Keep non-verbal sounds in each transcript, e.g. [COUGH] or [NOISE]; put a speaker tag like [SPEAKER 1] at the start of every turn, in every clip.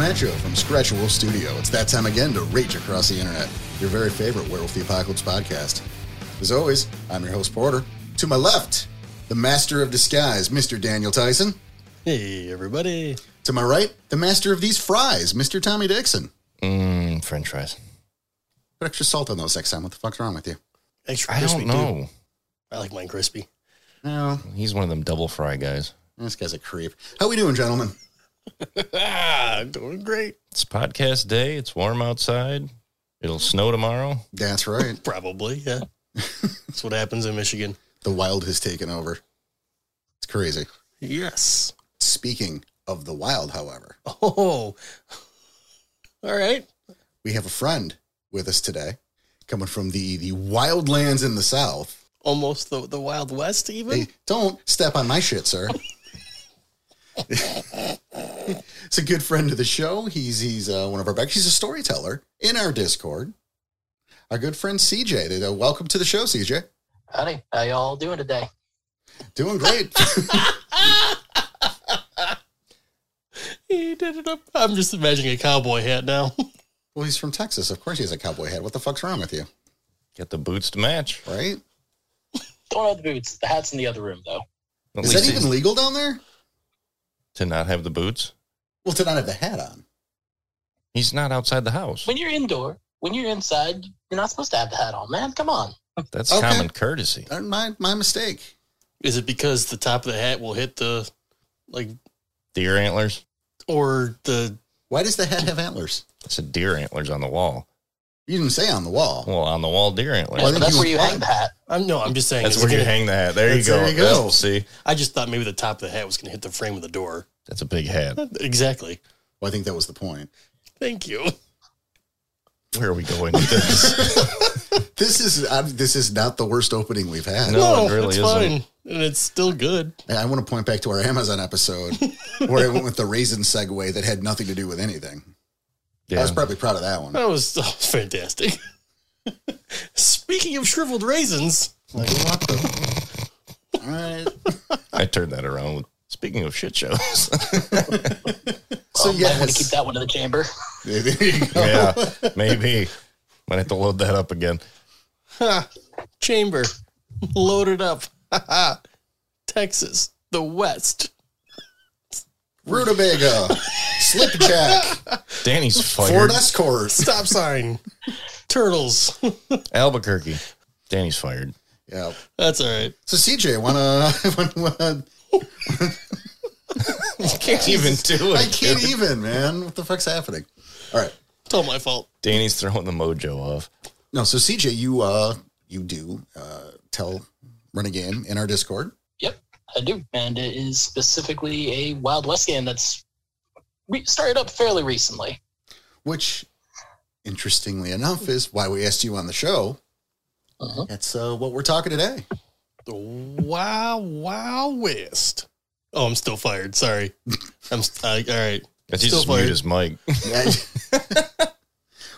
[SPEAKER 1] at you from Scratch Wolf Studio. It's that time again to rage across the internet, your very favorite Werewolf the Apocalypse podcast. As always, I'm your host, Porter. To my left, the master of disguise, Mr. Daniel Tyson.
[SPEAKER 2] Hey, everybody.
[SPEAKER 1] To my right, the master of these fries, Mr. Tommy Dixon.
[SPEAKER 3] Mmm, french fries.
[SPEAKER 1] Put extra salt on those next time. What the fuck's wrong with you?
[SPEAKER 2] Extra
[SPEAKER 3] I
[SPEAKER 2] crispy,
[SPEAKER 3] don't
[SPEAKER 2] Too.
[SPEAKER 3] know.
[SPEAKER 2] I like mine
[SPEAKER 3] [LAUGHS]
[SPEAKER 2] crispy.
[SPEAKER 1] No,
[SPEAKER 3] He's one of them double fry guys.
[SPEAKER 1] this guy's a creep. How we doing, gentlemen?
[SPEAKER 2] Ah, doing great.
[SPEAKER 3] It's podcast day. It's warm outside. It'll snow tomorrow.
[SPEAKER 1] That's right.
[SPEAKER 2] Probably,
[SPEAKER 3] [LAUGHS]
[SPEAKER 2] yeah. That's what happens in Michigan.
[SPEAKER 1] The wild has taken over. It's crazy.
[SPEAKER 2] Yes.
[SPEAKER 1] Speaking of the wild, however,
[SPEAKER 2] Oh, all right.
[SPEAKER 1] we have a friend with us today coming from the, the wild lands in the south.
[SPEAKER 2] Almost the, the Wild West,
[SPEAKER 3] Hmm.
[SPEAKER 2] even.
[SPEAKER 1] Hey, don't step on my shit, sir. it's a good friend of the show. He's he's uh, one of our back. He's a storyteller in our Discord. Our good friend CJ. They- uh, welcome to the show, CJ.
[SPEAKER 4] Howdy, how y'all doing today?
[SPEAKER 1] Doing great. [LAUGHS]
[SPEAKER 2] He did it up. I'm just imagining a cowboy hat now. [LAUGHS]
[SPEAKER 1] well, he's from Texas. Of course, he has a cowboy hat. What the fuck's wrong with you,
[SPEAKER 3] Get the boots to match.
[SPEAKER 1] right?
[SPEAKER 4] Don't have the boots. The hat's in the other room, though.
[SPEAKER 3] At
[SPEAKER 1] Is
[SPEAKER 3] least
[SPEAKER 1] that even
[SPEAKER 3] he-
[SPEAKER 1] legal down there?
[SPEAKER 3] to not have the boots?
[SPEAKER 1] Well, to not have the hat on.
[SPEAKER 3] He's not outside the house.
[SPEAKER 4] When you're indoor, when you're inside, you're not supposed to have the hat on, man. Come on.
[SPEAKER 3] That's
[SPEAKER 1] Okay.
[SPEAKER 3] common courtesy.
[SPEAKER 1] Uh, My my mistake.
[SPEAKER 2] Is it because the top of the hat will hit the, like,
[SPEAKER 3] Deer antlers.
[SPEAKER 2] or the,
[SPEAKER 1] Why does the hat have antlers?
[SPEAKER 3] It's a deer antlers on the wall.
[SPEAKER 1] You didn't say on the wall.
[SPEAKER 3] Well, on the wall, deer antlers.
[SPEAKER 1] Well, I
[SPEAKER 4] Yeah,
[SPEAKER 1] think
[SPEAKER 4] that's
[SPEAKER 1] he
[SPEAKER 4] where
[SPEAKER 1] was
[SPEAKER 4] you hang
[SPEAKER 1] fine.
[SPEAKER 4] the hat.
[SPEAKER 2] I'm, no, I'm just saying.
[SPEAKER 3] That's
[SPEAKER 2] is it
[SPEAKER 3] where you
[SPEAKER 2] gonna-
[SPEAKER 3] hang the hat. There you
[SPEAKER 1] That's-
[SPEAKER 3] go.
[SPEAKER 1] there you go.
[SPEAKER 3] That's- See,
[SPEAKER 2] I just thought maybe the top of the hat was going to hit the frame of the door.
[SPEAKER 3] that's a big hat.
[SPEAKER 2] Exactly.
[SPEAKER 1] Well, I think that was the point.
[SPEAKER 2] Thank you.
[SPEAKER 3] Where are we going
[SPEAKER 1] [LAUGHS]
[SPEAKER 3] with this?
[SPEAKER 1] This is uh, this is not the worst opening we've had.
[SPEAKER 3] No, it really
[SPEAKER 2] it's
[SPEAKER 3] isn't.
[SPEAKER 2] fine. And it's still good.
[SPEAKER 1] And I want to point back to our Amazon
[SPEAKER 3] [LAUGHS]
[SPEAKER 1] episode where I went with the raisin segue that had nothing to do with anything. I
[SPEAKER 3] yeah.
[SPEAKER 1] was probably proud of
[SPEAKER 3] [LAUGHS]
[SPEAKER 1] that one.
[SPEAKER 2] That was [LAUGHS] oh, fantastic. [LAUGHS] Speaking of shriveled raisins,
[SPEAKER 1] Like, what the? All right.
[SPEAKER 3] I turned that around. With, speaking of shit
[SPEAKER 1] [LAUGHS]
[SPEAKER 3] shows,
[SPEAKER 1] So,
[SPEAKER 4] Um, might want to
[SPEAKER 1] yes.
[SPEAKER 4] keep that one in the chamber.
[SPEAKER 1] [LAUGHS]
[SPEAKER 4] [LAUGHS]
[SPEAKER 1] There you go.
[SPEAKER 3] yeah, maybe might have to load that up again.
[SPEAKER 2] ha, chamber [LAUGHS] loaded up. [LAUGHS] Ha, ha. Texas, the West.
[SPEAKER 1] Rutabaga,
[SPEAKER 3] [LAUGHS]
[SPEAKER 1] Slipjack,
[SPEAKER 3] Danny's fired.
[SPEAKER 1] Ford Escort.
[SPEAKER 2] Stop [LAUGHS] sign. Turtles. [LAUGHS]
[SPEAKER 3] Albuquerque. Danny's fired.
[SPEAKER 1] Yeah.
[SPEAKER 2] That's all right.
[SPEAKER 1] So CJ, wanna? [LAUGHS] wanna
[SPEAKER 3] You can't even do it.
[SPEAKER 1] I can't even, man. What the fuck's happening? All right.
[SPEAKER 2] It's all my fault.
[SPEAKER 3] Danny's throwing the mojo off.
[SPEAKER 1] No. So CJ, you uh, you do uh, tell run a game in our Discord.
[SPEAKER 4] Yep, I do. And it is specifically a Wild West game that's re- started up fairly recently.
[SPEAKER 1] which interestingly enough is why we asked you on the show
[SPEAKER 4] Uh-huh.
[SPEAKER 1] that's uh, what we're talking today
[SPEAKER 2] The Wow Wow West. Oh, I'm still fired.
[SPEAKER 3] [LAUGHS]
[SPEAKER 2] Sorry. I'm st- I, all right.
[SPEAKER 3] That's
[SPEAKER 2] Still
[SPEAKER 3] just mute
[SPEAKER 2] fired.
[SPEAKER 3] his mic.
[SPEAKER 1] [LAUGHS]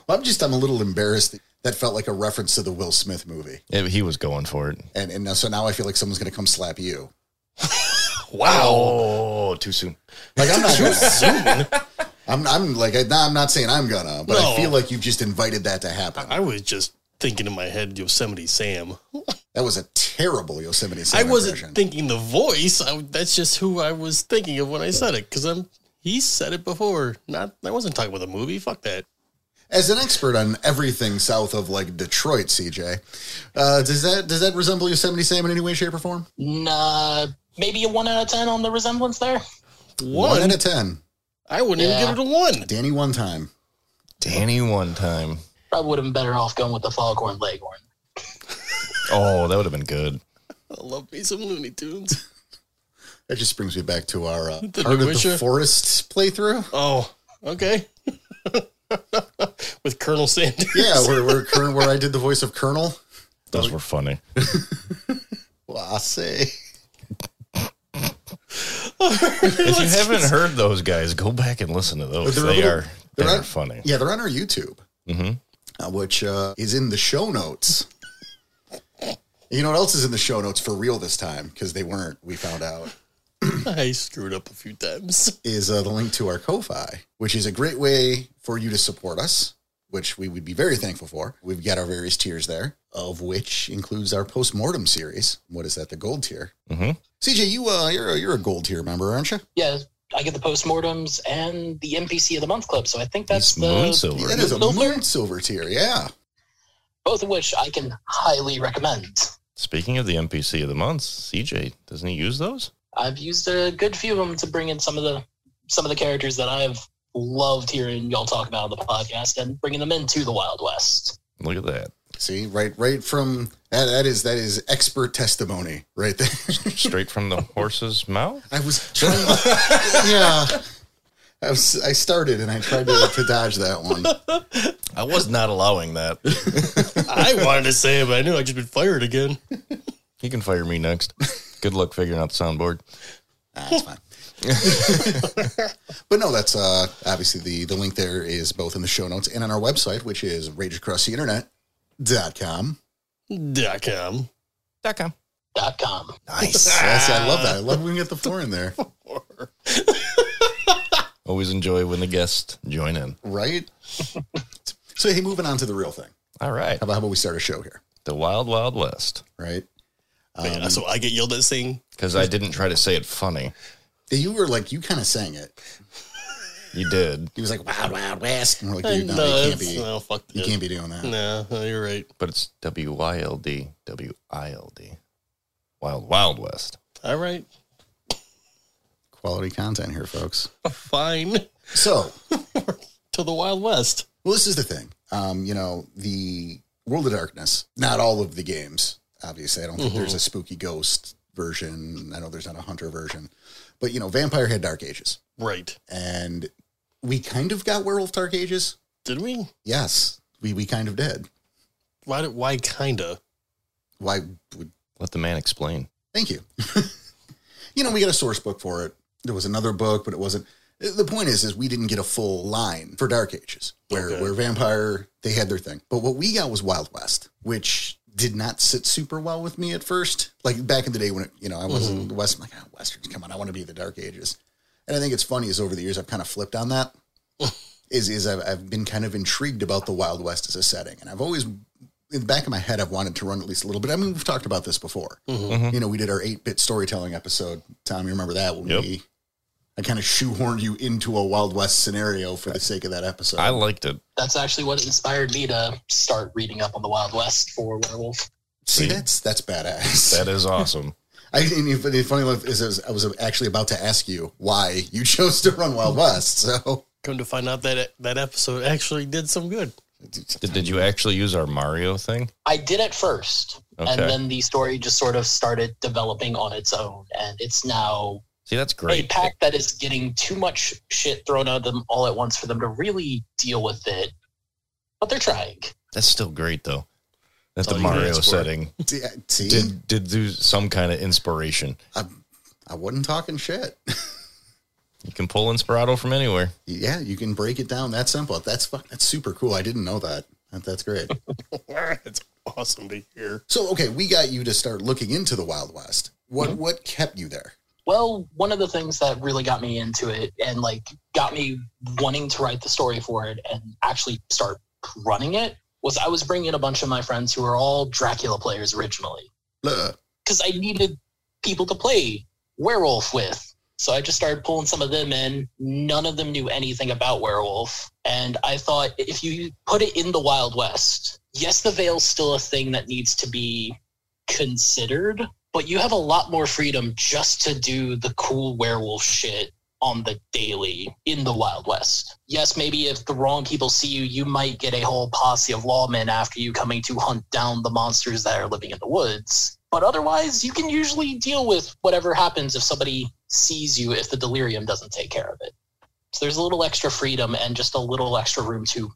[SPEAKER 1] well i'm just i'm a little embarrassed that, that felt like a reference to the will smith movie
[SPEAKER 3] Yeah, he was going for it.
[SPEAKER 1] and and now- so now i feel like someone's gonna come slap you
[SPEAKER 2] Wow.
[SPEAKER 3] Oh, too soon.
[SPEAKER 1] like i'm
[SPEAKER 2] [LAUGHS]
[SPEAKER 1] not gonna I'm, I'm like I, nah, i'm not saying i'm gonna but i
[SPEAKER 2] No.
[SPEAKER 1] feel like you've just invited that to happen
[SPEAKER 2] I was just thinking in my head Yosemite Sam.
[SPEAKER 1] that was a terrible yosemite Sam
[SPEAKER 2] I wasn't
[SPEAKER 1] impression.
[SPEAKER 2] thinking the voice. I, that's just who I was thinking of when I said it. Because I'm he said it before. Not I wasn't talking about the movie. Fuck that.
[SPEAKER 1] as an expert on everything south of like detroit cj uh, does that does that resemble yosemite sam in any way shape or form
[SPEAKER 4] Nah, maybe a one out of ten on the resemblance there.
[SPEAKER 2] One.
[SPEAKER 1] out of ten
[SPEAKER 2] I wouldn't
[SPEAKER 4] Yeah.
[SPEAKER 2] even give it a one.
[SPEAKER 1] Danny one time.
[SPEAKER 3] Danny one time.
[SPEAKER 4] Probably would have been better off going with the Foghorn Leghorn.
[SPEAKER 3] Oh, that would have been good.
[SPEAKER 2] I love me some Looney Tunes.
[SPEAKER 1] That just brings me back to our uh,
[SPEAKER 2] The
[SPEAKER 1] Heart of the
[SPEAKER 2] Witcher?
[SPEAKER 1] Forest
[SPEAKER 2] [LAUGHS]
[SPEAKER 1] playthrough.
[SPEAKER 2] Oh, okay. [LAUGHS] With Colonel Sanders. [LAUGHS]
[SPEAKER 1] Yeah, where where, Cur- where I did the voice of Colonel.
[SPEAKER 3] Those were funny.
[SPEAKER 1] Well, I say
[SPEAKER 3] If you haven't heard those guys, go back and listen to those.
[SPEAKER 1] They're a
[SPEAKER 3] They
[SPEAKER 1] little-
[SPEAKER 3] are they
[SPEAKER 1] they're
[SPEAKER 3] are
[SPEAKER 1] not-
[SPEAKER 3] funny.
[SPEAKER 1] yeah, they're on our YouTube,
[SPEAKER 2] Mm-hmm.
[SPEAKER 3] Mhm.
[SPEAKER 1] uh, which uh, is in the show notes. You know what else is in the show notes for real this time? Because they weren't. We found out.
[SPEAKER 2] I screwed up a few times. [LAUGHS]
[SPEAKER 1] is uh, the link to our Ko-fi, which is a great way for you to support us, which we would be very thankful for. We've got our various tiers there, of which includes our post-mortem series. What is that? The gold tier.
[SPEAKER 3] Mhm.
[SPEAKER 1] CJ, you uh, you're a, you're a gold tier member, aren't you?
[SPEAKER 4] Yeah, I get the postmortems and the NPC of the month club. So I think that's
[SPEAKER 3] It's moon
[SPEAKER 4] the
[SPEAKER 3] silver.
[SPEAKER 1] That is a
[SPEAKER 4] Silver?
[SPEAKER 1] moon silver tier. Yeah,
[SPEAKER 4] both of which I can highly recommend.
[SPEAKER 3] Speaking of the NPC of the month, CJ doesn't he use those?
[SPEAKER 4] I've used a good few of them to bring in some of the some of the characters that I've loved hearing y'all talk about on the podcast and bringing them into the Wild West.
[SPEAKER 3] Look at that,
[SPEAKER 1] see, right, right from that, that is that is expert testimony right there. [LAUGHS]
[SPEAKER 3] straight from the [LAUGHS] horse's mouth.
[SPEAKER 1] I was trying. [LAUGHS] yeah, I was. I started and I tried to, to dodge that one.
[SPEAKER 3] I was not allowing that.
[SPEAKER 2] I wanted to say it, but I knew I'd just been fired again.
[SPEAKER 3] You can fire me next.
[SPEAKER 2] [LAUGHS]
[SPEAKER 3] Good luck figuring out the soundboard.
[SPEAKER 1] Nah, it's fine. [LAUGHS] but no, that's uh, obviously the the link there is both in the show notes and on our website, which is rageacrosstheinternet.com.
[SPEAKER 2] Dot com.
[SPEAKER 3] Dot com.
[SPEAKER 4] Dot com.
[SPEAKER 3] Nice.
[SPEAKER 1] [LAUGHS] Yes, I love that. I love when we get the floor in there,
[SPEAKER 3] Always enjoy when the guests join in.
[SPEAKER 1] right? So hey, moving on to the real thing.
[SPEAKER 3] All right.
[SPEAKER 1] How about how about we start a show here,
[SPEAKER 3] The Wild Wild West.
[SPEAKER 1] right?
[SPEAKER 2] Man,
[SPEAKER 1] Um,
[SPEAKER 2] so I get yelled at saying,
[SPEAKER 3] Because I didn't try to say it funny.
[SPEAKER 1] You were like, you kind of sang it.
[SPEAKER 3] You did,
[SPEAKER 1] He was like, "Wild Wild West," and we're like,
[SPEAKER 2] "Eh,
[SPEAKER 1] "Dude, no, you can't
[SPEAKER 2] it's-
[SPEAKER 1] be,
[SPEAKER 2] no, fuck
[SPEAKER 1] you
[SPEAKER 2] that.
[SPEAKER 1] can't be doing that."
[SPEAKER 2] No, no, you're right.
[SPEAKER 3] but it's W Y L D W I L D. Wild Wild West.
[SPEAKER 2] All right,
[SPEAKER 1] Quality content here, folks.
[SPEAKER 2] fine.
[SPEAKER 1] So
[SPEAKER 2] To the Wild West.
[SPEAKER 1] Well, this is the thing. Um, you know, the World of Darkness, not all of the games, obviously. I don't think
[SPEAKER 2] Mhm.
[SPEAKER 1] there's a spooky ghost version. I know there's not a hunter version. But, you know, Vampire had Dark Ages.
[SPEAKER 2] Right.
[SPEAKER 1] And we kind of got Werewolf Dark Ages.
[SPEAKER 2] Did we?
[SPEAKER 1] Yes, we, we kind of did.
[SPEAKER 2] Why did, why kinda?
[SPEAKER 1] Why would
[SPEAKER 3] Let the man explain.
[SPEAKER 1] Thank you. [LAUGHS] you know, we got a source book for it. There was another book, but it wasn't. The point is, is we didn't get a full line for Dark Ages, where
[SPEAKER 2] Okay.
[SPEAKER 1] where vampire they had their thing. But what we got was Wild West, which did not sit super well with me at first. Like back in the day when it, you know I wasn't the West. I'm like, oh, westerns, come on, I want to be the Dark Ages. And I think it's funny is over the years I've kind of flipped on that. is is I've, I've been kind of intrigued about the Wild West as a setting, and I've always in the back of my head I've wanted to run at least a little bit. I mean, we've talked about this before
[SPEAKER 3] Mm-hmm.
[SPEAKER 1] you know, we did our eight bit storytelling episode. Tom, you remember that when
[SPEAKER 3] Yep.
[SPEAKER 1] we I kind of shoehorned you into a Wild West scenario for the sake of that episode.
[SPEAKER 3] I liked it.
[SPEAKER 4] That's actually what inspired me to start reading up on the Wild West for Werewolf.
[SPEAKER 1] See,
[SPEAKER 3] See?
[SPEAKER 1] that's that's badass.
[SPEAKER 3] That
[SPEAKER 2] [LAUGHS]
[SPEAKER 3] is awesome.
[SPEAKER 1] [LAUGHS] I and the funny- funny enough is, is I was actually about to ask you why you [LAUGHS] chose to run Wild West. So [LAUGHS]
[SPEAKER 2] Come to find out that that episode actually did some good. [LAUGHS]
[SPEAKER 3] did, did you actually use our Mario thing?
[SPEAKER 4] I did at first, and
[SPEAKER 3] Okay.
[SPEAKER 4] then the story just sort of started developing on its own, and it's now
[SPEAKER 3] See, that's
[SPEAKER 4] a
[SPEAKER 3] great.
[SPEAKER 4] pack that is getting too much shit thrown at them all at once for them to really deal with it. But they're trying.
[SPEAKER 3] That's still great though. That
[SPEAKER 2] That's all
[SPEAKER 3] the
[SPEAKER 2] you can
[SPEAKER 3] Mario
[SPEAKER 2] ask for.
[SPEAKER 3] setting
[SPEAKER 1] see, I- see,
[SPEAKER 3] did did do some kind of inspiration.
[SPEAKER 1] I wasn't talking shit.
[SPEAKER 3] You can pull Inspirato from anywhere.
[SPEAKER 1] yeah, you can break it down that simple. That's fu- that's super cool. I didn't know that. That- That's great.
[SPEAKER 2] That's awesome to hear.
[SPEAKER 1] so okay, we got you to start looking into the Wild West. What what kept you there?
[SPEAKER 4] Well, one of the things that really got me into it and like got me wanting to write the story for it and actually start running it was I was bringing a bunch of my friends who were all Dracula players originally
[SPEAKER 1] Blah.
[SPEAKER 4] because I needed people to play werewolf with. So I just started pulling some of them in. None of them knew anything about werewolf. And I thought if you put it in the Wild West, yes, the veil's still a thing that needs to be considered, but you have a lot more freedom just to do the cool werewolf shit on the daily in the Wild West. Yes, maybe if the wrong people see you, you might get a whole posse of lawmen after you coming to hunt down the monsters that are living in the woods. But otherwise, you can usually deal with whatever happens if somebody sees you if the delirium doesn't take care of it. So there's a little extra freedom and just a little extra room to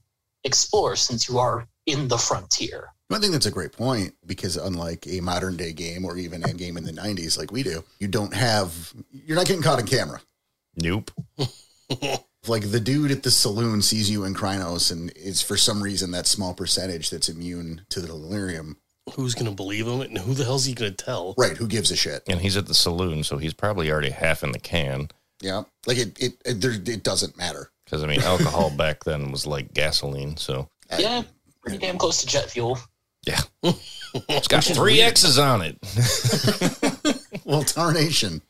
[SPEAKER 4] explore since you are in the frontier.
[SPEAKER 1] I think that's a great point because unlike a modern day game or even a game in the 90s like we do, you don't have you're not getting caught on camera.
[SPEAKER 3] Nope.
[SPEAKER 1] Like the dude at the saloon sees you in Krynos and it's for some reason that small percentage that's immune to the delirium
[SPEAKER 2] who's going to believe him and who the hell's he going to tell?
[SPEAKER 1] Right. Who gives a shit?
[SPEAKER 3] And he's at the saloon, so he's probably already half in the can.
[SPEAKER 1] Yeah. Like it, it, it, there, it doesn't matter.
[SPEAKER 3] Because, I mean,
[SPEAKER 4] [LAUGHS]
[SPEAKER 3] alcohol back then was like gasoline. So
[SPEAKER 1] I-
[SPEAKER 4] Yeah, pretty damn close to jet fuel. [LAUGHS]
[SPEAKER 3] it's got three X's on it.
[SPEAKER 1] Well, tarnation.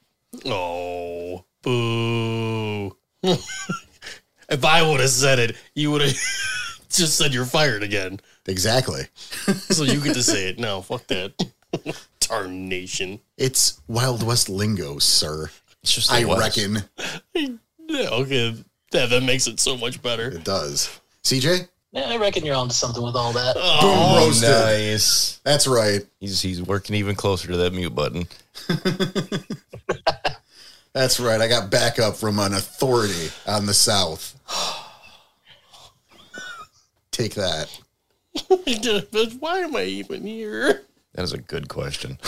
[SPEAKER 2] Oh, boo. [LAUGHS] if I would have said it, you would have [LAUGHS] just said you're fired again.
[SPEAKER 1] Exactly.
[SPEAKER 2] So you get to say it. No, fuck that. [LAUGHS] Tarnation.
[SPEAKER 1] It's Wild West lingo, sir.
[SPEAKER 3] It's just
[SPEAKER 1] I
[SPEAKER 3] the West.
[SPEAKER 1] reckon
[SPEAKER 2] Yeah, okay. Yeah, that makes it so much better.
[SPEAKER 1] it does. CJ?
[SPEAKER 4] Yeah, I reckon you're onto something with all that.
[SPEAKER 2] Oh,
[SPEAKER 1] Boom,
[SPEAKER 3] Oh,
[SPEAKER 1] roasted.
[SPEAKER 3] nice.
[SPEAKER 1] That's right.
[SPEAKER 3] He's, he's working even closer to that mute button.
[SPEAKER 1] That's right. I got backup from an authority on the South. [SIGHS] Take that.
[SPEAKER 2] but [LAUGHS] why am I even here?
[SPEAKER 3] That is a good question.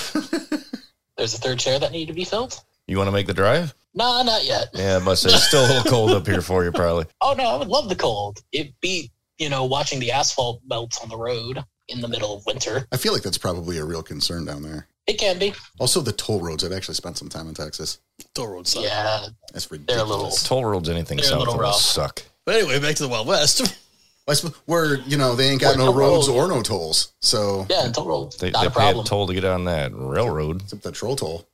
[SPEAKER 4] There's a third chair that needed to be filled.
[SPEAKER 3] You want to make the drive?
[SPEAKER 4] Nah, not yet.
[SPEAKER 3] Yeah, I must say, it's still a little cold up here for you, probably.
[SPEAKER 4] Oh no, I would love the cold. It beat you know watching the asphalt melt on the road in the middle of winter.
[SPEAKER 1] I feel like that's probably a real concern down there.
[SPEAKER 4] It can be.
[SPEAKER 1] Also, the toll roads. I've actually spent some time in Texas.
[SPEAKER 2] Toll road sign.
[SPEAKER 4] Yeah,
[SPEAKER 1] That's
[SPEAKER 4] they're a
[SPEAKER 1] ridiculous.
[SPEAKER 4] little.
[SPEAKER 3] Toll roads, anything
[SPEAKER 4] They're a
[SPEAKER 3] south
[SPEAKER 4] little
[SPEAKER 3] of
[SPEAKER 4] rough.
[SPEAKER 3] us suck.
[SPEAKER 2] But anyway, back to the Wild West. [LAUGHS]
[SPEAKER 1] I suppose- Where, you know, they ain't got
[SPEAKER 4] Or
[SPEAKER 1] no
[SPEAKER 4] toll
[SPEAKER 1] roads
[SPEAKER 4] roads.
[SPEAKER 1] or no tolls. So,
[SPEAKER 4] Yeah, total.
[SPEAKER 3] They,
[SPEAKER 4] not
[SPEAKER 3] they
[SPEAKER 4] a
[SPEAKER 3] pay a
[SPEAKER 4] problem.
[SPEAKER 3] toll to get on that railroad.
[SPEAKER 1] except the troll toll.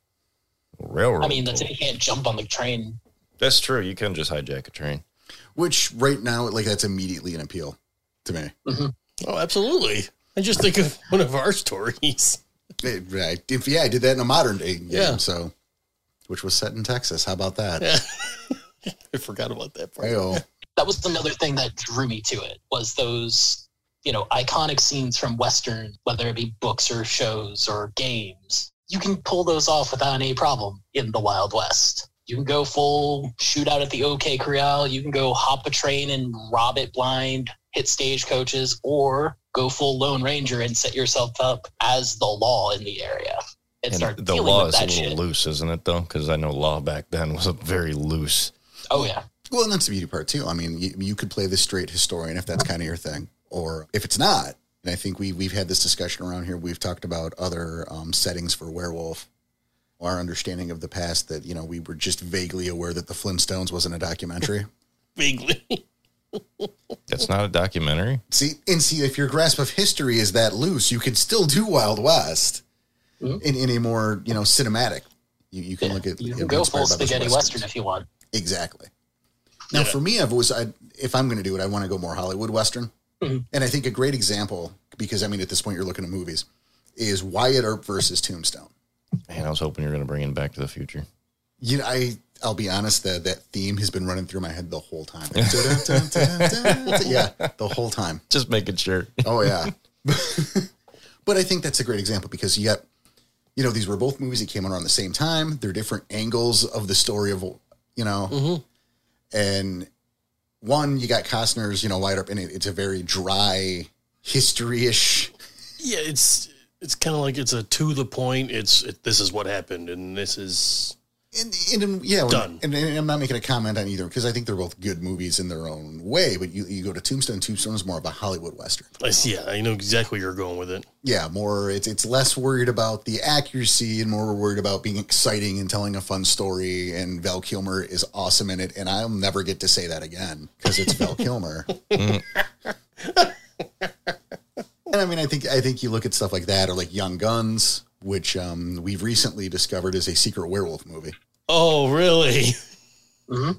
[SPEAKER 3] Railroad.
[SPEAKER 4] I mean, that's
[SPEAKER 3] toll.
[SPEAKER 4] if you can't jump on the train.
[SPEAKER 3] That's true. You can just hijack a train.
[SPEAKER 1] Which right now, like, that's immediately an appeal to me.
[SPEAKER 2] Oh, absolutely. I just think of one of our stories.
[SPEAKER 1] It, I, if, yeah, I did that in a modern day game.
[SPEAKER 2] Yeah.
[SPEAKER 1] So, which was set in Texas. How about that?
[SPEAKER 2] Yeah. I forgot about that part.
[SPEAKER 1] Ayo.
[SPEAKER 4] That was another thing that drew me to it was those you know iconic scenes from western, whether it be books or shows or games. You can pull those off without any problem in the Wild West. You can go full shootout at the OK Corral. You can go hop a train and rob it blind, hit stagecoaches, or go full Lone Ranger and set yourself up as the law in the area and,
[SPEAKER 3] And
[SPEAKER 4] start
[SPEAKER 3] the
[SPEAKER 4] dealing
[SPEAKER 3] law is
[SPEAKER 4] with
[SPEAKER 3] a
[SPEAKER 4] that
[SPEAKER 3] little
[SPEAKER 4] shit.
[SPEAKER 3] loose, isn't it, though? Because I know law back then was a very loose.
[SPEAKER 4] Oh yeah.
[SPEAKER 1] Well, and that's the beauty part too. I mean, you, you could play the straight historian if that's kind of your thing, or if it's not. And I think we we've had this discussion around here. We've talked about other um, settings for werewolf, our understanding of the past. That you know we were just vaguely aware that the Flintstones wasn't a documentary.
[SPEAKER 2] Vaguely. [LAUGHS]
[SPEAKER 3] That's not a documentary.
[SPEAKER 1] see and see if your grasp of history is that loose, you could still do Wild West
[SPEAKER 4] Mhm.
[SPEAKER 1] in, in a more you know cinematic. You, you can look at
[SPEAKER 4] You
[SPEAKER 1] at
[SPEAKER 4] can go
[SPEAKER 1] what's
[SPEAKER 4] full
[SPEAKER 1] inspired by those
[SPEAKER 4] spaghetti
[SPEAKER 1] westerns.
[SPEAKER 4] western if you want.
[SPEAKER 1] Exactly. Now,
[SPEAKER 2] Yeah.
[SPEAKER 1] for me, I've always, I, if I'm going to do it, I want to go more Hollywood Western.
[SPEAKER 4] Mhm.
[SPEAKER 1] And I think a great example, because I mean, at this point, you're looking at movies, is Wyatt Earp versus Tombstone.
[SPEAKER 3] Man, I was hoping you were going to bring in Back to the Future.
[SPEAKER 1] You know, I, I'll be honest, that that theme has been running through my head the whole time. yeah, the whole time.
[SPEAKER 3] Just making sure.
[SPEAKER 1] Oh yeah. [LAUGHS] but I think that's a great example because you got, you know, these were both movies that came out around the same time. They're different angles of the story of, you know,
[SPEAKER 2] Mhm.
[SPEAKER 1] and one you got Costner's, you know, light up, and it, it's a very dry history-ish.
[SPEAKER 2] Yeah, it's it's kind of like it's a to the point. It's it, this is what happened, and this is
[SPEAKER 1] And, and, and yeah, when-
[SPEAKER 2] Done.
[SPEAKER 1] And, and I'm not making a comment on either because I think they're both good movies in their own way. But you, you go to Tombstone. Tombstone is more of a Hollywood western.
[SPEAKER 2] I see. Yeah, I know exactly where you're going with it.
[SPEAKER 1] yeah, more it's it's less worried about the accuracy and more worried about being exciting and telling a fun story. And Val Kilmer is awesome in it, and I'll never get to say that again because it's Val Kilmer. and I mean, I think I think you look at stuff like that or like Young Guns, which um, we've recently discovered is a secret werewolf movie.
[SPEAKER 2] Oh, really? [LAUGHS]
[SPEAKER 4] Mm-hmm.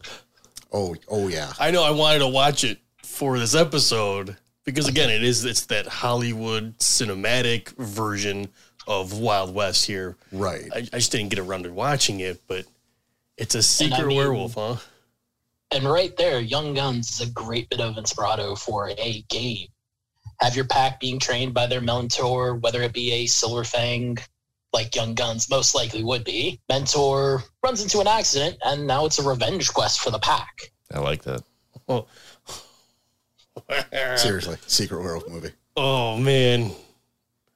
[SPEAKER 1] Oh, oh yeah,
[SPEAKER 2] I know. I wanted to watch it for this episode because again, it is it's that Hollywood cinematic version of Wild West here.
[SPEAKER 1] right.
[SPEAKER 2] I, I just didn't get around to watching it, but it's a secret
[SPEAKER 4] mean-
[SPEAKER 2] werewolf, huh?
[SPEAKER 4] And right there, Young Guns is a great bit of inspirato for a game. Have your pack being trained by their mentor, whether it be a Silver Fang, like Young Guns most likely would be. Mentor runs into an accident, and now it's a revenge quest for the pack.
[SPEAKER 3] I like that.
[SPEAKER 1] Seriously, secret werewolf movie.
[SPEAKER 2] [LAUGHS] oh man,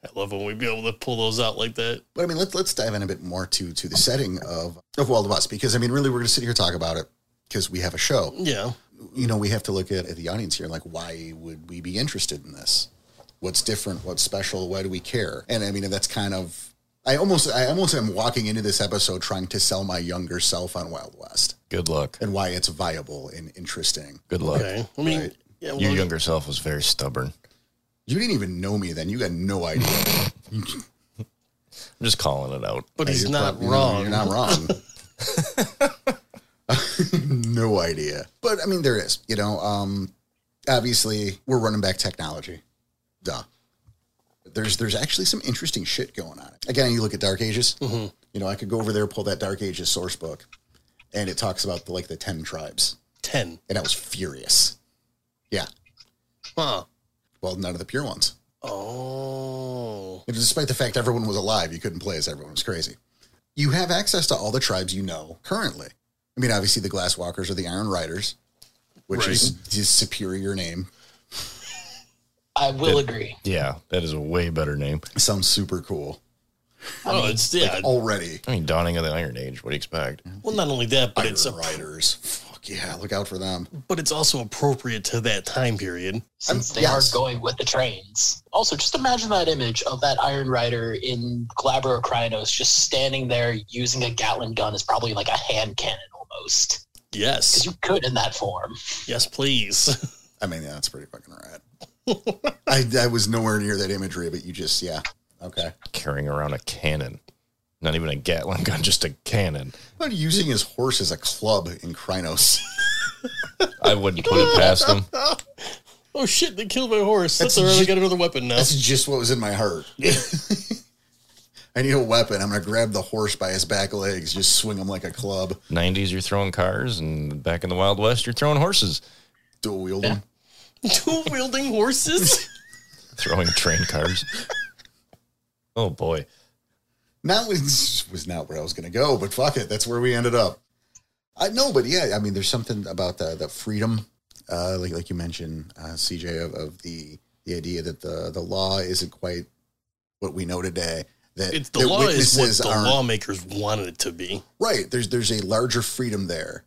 [SPEAKER 2] I love when we be able to pull those out like that.
[SPEAKER 1] But I mean, let's let's dive in a bit more to to the setting of of Wild West because I mean, really, we're going to sit here and talk about it because we have a show.
[SPEAKER 2] Yeah.
[SPEAKER 1] you know, we have to look at, at the audience here, like, why would we be interested in this? What's different? What's special? Why do we care? And I mean, that's kind of I almost I almost am walking into this episode trying to sell my younger self on Wild West
[SPEAKER 3] Good luck.
[SPEAKER 1] and why it's viable and interesting.
[SPEAKER 3] Good luck.
[SPEAKER 2] Okay. I mean,
[SPEAKER 1] Right.
[SPEAKER 2] yeah,
[SPEAKER 3] Your
[SPEAKER 2] well,
[SPEAKER 3] younger self was very stubborn.
[SPEAKER 1] You didn't even know me then. You got no idea.
[SPEAKER 3] I'm just calling it out.
[SPEAKER 2] but he's
[SPEAKER 1] You're
[SPEAKER 2] not
[SPEAKER 1] prob- you know,
[SPEAKER 2] wrong.
[SPEAKER 1] You're not wrong. [LAUGHS]
[SPEAKER 2] [LAUGHS]
[SPEAKER 1] no idea. But I mean, there is, you know, um, obviously we're running back technology. Duh. There's, there's actually some interesting shit going on. Again, you look at dark ages,
[SPEAKER 2] Mm-hmm.
[SPEAKER 1] you know, I could go over there, pull that dark ages source book and it talks about the, like the 10 tribes
[SPEAKER 2] Ten.
[SPEAKER 1] and I was furious. Yeah.
[SPEAKER 2] Huh.
[SPEAKER 1] Well, none of the pure ones.
[SPEAKER 2] Oh.
[SPEAKER 1] And despite the fact everyone was alive, you couldn't play as everyone was crazy. You have access to all the tribes you know currently. I mean, obviously the Glass Walkers are the Iron Riders, which is his superior name.
[SPEAKER 4] I will agree.
[SPEAKER 3] Yeah, that is a way better name.
[SPEAKER 1] Sounds super cool
[SPEAKER 2] Oh, it's yeah.
[SPEAKER 1] already.
[SPEAKER 3] I mean, dawning of the Iron Age. What do you expect?
[SPEAKER 2] well, not only that, but
[SPEAKER 1] Iron
[SPEAKER 2] it's a,
[SPEAKER 1] Riders. Fuck yeah, look out for them.
[SPEAKER 2] but it's also appropriate to that time period.
[SPEAKER 4] Since
[SPEAKER 1] I'm-
[SPEAKER 4] they
[SPEAKER 1] yes.
[SPEAKER 4] are going with the trains. Also, just imagine that image of that Iron Rider in Glabro Krynos just standing there using a Gatlin gun is probably like a hand cannon almost. Because
[SPEAKER 2] Yes.
[SPEAKER 4] you could in that form.
[SPEAKER 2] Yes, please. [LAUGHS]
[SPEAKER 1] I mean, yeah, that's pretty fucking rad. I, I was nowhere near that imagery, but you just, yeah, okay.
[SPEAKER 3] Carrying around a cannon. Not even a Gatling gun, [LAUGHS] just a cannon.
[SPEAKER 1] What about using his horse as a club in Krynos?
[SPEAKER 3] I wouldn't put it past
[SPEAKER 4] [LAUGHS]
[SPEAKER 3] him.
[SPEAKER 2] oh shit! They killed my horse.
[SPEAKER 1] That's
[SPEAKER 2] That's all right. I
[SPEAKER 1] ju-
[SPEAKER 2] got another weapon now.
[SPEAKER 1] That's just what was in my heart. [LAUGHS] I need a weapon. I'm gonna grab the horse by his back legs, just swing him like a club,
[SPEAKER 3] 90s, you're throwing cars, and back in the Wild West, you're throwing horses,
[SPEAKER 1] dual wield him.
[SPEAKER 2] [LAUGHS] Two wielding
[SPEAKER 1] [LAUGHS]
[SPEAKER 2] horses.
[SPEAKER 3] throwing train cars. [LAUGHS] Oh boy.
[SPEAKER 1] That was, was not where I was gonna go, but fuck it, that's where we ended up. I know, but yeah, I mean, there's something about the the freedom, uh, like like you mentioned, uh, CJ, of, of the the idea that the the law isn't quite what we know today. That
[SPEAKER 2] It's the
[SPEAKER 1] that
[SPEAKER 2] law is what
[SPEAKER 1] witnesses
[SPEAKER 2] the
[SPEAKER 1] aren't-
[SPEAKER 2] lawmakers wanted it to be.
[SPEAKER 1] Right. There's there's a larger freedom there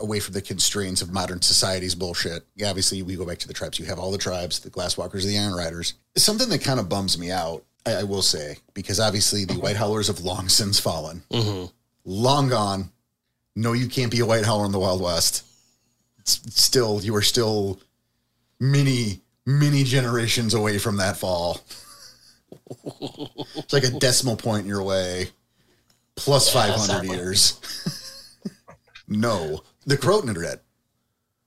[SPEAKER 1] away from the constraints of modern society's bullshit. Yeah, obviously we go back to the tribes. You have all the tribes, the glasswalkers, the iron riders. Something that kind of bums me out, I, I will say, because obviously the white howlers have long since fallen.
[SPEAKER 2] hmm
[SPEAKER 1] Long gone. No, you can't be a white howler in the Wild West. It's still you are still many, many generations away from that
[SPEAKER 4] [LAUGHS]
[SPEAKER 1] fall. it's like a decimal point in your way. Plus
[SPEAKER 4] Yeah,
[SPEAKER 1] 500
[SPEAKER 4] exactly.
[SPEAKER 1] years. [LAUGHS] no. The Croton are dead.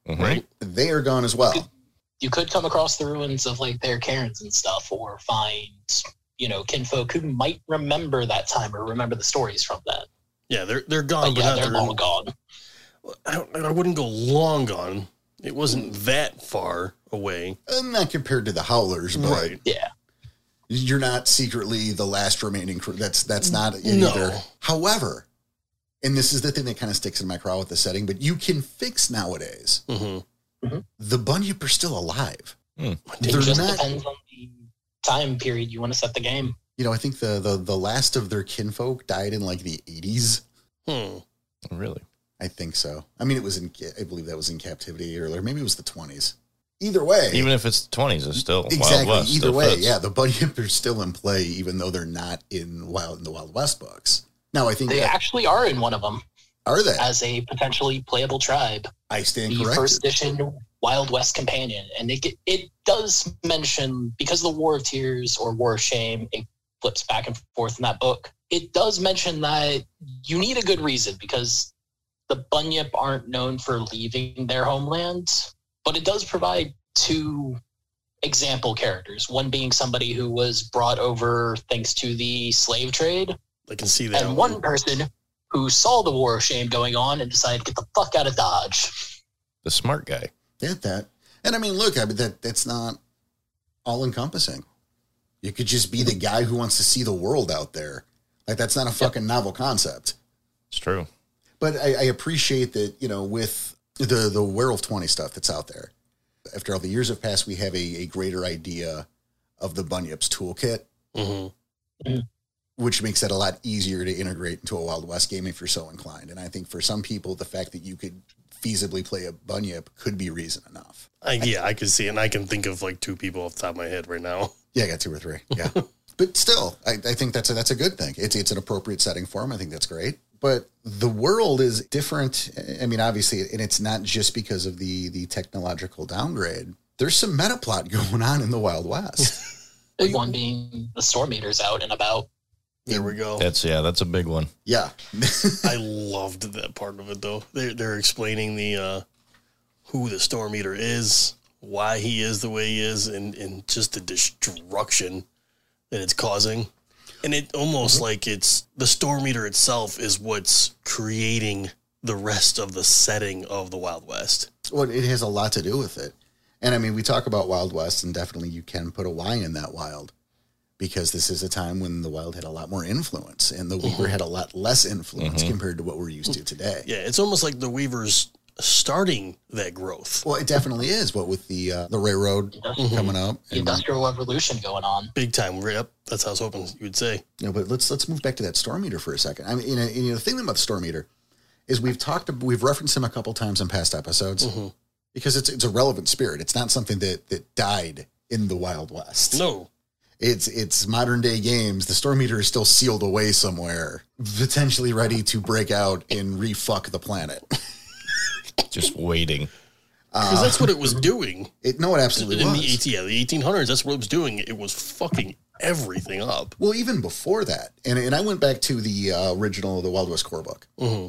[SPEAKER 3] Mhm.
[SPEAKER 2] Right.
[SPEAKER 1] They are gone as well.
[SPEAKER 4] You could come across the ruins of like their cairns and stuff, or find, you know, kinfolk who might remember that time or remember the stories from that.
[SPEAKER 2] Yeah, they're they're
[SPEAKER 4] But
[SPEAKER 2] gone, Oh, but
[SPEAKER 4] yeah,
[SPEAKER 2] not
[SPEAKER 4] they're
[SPEAKER 2] they're.
[SPEAKER 4] long gone.
[SPEAKER 2] I, don't, I wouldn't go long gone. It wasn't that far away.
[SPEAKER 1] Uh, Not compared to the Howlers, but
[SPEAKER 4] Yeah.
[SPEAKER 1] you're not secretly the last remaining crew. That's that's not it
[SPEAKER 2] No.
[SPEAKER 1] either. However, and this is the thing that kind of sticks in my craw with the setting, but you can fix nowadays.
[SPEAKER 2] hmm
[SPEAKER 1] The Bunyip are still alive.
[SPEAKER 3] Hmm.
[SPEAKER 4] It
[SPEAKER 1] They're
[SPEAKER 4] just
[SPEAKER 1] not.
[SPEAKER 4] depends on the time period you want to set the game.
[SPEAKER 1] You know, I think the the the last of their kinfolk died in like the 80s.
[SPEAKER 2] Hmm.
[SPEAKER 3] Really?
[SPEAKER 1] I think so. I mean, it was in ca- I believe that was in captivity earlier. Maybe it was the 20s. Either way,
[SPEAKER 3] Even if it's the 20s, it's still
[SPEAKER 1] exactly.
[SPEAKER 3] Wild West.
[SPEAKER 1] Either
[SPEAKER 3] still
[SPEAKER 1] way,
[SPEAKER 3] fits.
[SPEAKER 1] yeah, the Bunyip are still in play, even though they're not in wild in the Wild West books. Now, I think
[SPEAKER 4] They actually are in one of them
[SPEAKER 1] are they?
[SPEAKER 4] as a potentially playable tribe.
[SPEAKER 1] I stand
[SPEAKER 4] the
[SPEAKER 1] corrected.
[SPEAKER 4] first edition Wild West Companion, and it get- it does mention because of the War of Tears or War of Shame, it flips back and forth in that book. It does mention that you need a good reason because the Bunyip aren't known for leaving their homeland, but it does provide two example characters. One being somebody who was brought over thanks to the slave trade,
[SPEAKER 2] I can see that.
[SPEAKER 4] and one person who saw the War of Shame going on and decided to get the fuck out of Dodge.
[SPEAKER 3] The smart guy.
[SPEAKER 1] Get that. And I mean, look, I mean that that's not all encompassing. You could just be the guy who wants to see the world out there. Like that's not a fucking novel concept.
[SPEAKER 3] It's true.
[SPEAKER 1] But I, I appreciate that, you know, with the the werewolf twenty stuff that's out there. After all the years have passed, we have a, a greater idea of the Bunyip's toolkit,
[SPEAKER 2] hmm
[SPEAKER 1] which makes that a lot easier to integrate into a Wild West game if you're so inclined. And I think for some people, the fact that you could feasibly play a Bunyip could be reason enough.
[SPEAKER 2] I, yeah, I can see, it, and I can think of like two people off the top of my head right now.
[SPEAKER 1] Yeah, I got two or three. Yeah, but still, I, I think that's a, that's a good thing. It's it's an appropriate setting for them. I think that's great. But the world is different. I mean, obviously, and it's not just because of the the technological downgrade. There's some meta plot [LAUGHS] going on in the Wild West.
[SPEAKER 4] Big one being the storm meters out and about.
[SPEAKER 2] There we go.
[SPEAKER 3] That's yeah, that's a big one.
[SPEAKER 1] yeah,
[SPEAKER 2] I loved that part of it though. They're they're explaining the uh, who the storm eater is, why he is the way he is, and and just the destruction that it's causing. And it almost like it's the storm eater itself is what's creating the rest of the setting of the Wild West.
[SPEAKER 1] well, it has a lot to do with it. And I mean, we talk about Wild West, and definitely you can put a Y in that wild because this is a time when the wild had a lot more influence and the Weaver had a lot less influence
[SPEAKER 3] Mhm.
[SPEAKER 1] compared to what we're used to today.
[SPEAKER 2] Yeah, it's almost like the Weavers starting that growth.
[SPEAKER 1] Well, it definitely is. What with the uh, the railroad
[SPEAKER 2] Mm-hmm.
[SPEAKER 4] Industrial,
[SPEAKER 1] coming up, and, uh,
[SPEAKER 4] industrial revolution going on.
[SPEAKER 2] Big time. Yep, that's how I was hoping you would say.
[SPEAKER 1] you know, but let's let's move back to that storm eater for a second. I mean, you know, you know, the thing about the storm eater is we've talked, we've referenced him a couple times in past episodes
[SPEAKER 2] Mhm.
[SPEAKER 1] because it's it's a relevant spirit. It's not something that that died in the Wild West.
[SPEAKER 2] No,
[SPEAKER 1] It's it's modern day games. The storm eater is still sealed away somewhere, potentially ready to break out and refuck the
[SPEAKER 2] [LAUGHS]
[SPEAKER 1] planet.
[SPEAKER 3] Just waiting.
[SPEAKER 2] because
[SPEAKER 1] Uh,
[SPEAKER 2] that's what it was doing.
[SPEAKER 1] it, no, it
[SPEAKER 2] in
[SPEAKER 1] absolutely
[SPEAKER 2] the
[SPEAKER 1] was.
[SPEAKER 2] 18, yeah, the eighteen hundreds. That's what it was doing. It was fucking everything up.
[SPEAKER 1] Well, even before that, and and I went back to the uh, original, the Wild West core book.
[SPEAKER 2] hmm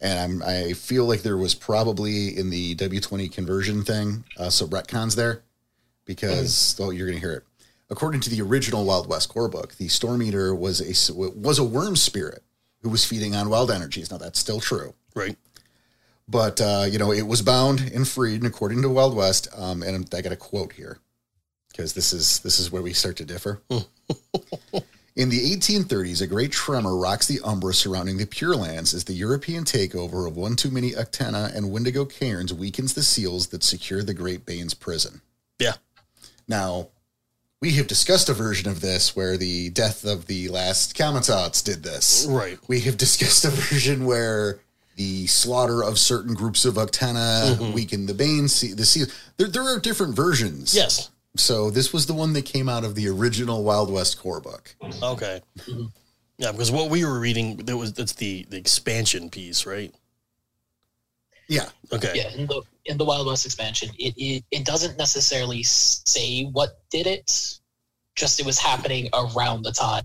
[SPEAKER 1] and I'm, I feel like there was probably in the W20 conversion thing uh, some retcons there because oh, you're going to hear it. According to the original Wild West core book, the Storm Eater was a s- was a worm spirit who was feeding on wild energies. Now that's still true,
[SPEAKER 2] Right.
[SPEAKER 1] but uh, you know it was bound and freed, and according to Wild West, um, and I got a quote here because this is this is where we start to differ. In the 1830s, a great tremor rocks the umbra surrounding the Pure Lands as the European takeover of one too many Actena and Wendigo cairns weakens the seals that secure the Great Bane's prison.
[SPEAKER 2] Yeah.
[SPEAKER 1] Now, we have discussed a version of this where the death of the last Kamensats did this.
[SPEAKER 2] Right.
[SPEAKER 1] We have discussed a version where the slaughter of certain groups of Actena weakened the Bane, se- the seals. There, there are different versions.
[SPEAKER 2] Yes.
[SPEAKER 1] So this was the one that came out of the original Wild West core book.
[SPEAKER 2] Okay. Yeah, because what we were reading that was that's the the expansion piece, right?
[SPEAKER 1] Yeah.
[SPEAKER 2] Okay.
[SPEAKER 4] Yeah, in the in the Wild West expansion, it it, it doesn't necessarily say what did it, just it was happening around the time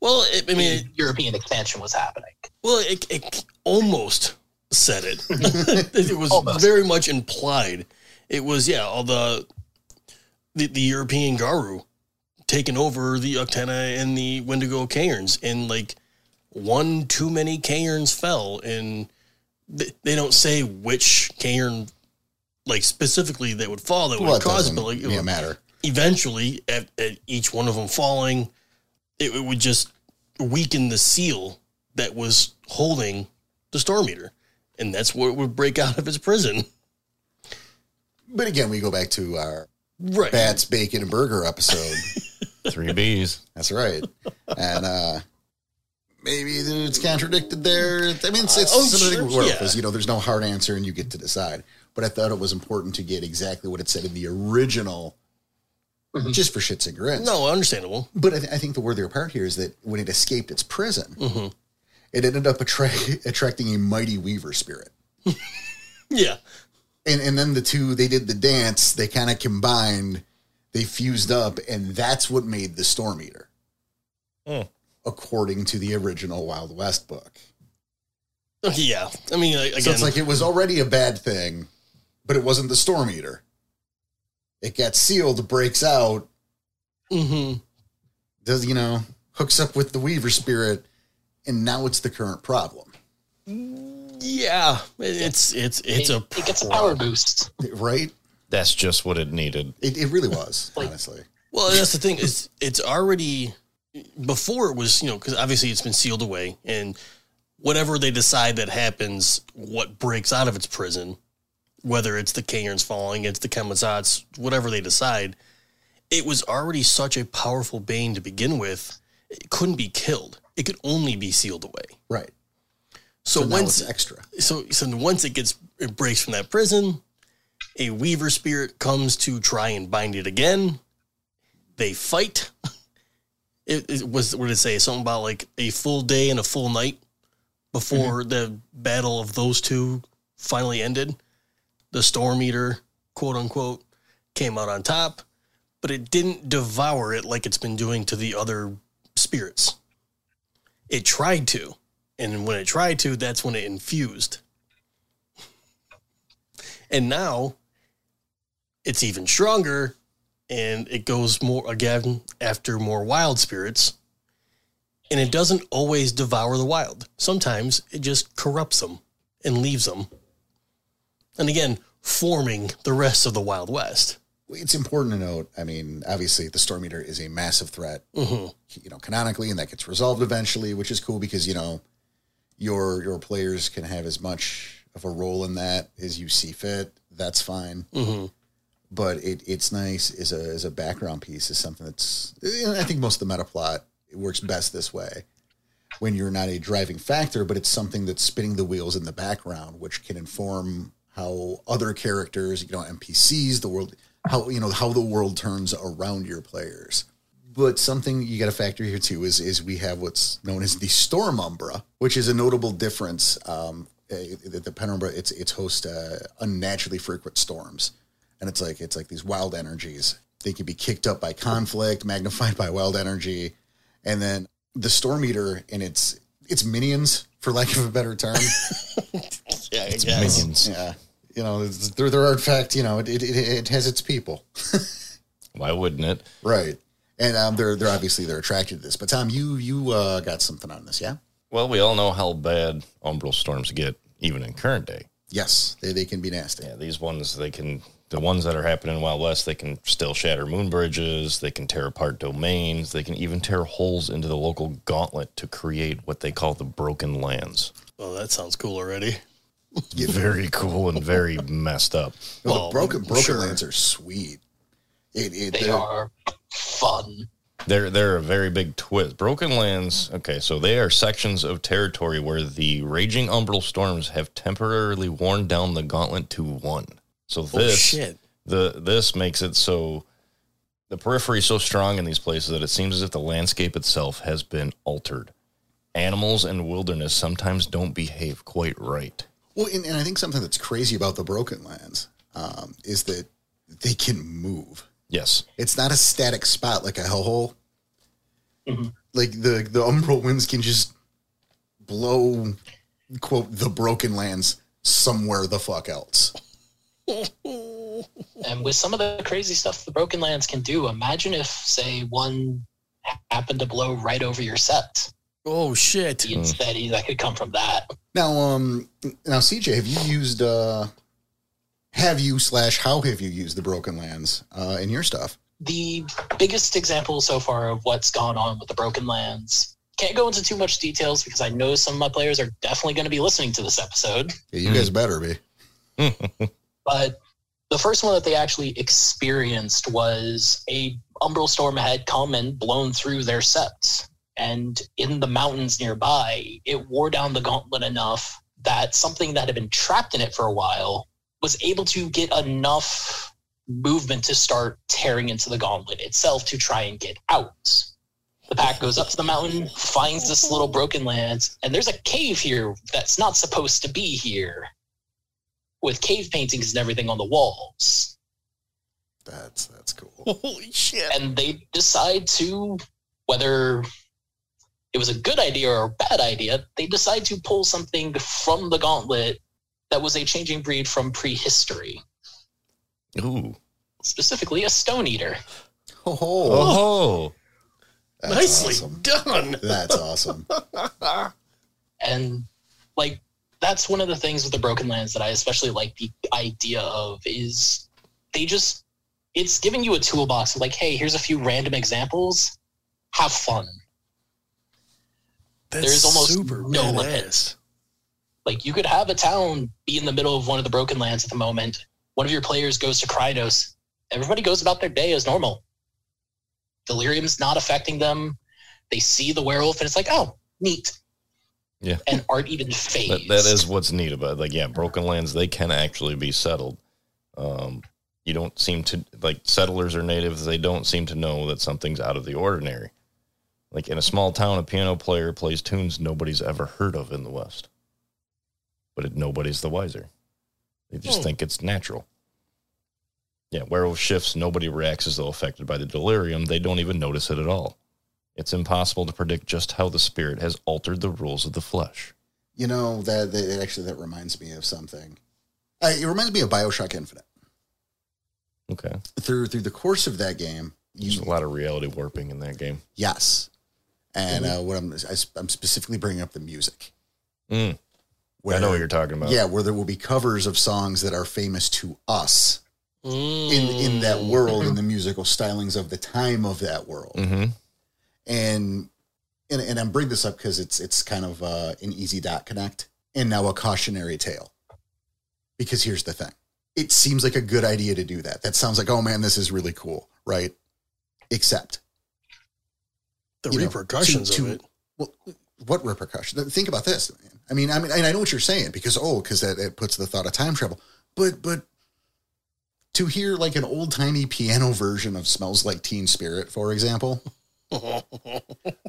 [SPEAKER 2] Well, it, I mean, it-
[SPEAKER 4] the European expansion was happening.
[SPEAKER 2] well, it, it almost said
[SPEAKER 1] [LAUGHS]
[SPEAKER 2] it. it was
[SPEAKER 4] Almost.
[SPEAKER 2] very much implied. It was yeah, all the the, the European Garu taking over the Uctena and the Wendigo Cairns, and like one too many Cairns fell, and th- they don't say which Cairn like specifically that would fall that would
[SPEAKER 1] Well, it
[SPEAKER 2] cause, it,
[SPEAKER 1] doesn't
[SPEAKER 2] but like it
[SPEAKER 1] yeah,
[SPEAKER 2] would-
[SPEAKER 1] matter.
[SPEAKER 2] eventually at, at each one of them falling it, it would just weaken the seal that was holding the storm eater and that's what would break out of its prison
[SPEAKER 1] But again, we go back to our
[SPEAKER 2] right
[SPEAKER 1] bats, bacon, and burger episode.
[SPEAKER 3] Three B's.
[SPEAKER 1] That's right. And uh maybe it's contradicted there. I mean, it's, it's
[SPEAKER 2] Oh,
[SPEAKER 1] some of the
[SPEAKER 2] sure,
[SPEAKER 1] thing where
[SPEAKER 2] yeah.
[SPEAKER 1] because, you know there's no hard answer and you get to decide. But I thought it was important to get exactly what it said in the original,
[SPEAKER 4] Mhm.
[SPEAKER 1] just for shits and grins.
[SPEAKER 2] Mm-hmm. no understandable
[SPEAKER 1] But I, th- I think the worthier part here is that when it escaped its prison,
[SPEAKER 2] Mhm.
[SPEAKER 1] it ended up attract- attracting a mighty weaver spirit.
[SPEAKER 2] yeah
[SPEAKER 1] and and then the two they did the dance they kind of combined they fused up and that's what made the storm eater
[SPEAKER 3] Hmm.
[SPEAKER 1] according to the original wild west book
[SPEAKER 2] Okay, yeah i mean like, again
[SPEAKER 1] so it's like it was already a bad thing but it wasn't the storm eater it got sealed breaks out
[SPEAKER 2] mhm.
[SPEAKER 1] does you know hooks up with the weaver spirit and now it's the current problem
[SPEAKER 2] mm-hmm. yeah it- it's it's it's a
[SPEAKER 4] it, it gets a
[SPEAKER 2] problem.
[SPEAKER 4] power boost.
[SPEAKER 1] right
[SPEAKER 3] That's just what it needed.
[SPEAKER 1] it, it really was
[SPEAKER 4] Like-
[SPEAKER 1] honestly
[SPEAKER 2] Well, that's the thing is it's already before it was you know because obviously it's been sealed away and whatever they decide that happens, what breaks out of its prison, whether it's the Cairns falling, it's the Kamazats, whatever they decide, it was already such a powerful bane to begin with. It couldn't be killed. It could only be sealed away.
[SPEAKER 1] right
[SPEAKER 2] So,
[SPEAKER 1] so now
[SPEAKER 2] once
[SPEAKER 1] it's extra
[SPEAKER 2] so so once it gets it breaks from that prison, a weaver spirit comes to try and bind it again, They fight. [LAUGHS] It, it was what did it say? Something about like a full day and a full night before the battle of those two finally ended. The storm eater, quote unquote, came out on top, but it didn't devour it like it's been doing to the other spirits. It tried to, and when it tried to, that's when it infused. And now it's even stronger and it goes more again after more wild spirits. And it doesn't always devour the wild. Sometimes it just corrupts them and leaves them. And again, forming the rest of the Wild West.
[SPEAKER 1] It's important to note. I mean, obviously, the Storm Eater is a massive threat,
[SPEAKER 2] Mhm.
[SPEAKER 1] you know, canonically, and that gets resolved eventually, which is cool because you know, your your players can have as much of a role in that as you see fit. That's fine.
[SPEAKER 2] Mhm.
[SPEAKER 1] but it, it's nice as a as a background piece is something that's you know, I think most of the meta plot it works best this way when you're not a driving factor, but it's something that's spinning the wheels in the background, which can inform how other characters, you know, NPCs, the world, how you know how the world turns around your players. But something you got to factor here too is is we have what's known as the Storm Umbra, which is a notable difference. Um, eh, the the Penumbra, it's it's host uh, unnaturally frequent storms and it's like it's like these wild energies they can be kicked up by conflict magnified by wild energy and then the storm eater and its its minions for lack of a better term [LAUGHS]
[SPEAKER 2] Yeah, I
[SPEAKER 3] It's
[SPEAKER 2] guess.
[SPEAKER 3] minions.
[SPEAKER 1] yeah you know it's- they're, they're in fact you know it, it, it, it has its people
[SPEAKER 3] Why wouldn't it?
[SPEAKER 1] right and um, they're they're obviously they're attracted to this but tom you you uh, got something on this yeah
[SPEAKER 3] Well, we all know how bad umbral storms get, even in current day.
[SPEAKER 1] yes they, they can be nasty
[SPEAKER 3] Yeah, these ones they can the ones that are happening in Wild West, they can still shatter moon bridges, they can tear apart domains, they can even tear holes into the local gauntlet to create what they call the broken lands.
[SPEAKER 2] Well, Oh, that sounds cool already.
[SPEAKER 3] Very cool and very messed up.
[SPEAKER 1] No,
[SPEAKER 2] Well,
[SPEAKER 1] the broken broken
[SPEAKER 2] sure.
[SPEAKER 1] lands are sweet it, it,
[SPEAKER 4] They
[SPEAKER 1] they're-
[SPEAKER 4] are fun.
[SPEAKER 3] They're they're a very big twist. Broken lands, okay, so they are sections of territory where the raging umbral storms have temporarily worn down the gauntlet to one. So
[SPEAKER 2] Oh,
[SPEAKER 3] this
[SPEAKER 2] shit.
[SPEAKER 3] the this makes it so the periphery is so strong in these places that it seems as if the landscape itself has been altered. Animals and wilderness sometimes don't behave quite right.
[SPEAKER 1] Well, and, and I think something that's crazy about the Broken Lands um, is that they can move.
[SPEAKER 3] Yes.
[SPEAKER 1] It's not a static spot like a hellhole. Like the the Umbral winds can just blow, quote, the Broken Lands somewhere the fuck else.
[SPEAKER 4] And with some of the crazy stuff the Broken Lands can do, imagine if, say, one happened to blow right over your set.
[SPEAKER 2] Oh, shit.
[SPEAKER 4] The insanity that could come from that.
[SPEAKER 1] Now, um, now CJ, have you used uh, have you slash how have you used the Broken Lands uh, in your stuff?
[SPEAKER 4] the biggest example so far of what's gone on with the Broken Lands. Can't go into too much details because I know some of my players are definitely going to be listening to this episode.
[SPEAKER 1] Yeah, you
[SPEAKER 3] Hmm.
[SPEAKER 1] guys better be.
[SPEAKER 4] But the first one that they actually experienced was a umbral storm had come and blown through their septs. And in the mountains nearby, it wore down the gauntlet enough that something that had been trapped in it for a while was able to get enough movement to start tearing into the gauntlet itself to try and get out. The pack goes up to the mountain, finds this little broken land, and there's a cave here that's not supposed to be here with cave paintings and everything on the walls.
[SPEAKER 1] That's that's cool.
[SPEAKER 2] Holy shit.
[SPEAKER 4] And they decide to, whether it was a good idea or a bad idea, they decide to pull something from the gauntlet that was a changing breed from prehistory,
[SPEAKER 3] Ooh.
[SPEAKER 4] specifically a stone eater.
[SPEAKER 1] [LAUGHS] Oh,
[SPEAKER 3] Oh.
[SPEAKER 1] that's
[SPEAKER 2] Nicely
[SPEAKER 1] awesome.
[SPEAKER 2] done.
[SPEAKER 1] That's
[SPEAKER 2] [LAUGHS]
[SPEAKER 1] awesome.
[SPEAKER 4] and like that's one of the things with the broken lands that i especially like the idea of is they just it's giving you a toolbox of like hey here's a few random examples have fun
[SPEAKER 2] That's
[SPEAKER 4] There's almost
[SPEAKER 2] super
[SPEAKER 4] no
[SPEAKER 2] badass.
[SPEAKER 4] limits. like you could have a town be in the middle of one of the broken lands at the moment one of your players goes to krynos everybody goes about their day as normal delirium's not affecting them they see the werewolf and it's like oh neat
[SPEAKER 3] Yeah.
[SPEAKER 4] and aren't even phased
[SPEAKER 3] That, that is what's neat about it. like yeah, broken lands they can actually be settled. Um you don't seem to like settlers or natives they don't seem to know that something's out of the ordinary like in a small town a piano player plays tunes nobody's ever heard of in the west but it, nobody's the wiser they just
[SPEAKER 2] Hmm.
[SPEAKER 3] think it's natural yeah werewolf shifts nobody reacts as though affected by the delirium they don't even notice it at all it's impossible to predict just how the spirit has altered the rules of the flesh
[SPEAKER 1] You know that, that that actually that reminds me of something. Uh, it reminds me of Bioshock Infinite.
[SPEAKER 3] okay
[SPEAKER 1] Through through the course of that game,
[SPEAKER 3] there's
[SPEAKER 1] you
[SPEAKER 3] a lot of reality warping in that game
[SPEAKER 1] yes, and
[SPEAKER 3] Mm-hmm.
[SPEAKER 1] uh, what I'm I, am specifically bringing up the music.
[SPEAKER 3] Mm, i know what you're talking about
[SPEAKER 1] Yeah, where there will be covers of songs that are famous to us in in that
[SPEAKER 2] Mm.
[SPEAKER 1] world in the musical stylings of the time of that world.
[SPEAKER 3] mm-hmm
[SPEAKER 1] and and and I bring this up because it's it's kind of uh, an easy dot connect and now a cautionary tale. Because here's the thing, it seems like a good idea to do that. That sounds like oh man, this is really cool, right? Except
[SPEAKER 2] the
[SPEAKER 1] you know,
[SPEAKER 2] repercussions
[SPEAKER 1] to- to-
[SPEAKER 2] of [LAUGHS] it.
[SPEAKER 1] well, what repercussions? Think about this. Man. I mean, I mean, and I know what you're saying because oh, because that it puts the thought of time travel, but but. To hear like an old timey piano version of "Smells Like Teen Spirit," for example,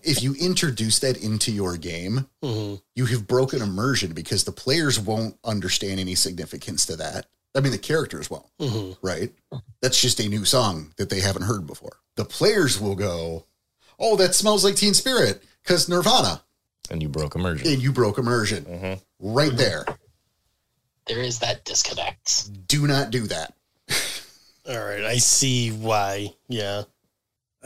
[SPEAKER 1] if you introduce that into your game,
[SPEAKER 2] Mhm.
[SPEAKER 1] you have broken immersion because the players won't understand any significance to that. I mean, the characters won't,
[SPEAKER 2] Mhm.
[SPEAKER 1] right? That's just a new song that they haven't heard before. The players will go, Oh, that smells like Teen Spirit because Nirvana.
[SPEAKER 3] and you broke immersion
[SPEAKER 1] And you broke immersion
[SPEAKER 3] mm-hmm.
[SPEAKER 1] right there.
[SPEAKER 4] There is that disconnect.
[SPEAKER 1] Do not do that.
[SPEAKER 2] All right, I see why. Yeah,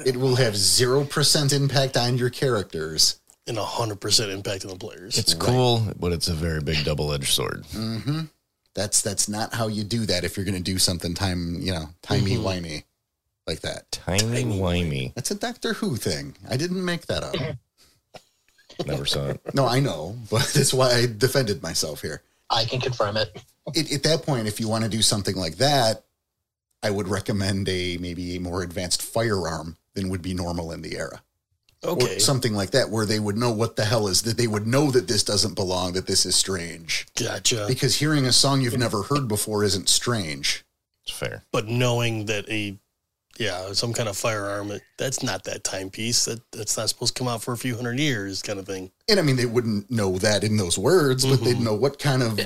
[SPEAKER 1] It will have 0% impact on your characters.
[SPEAKER 2] and hundred percent impact on the players.
[SPEAKER 3] It's cool, but it's a very big double edged sword.
[SPEAKER 1] hmm That's that's not how you do that if you're going to do something time, you know, timey wimey like that.
[SPEAKER 3] Tiny wimey.
[SPEAKER 1] That's a Doctor Who thing. I didn't make that up.
[SPEAKER 3] Never saw it.
[SPEAKER 1] No, I know, but [LAUGHS] that's why I defended myself here.
[SPEAKER 4] I can confirm it.
[SPEAKER 1] It, at that point, if you want to do something like that, I would recommend a maybe a more advanced firearm than would be normal in the era,
[SPEAKER 2] okay,
[SPEAKER 1] or something like that, where they would know what the hell is that they would know that this doesn't belong, that this is strange,
[SPEAKER 2] gotcha.
[SPEAKER 1] because hearing a song you've never heard before isn't strange.
[SPEAKER 3] It's fair.
[SPEAKER 2] but knowing that a yeah some kind of firearm that- that's not that timepiece that that's not supposed to come out for a few hundred years kind of thing
[SPEAKER 1] And I mean, they wouldn't know that in those words, but they'd
[SPEAKER 2] Mhm.
[SPEAKER 1] know what kind of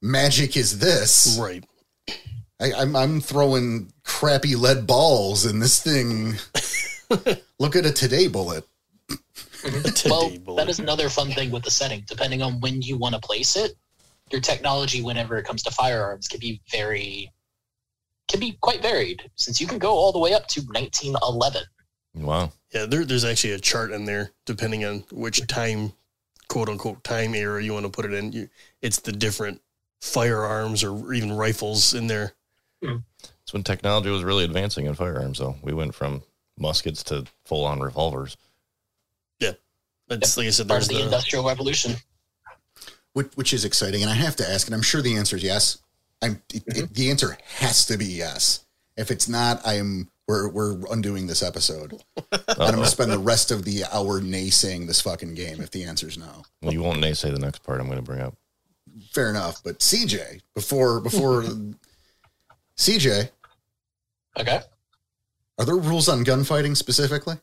[SPEAKER 1] magic is this.
[SPEAKER 2] right
[SPEAKER 1] I, I'm I'm throwing crappy lead balls in this
[SPEAKER 2] [LAUGHS]
[SPEAKER 1] thing. Look at a today bullet.
[SPEAKER 4] well,
[SPEAKER 2] Today, boy.
[SPEAKER 4] that is another fun thing with the setting. Depending on when you want to place it, your technology, whenever it comes to firearms, can be very, can be quite varied. Since you can go all the way up to 1911.
[SPEAKER 3] Wow.
[SPEAKER 2] yeah there, there's actually a chart in there depending on which time quote unquote time era you want to put it in you, it's the different firearms or even rifles in there
[SPEAKER 3] It's when technology was really advancing in firearms, though. We went from muskets to full on [LAUGHS] revolvers.
[SPEAKER 2] that's like i said
[SPEAKER 4] Part
[SPEAKER 2] there's
[SPEAKER 4] of the,
[SPEAKER 2] the
[SPEAKER 4] Industrial Revolution.
[SPEAKER 1] which, which is exciting. And I have to ask, and I'm sure the answer is yes. I'm it,
[SPEAKER 2] Mm-hmm.
[SPEAKER 1] it- the answer has to be yes. If it's not, I'm we're we're undoing this episode, and I'm
[SPEAKER 3] [LAUGHS] Uh-oh.
[SPEAKER 1] gonna spend the rest of the hour naysaying this fucking game. If the answer is no,
[SPEAKER 3] well, you won't naysay the next part I'm going to bring up.
[SPEAKER 1] fair enough. But CJ, before before [LAUGHS] CJ,
[SPEAKER 4] Okay.
[SPEAKER 1] are there rules on gunfighting specifically?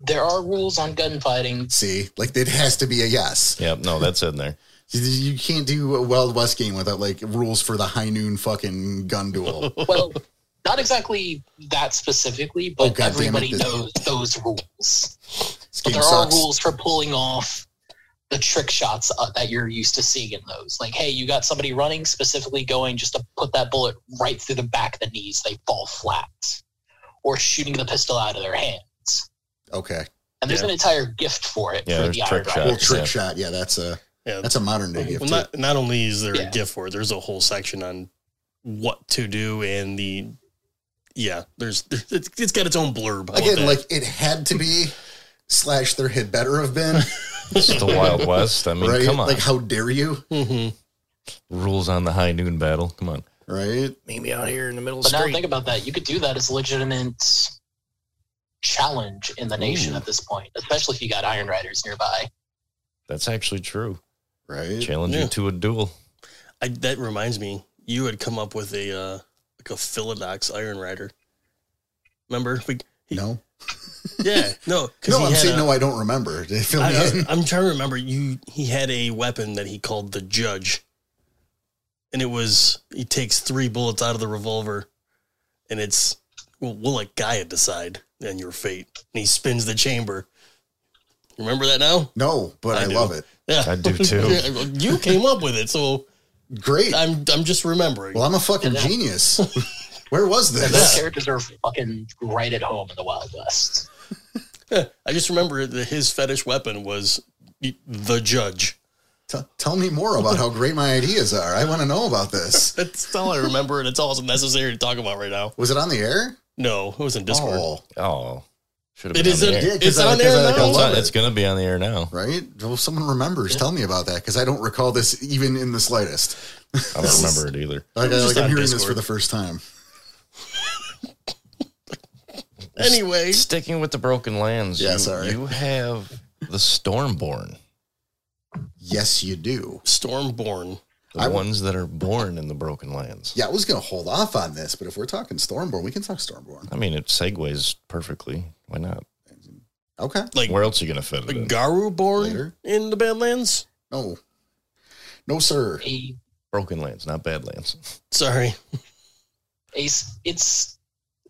[SPEAKER 4] There are rules on gunfighting.
[SPEAKER 1] See, like it has to be a yes.
[SPEAKER 3] Yeah, no, that's in [LAUGHS] there.
[SPEAKER 1] You can't do a Wild West game without like rules for the high noon fucking gun
[SPEAKER 3] [LAUGHS]
[SPEAKER 1] duel. [LAUGHS]
[SPEAKER 4] Well, not exactly that specifically,
[SPEAKER 1] Oh,
[SPEAKER 4] but
[SPEAKER 1] God damn it.
[SPEAKER 4] everybody knows those rules.
[SPEAKER 1] This game
[SPEAKER 4] But there
[SPEAKER 1] sucks.
[SPEAKER 4] are rules for pulling off the trick shots uh, that you're used to seeing in those. Like, hey, you got somebody running specifically going just to put that bullet right through the back of the knees, they fall flat, or shooting the pistol out of their hands.
[SPEAKER 1] Okay.
[SPEAKER 4] And there's
[SPEAKER 2] Yeah.
[SPEAKER 4] an entire gift for it
[SPEAKER 3] Yeah,
[SPEAKER 4] for
[SPEAKER 3] there's
[SPEAKER 4] the
[SPEAKER 3] trick
[SPEAKER 4] Iron Drive.
[SPEAKER 1] Well,
[SPEAKER 3] Gotcha.
[SPEAKER 1] trick shot. Yeah, that's a
[SPEAKER 2] yeah
[SPEAKER 1] that's a modern day gift.
[SPEAKER 2] well,
[SPEAKER 1] too.
[SPEAKER 2] not not only is there
[SPEAKER 4] Yeah.
[SPEAKER 2] a gift for it, there's a whole section on what to do and the yeah. There's it's, it's got its own blurb. How about
[SPEAKER 1] Again,
[SPEAKER 2] that?
[SPEAKER 1] like it had to be slash there had better have
[SPEAKER 3] [LAUGHS]
[SPEAKER 1] been
[SPEAKER 3] It's the Wild West. I mean,
[SPEAKER 1] right.
[SPEAKER 3] come on.
[SPEAKER 1] Like how dare you?
[SPEAKER 2] Mhm.
[SPEAKER 3] Rules on the high noon battle. Come on.
[SPEAKER 1] Right.
[SPEAKER 3] Meet me out here in the middle
[SPEAKER 4] But now think about that. You could do that as a legitimate challenge in the nation
[SPEAKER 3] Ooh.
[SPEAKER 4] at this point, especially if you got Iron Riders nearby.
[SPEAKER 3] That's actually true.
[SPEAKER 1] Right.
[SPEAKER 3] Challenge
[SPEAKER 2] Yeah.
[SPEAKER 3] you to a duel.
[SPEAKER 2] I, that reminds me, you had come up with a uh, like a Philodox Iron Rider. Remember? We, he-
[SPEAKER 1] No,
[SPEAKER 2] Yeah, no. 'cause
[SPEAKER 1] no,
[SPEAKER 2] he
[SPEAKER 1] I'm
[SPEAKER 2] had
[SPEAKER 1] saying
[SPEAKER 2] a-
[SPEAKER 1] no. I don't remember. [LAUGHS] They fill me in.
[SPEAKER 2] I, am trying to remember. You, he had a weapon that he called the Judge, and it was he takes three bullets out of the revolver, and it's well, we'll let Gaia decide and your fate. And he spins the chamber. Remember that now?
[SPEAKER 1] No, but
[SPEAKER 2] I
[SPEAKER 1] I,
[SPEAKER 2] do.
[SPEAKER 1] love it.
[SPEAKER 2] Yeah,
[SPEAKER 3] I do too.
[SPEAKER 2] [LAUGHS] Yeah, well, you came up with it, so
[SPEAKER 1] Great.
[SPEAKER 2] I'm I'm just remembering.
[SPEAKER 1] well, I'm a fucking
[SPEAKER 4] Yeah.
[SPEAKER 2] [LAUGHS]
[SPEAKER 1] genius. Where was
[SPEAKER 4] Those
[SPEAKER 1] this?
[SPEAKER 4] characters are fucking right at home in the Wild West.
[SPEAKER 2] I just remember that his fetish weapon was the Judge.
[SPEAKER 1] T- tell me more about how great my ideas are. I want to know about this.
[SPEAKER 2] That's all I remember, and it's all that's necessary to talk about right now.
[SPEAKER 1] Was it on the air?
[SPEAKER 2] No, it was in Discord.
[SPEAKER 1] Oh,
[SPEAKER 3] Oh, should
[SPEAKER 2] It
[SPEAKER 3] have been on
[SPEAKER 2] is
[SPEAKER 3] the
[SPEAKER 2] in,
[SPEAKER 3] air.
[SPEAKER 1] Yeah, 'cause
[SPEAKER 2] it's
[SPEAKER 1] I-
[SPEAKER 2] on
[SPEAKER 1] 'cause I,
[SPEAKER 2] there
[SPEAKER 1] like, I
[SPEAKER 2] now.
[SPEAKER 1] love
[SPEAKER 3] It's, on-
[SPEAKER 1] it.
[SPEAKER 3] it's gonna be on the air now.
[SPEAKER 1] right. Well, if someone remembers. Tell me about that because I don't recall this even in the slightest.
[SPEAKER 3] I don't remember it either.
[SPEAKER 1] Like, I,
[SPEAKER 2] Just
[SPEAKER 1] like I'm
[SPEAKER 2] on
[SPEAKER 1] hearing this
[SPEAKER 2] Discord.
[SPEAKER 1] for the first time.
[SPEAKER 2] Anyway,
[SPEAKER 3] Sticking with the broken lands,
[SPEAKER 1] Yeah,
[SPEAKER 3] you,
[SPEAKER 1] sorry.
[SPEAKER 3] you have the Stormborn,
[SPEAKER 1] Yes, you do.
[SPEAKER 2] Stormborn.
[SPEAKER 3] the
[SPEAKER 1] I-
[SPEAKER 3] ones that are born in the broken lands.
[SPEAKER 1] Yeah, I was gonna hold off on this, but if we're talking Stormborn, we can talk Stormborn.
[SPEAKER 3] I mean, it segues perfectly. Why not?
[SPEAKER 1] Okay.
[SPEAKER 2] Like,
[SPEAKER 3] Where else are you gonna fit it?
[SPEAKER 2] like
[SPEAKER 3] in?
[SPEAKER 2] Garu born
[SPEAKER 1] Later.
[SPEAKER 2] in the Badlands?
[SPEAKER 1] No. No, sir.
[SPEAKER 4] A,
[SPEAKER 3] broken lands, not Badlands.
[SPEAKER 2] Sorry.
[SPEAKER 4] a s- it's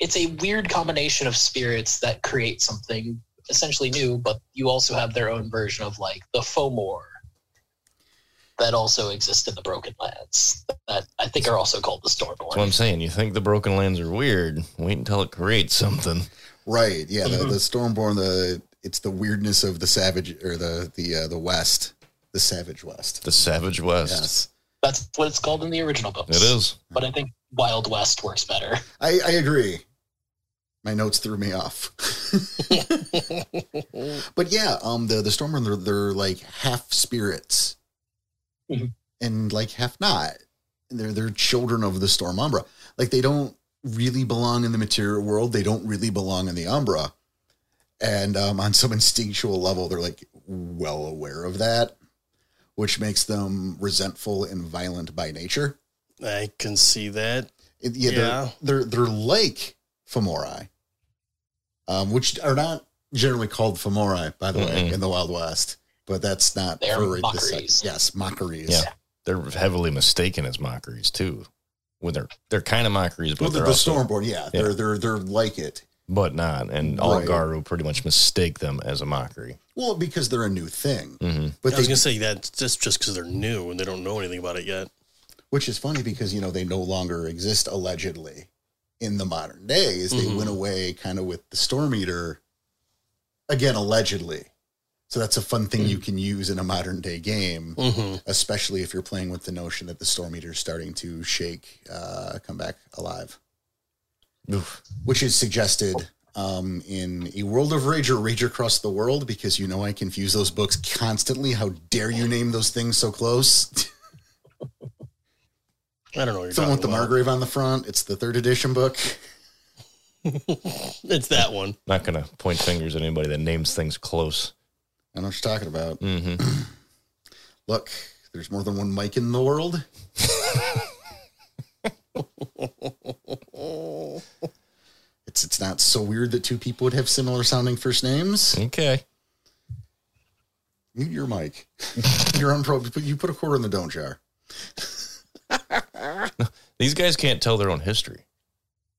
[SPEAKER 4] it's a weird combination of spirits that create something essentially new, but you also have their own version of like the Fomor that also exist in the Broken Lands that I think are also called the
[SPEAKER 3] That's what I'm
[SPEAKER 4] Stormborn.
[SPEAKER 3] saying. You think the broken lands are weird? Wait until it creates something.
[SPEAKER 1] Right. Yeah. The, the Stormborn. The it's the weirdness of the savage or the the uh, the West, the Savage West.
[SPEAKER 3] The Savage West.
[SPEAKER 1] Yes,
[SPEAKER 4] That's what it's called in the original books.
[SPEAKER 3] It is.
[SPEAKER 4] but I think Wild West works better.
[SPEAKER 1] I, I agree. My notes threw me off. but yeah, um, the the Stormborn they're, they're like half spirits,
[SPEAKER 4] Mhm.
[SPEAKER 1] and like half not. They're they're children of the Storm Umbra. Like they don't really belong in the material world. They don't really belong in the Umbra. And um, on some instinctual level, they're like well aware of that, which makes them resentful and violent by nature.
[SPEAKER 2] I can see that.
[SPEAKER 1] It- yeah,
[SPEAKER 2] Yeah.
[SPEAKER 1] They're, they're they're like femori, um, which are not generally called femori, by the way,
[SPEAKER 3] Mm-mm.
[SPEAKER 1] in the Wild West. But that's not
[SPEAKER 4] They're
[SPEAKER 1] for the sec-
[SPEAKER 4] mockeries.
[SPEAKER 1] Yes, mockeries.
[SPEAKER 3] Yeah. They're heavily mistaken as mockeries too. When they're they're kind of mockeries, but
[SPEAKER 1] Well, the,
[SPEAKER 3] they're
[SPEAKER 1] the
[SPEAKER 3] also,
[SPEAKER 1] Stormborn, yeah,
[SPEAKER 3] Yeah.
[SPEAKER 1] they're they're they're like it.
[SPEAKER 3] but not. And all
[SPEAKER 1] Right.
[SPEAKER 3] Garu pretty much mistake them as a mockery.
[SPEAKER 1] Well, because they're a new thing,
[SPEAKER 3] hmm
[SPEAKER 1] but
[SPEAKER 2] I
[SPEAKER 1] they,
[SPEAKER 2] was going to say that that's just because they're new and they don't know anything about it yet.
[SPEAKER 1] which is funny because you know they no longer exist allegedly in the modern days. They
[SPEAKER 3] Mm-hmm.
[SPEAKER 2] Mhm.
[SPEAKER 1] went away kind of with the Storm Eater, again allegedly. So that's a fun thing
[SPEAKER 3] Mm.
[SPEAKER 1] you can use in a modern day game.
[SPEAKER 2] hmm
[SPEAKER 1] especially if you're playing with the notion that the storm eater is starting to shake, uh, come back alive, which is suggested um, in a world of rage or rage across the world. Because you know I confuse those books constantly. How dare you name those things so close? [LAUGHS]
[SPEAKER 2] I don't know. What you're
[SPEAKER 1] it's the one with the
[SPEAKER 2] talking about.
[SPEAKER 1] Margrave on the front. It's the third edition book.
[SPEAKER 2] [LAUGHS] It's that one.
[SPEAKER 3] Not gonna point fingers at anybody that names things close.
[SPEAKER 1] I know what you're talking about.
[SPEAKER 3] hmm
[SPEAKER 1] Look, there's more than one Mike in the world. It's it's not so weird that two people would have similar sounding first names.
[SPEAKER 3] Okay.
[SPEAKER 1] Mute your mic. [LAUGHS] You're on pro. You put a quarter in the don't jar.
[SPEAKER 3] These guys can't tell their own history.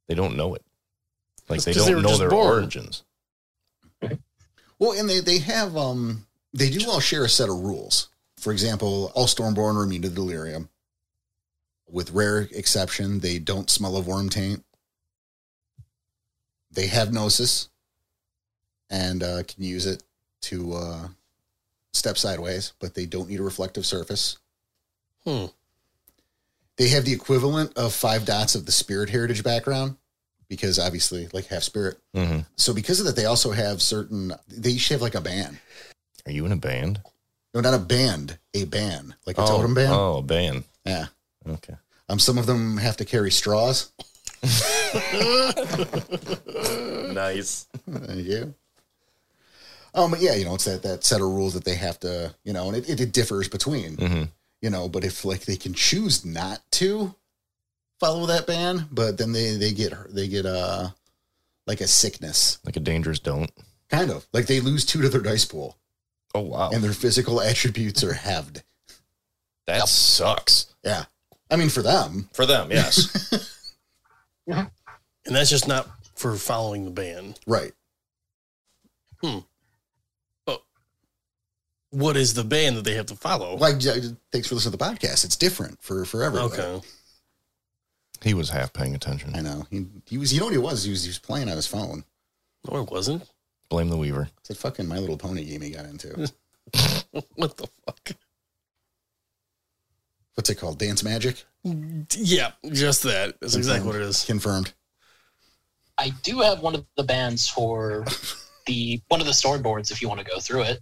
[SPEAKER 3] They don't know it. Like
[SPEAKER 2] That's
[SPEAKER 3] they
[SPEAKER 2] 'cause they
[SPEAKER 3] don't
[SPEAKER 2] were
[SPEAKER 3] know
[SPEAKER 2] just
[SPEAKER 3] their
[SPEAKER 2] born.
[SPEAKER 3] origins.
[SPEAKER 1] Well, and they they have um they do all share a set of rules. For example, all Stormborn are immune to delirium. With rare exception, they don't smell of worm taint. They have gnosis, and uh, can use it to uh, step sideways, but they don't need a reflective surface.
[SPEAKER 2] Hmm.
[SPEAKER 1] they have the equivalent of five dots of the spirit heritage background because obviously like half spirit
[SPEAKER 3] hmm
[SPEAKER 1] so because of that they also have certain they each have like a band
[SPEAKER 3] Are you in a band?
[SPEAKER 1] no not a band a ban like a totem band
[SPEAKER 3] Oh, a band.
[SPEAKER 1] yeah
[SPEAKER 3] Okay.
[SPEAKER 1] um some of them have to carry straws
[SPEAKER 3] Nice.
[SPEAKER 1] Uh, yeah um but yeah you know it's that that set of rules that they have to you know and it, it, it differs between
[SPEAKER 3] hmm
[SPEAKER 1] you know but if like they can choose not to follow that ban, but then they they get they get uh like a sickness,
[SPEAKER 3] like a dangerous don't.
[SPEAKER 1] kind of like they lose two to their dice pool,
[SPEAKER 3] Oh wow,
[SPEAKER 1] and their physical attributes are halved.
[SPEAKER 3] that sucks
[SPEAKER 1] Yeah, I mean for them,
[SPEAKER 3] for them. Yes,
[SPEAKER 2] And that's just not for following the ban.
[SPEAKER 1] right?
[SPEAKER 2] What is the ban that they have to follow?
[SPEAKER 1] Like j- thanks for listening to the podcast. It's different for for everyone.
[SPEAKER 2] Okay.
[SPEAKER 3] he was half paying attention.
[SPEAKER 1] I know he, he was. You know what he was? He was he was playing on his phone.
[SPEAKER 2] No, it wasn't. [LAUGHS]
[SPEAKER 3] Blame the Weaver.
[SPEAKER 1] It's that fucking My Little Pony game he got into.
[SPEAKER 2] What the fuck?
[SPEAKER 1] What's it called? Dance Magic.
[SPEAKER 2] Yeah, just that. That's exactly what it is.
[SPEAKER 1] Confirmed.
[SPEAKER 4] I do have one of the
[SPEAKER 1] [LAUGHS]
[SPEAKER 4] bands for the one of the storyboards if you want to go through it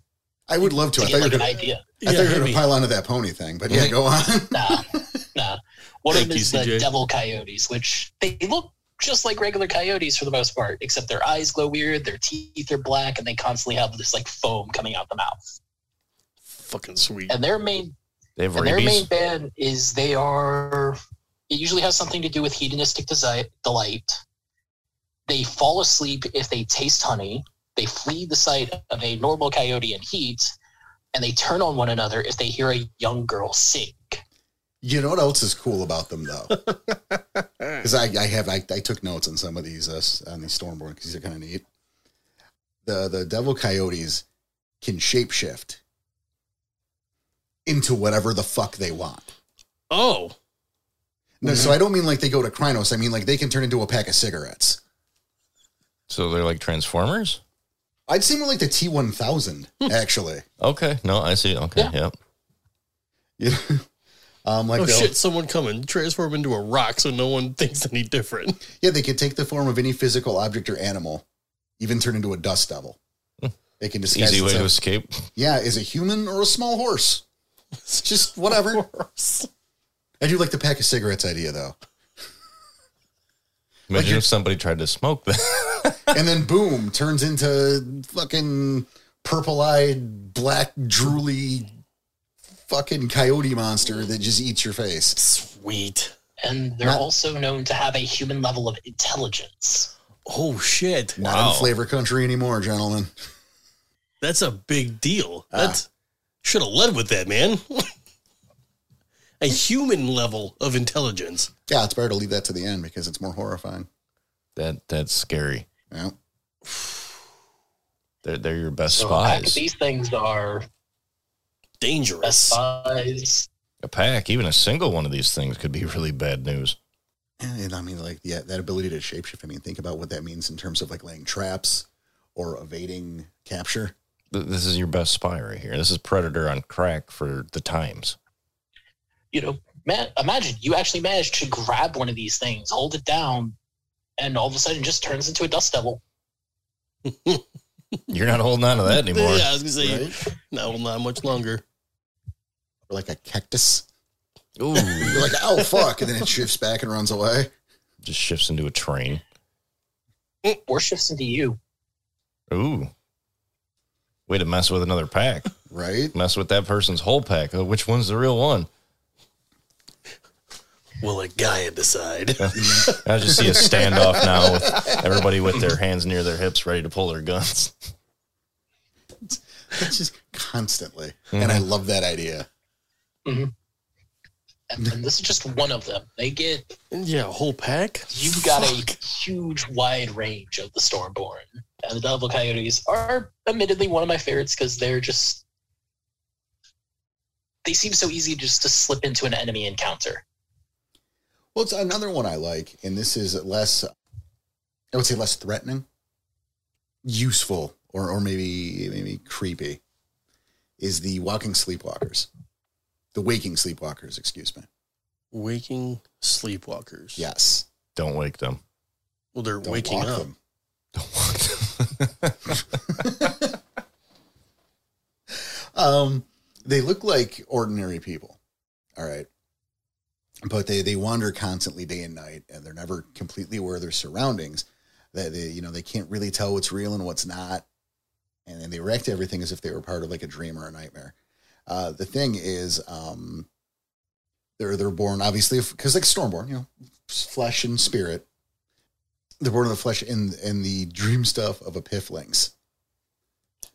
[SPEAKER 1] I would love to.
[SPEAKER 4] to
[SPEAKER 1] I
[SPEAKER 4] get
[SPEAKER 1] thought you were
[SPEAKER 4] like an
[SPEAKER 1] gonna- [LAUGHS]
[SPEAKER 4] idea.
[SPEAKER 1] I thought you were
[SPEAKER 2] hit
[SPEAKER 1] going to
[SPEAKER 2] me.
[SPEAKER 1] pile onto that pony thing, but yeah,
[SPEAKER 3] Right.
[SPEAKER 1] go on. [LAUGHS]
[SPEAKER 4] Nah, nah. One of
[SPEAKER 2] Thank
[SPEAKER 4] them
[SPEAKER 2] you,
[SPEAKER 4] is the
[SPEAKER 2] CJ.
[SPEAKER 4] devil coyotes, which they look just like regular coyotes for the most part, except their eyes glow weird, their teeth are black, and they constantly have this like foam coming out the mouth.
[SPEAKER 2] Fucking sweet.
[SPEAKER 4] And their main
[SPEAKER 3] They have
[SPEAKER 4] and their main
[SPEAKER 3] rabies.
[SPEAKER 4] ban is they are it usually has something to do with hedonistic desi- delight they fall asleep if they taste honey they flee the sight of a normal coyote in heat and they turn on one another if they hear a young girl sing
[SPEAKER 1] You know what else is cool about them though? Because I, I have I, I took notes on some of these uh, s- on these Stormborn because these are kind of neat. The the devil coyotes can shapeshift into whatever the fuck they want.
[SPEAKER 2] Oh,
[SPEAKER 1] No,
[SPEAKER 3] Mm-hmm.
[SPEAKER 1] so I don't mean like they go to Krynos. I mean like they can turn into a pack of cigarettes.
[SPEAKER 3] So they're like Transformers.
[SPEAKER 1] I'd say more like the T one thousand
[SPEAKER 3] Hmm.
[SPEAKER 1] actually. [LAUGHS]
[SPEAKER 3] Okay, no, I see. Okay,
[SPEAKER 4] Yeah.
[SPEAKER 3] yep.
[SPEAKER 1] You know? um, like
[SPEAKER 2] oh
[SPEAKER 1] they'll-
[SPEAKER 2] shit! Someone coming transform into a rock so no one [LAUGHS] thinks any different.
[SPEAKER 1] Yeah, they can take the form of any physical object or animal, even turn into a dust devil. They can disguise
[SPEAKER 3] Hmm. Easy way to
[SPEAKER 1] themselves-
[SPEAKER 3] escape.
[SPEAKER 1] Yeah, is a human or a small
[SPEAKER 3] [LAUGHS]
[SPEAKER 1] horse?
[SPEAKER 2] It's
[SPEAKER 1] Just whatever.
[SPEAKER 2] worse.
[SPEAKER 1] I do like the pack of cigarettes idea though.
[SPEAKER 3] Imagine
[SPEAKER 1] you're-
[SPEAKER 3] if somebody tried to smoke that. [LAUGHS]
[SPEAKER 1] And then boom, turns into fucking purple-eyed, black, drooly fucking coyote monster that just eats your face.
[SPEAKER 2] Sweet.
[SPEAKER 4] and they're
[SPEAKER 1] Not-
[SPEAKER 4] also known to have a human level of intelligence
[SPEAKER 2] Oh shit!
[SPEAKER 1] Not
[SPEAKER 3] Wow.
[SPEAKER 1] in flavor country anymore, gentlemen.
[SPEAKER 2] That's a big deal. That's should have led with that, man. [LAUGHS] a human level of intelligence.
[SPEAKER 1] Yeah, it's better to leave that to the end because it's more horrifying.
[SPEAKER 3] that that's scary.
[SPEAKER 1] Yeah.
[SPEAKER 3] They're they're your best
[SPEAKER 4] So a pack of
[SPEAKER 3] spies.
[SPEAKER 4] these things are best
[SPEAKER 2] Dangerous.
[SPEAKER 4] spies
[SPEAKER 3] A pack, even a single one of these things could be really bad news.
[SPEAKER 1] And I mean, like, yeah, that ability to shapeshift. I mean, think about what that means in terms of like laying traps or evading capture.
[SPEAKER 3] Th- This is your best spy right here. This is Predator on crack for the times.
[SPEAKER 4] you know ma- imagine you actually managed to grab one of these things hold it down and all of a sudden just turns into a dust devil
[SPEAKER 3] You're not holding on to that anymore.
[SPEAKER 2] Yeah, I was gonna say
[SPEAKER 1] Right?
[SPEAKER 2] no, not much longer.
[SPEAKER 1] Or like a cactus. You're
[SPEAKER 3] Ooh,
[SPEAKER 1] like, oh, fuck. And then it shifts back and runs away.
[SPEAKER 3] just shifts into a train.
[SPEAKER 4] or shifts into you
[SPEAKER 3] Ooh, way to mess with another pack.
[SPEAKER 1] Right?
[SPEAKER 3] Mess with that person's whole pack. Oh, which one's the real one?
[SPEAKER 2] Will a guy decide?
[SPEAKER 3] I just see a standoff now with everybody with their hands near their hips, ready to pull their guns. [LAUGHS]
[SPEAKER 1] It's just constantly. And I love that idea.
[SPEAKER 4] and then this is just one of them. They get
[SPEAKER 2] yeah, a whole pack.
[SPEAKER 4] you've got a huge wide range of the Stormborn, and the Devil Coyotes are admittedly one of my favorites because they're just they seem so easy just to slip into an enemy encounter.
[SPEAKER 1] Well, it's another one I like. And this is less, I would say less threatening, useful, or, or maybe, maybe creepy, is the walking sleepwalkers. The waking sleepwalkers, excuse me.
[SPEAKER 2] waking sleepwalkers.
[SPEAKER 1] Yes.
[SPEAKER 3] Don't wake them.
[SPEAKER 2] Well, they're
[SPEAKER 1] Don't
[SPEAKER 2] waking
[SPEAKER 1] walk
[SPEAKER 2] up.
[SPEAKER 1] them.
[SPEAKER 3] Don't wake them. [LAUGHS]
[SPEAKER 1] Um, they look like ordinary people. All right. But they, they wander constantly day and night and they're never completely aware of their surroundings. That they, you know, they can't really tell what's real and what's not. And then they react to everything as if they were part of like a dream or a nightmare. Uh, the thing is, um, They're they're born obviously because like Stormborn, you know, flesh and spirit. They're born of the flesh and and the dream stuff of a pifflings.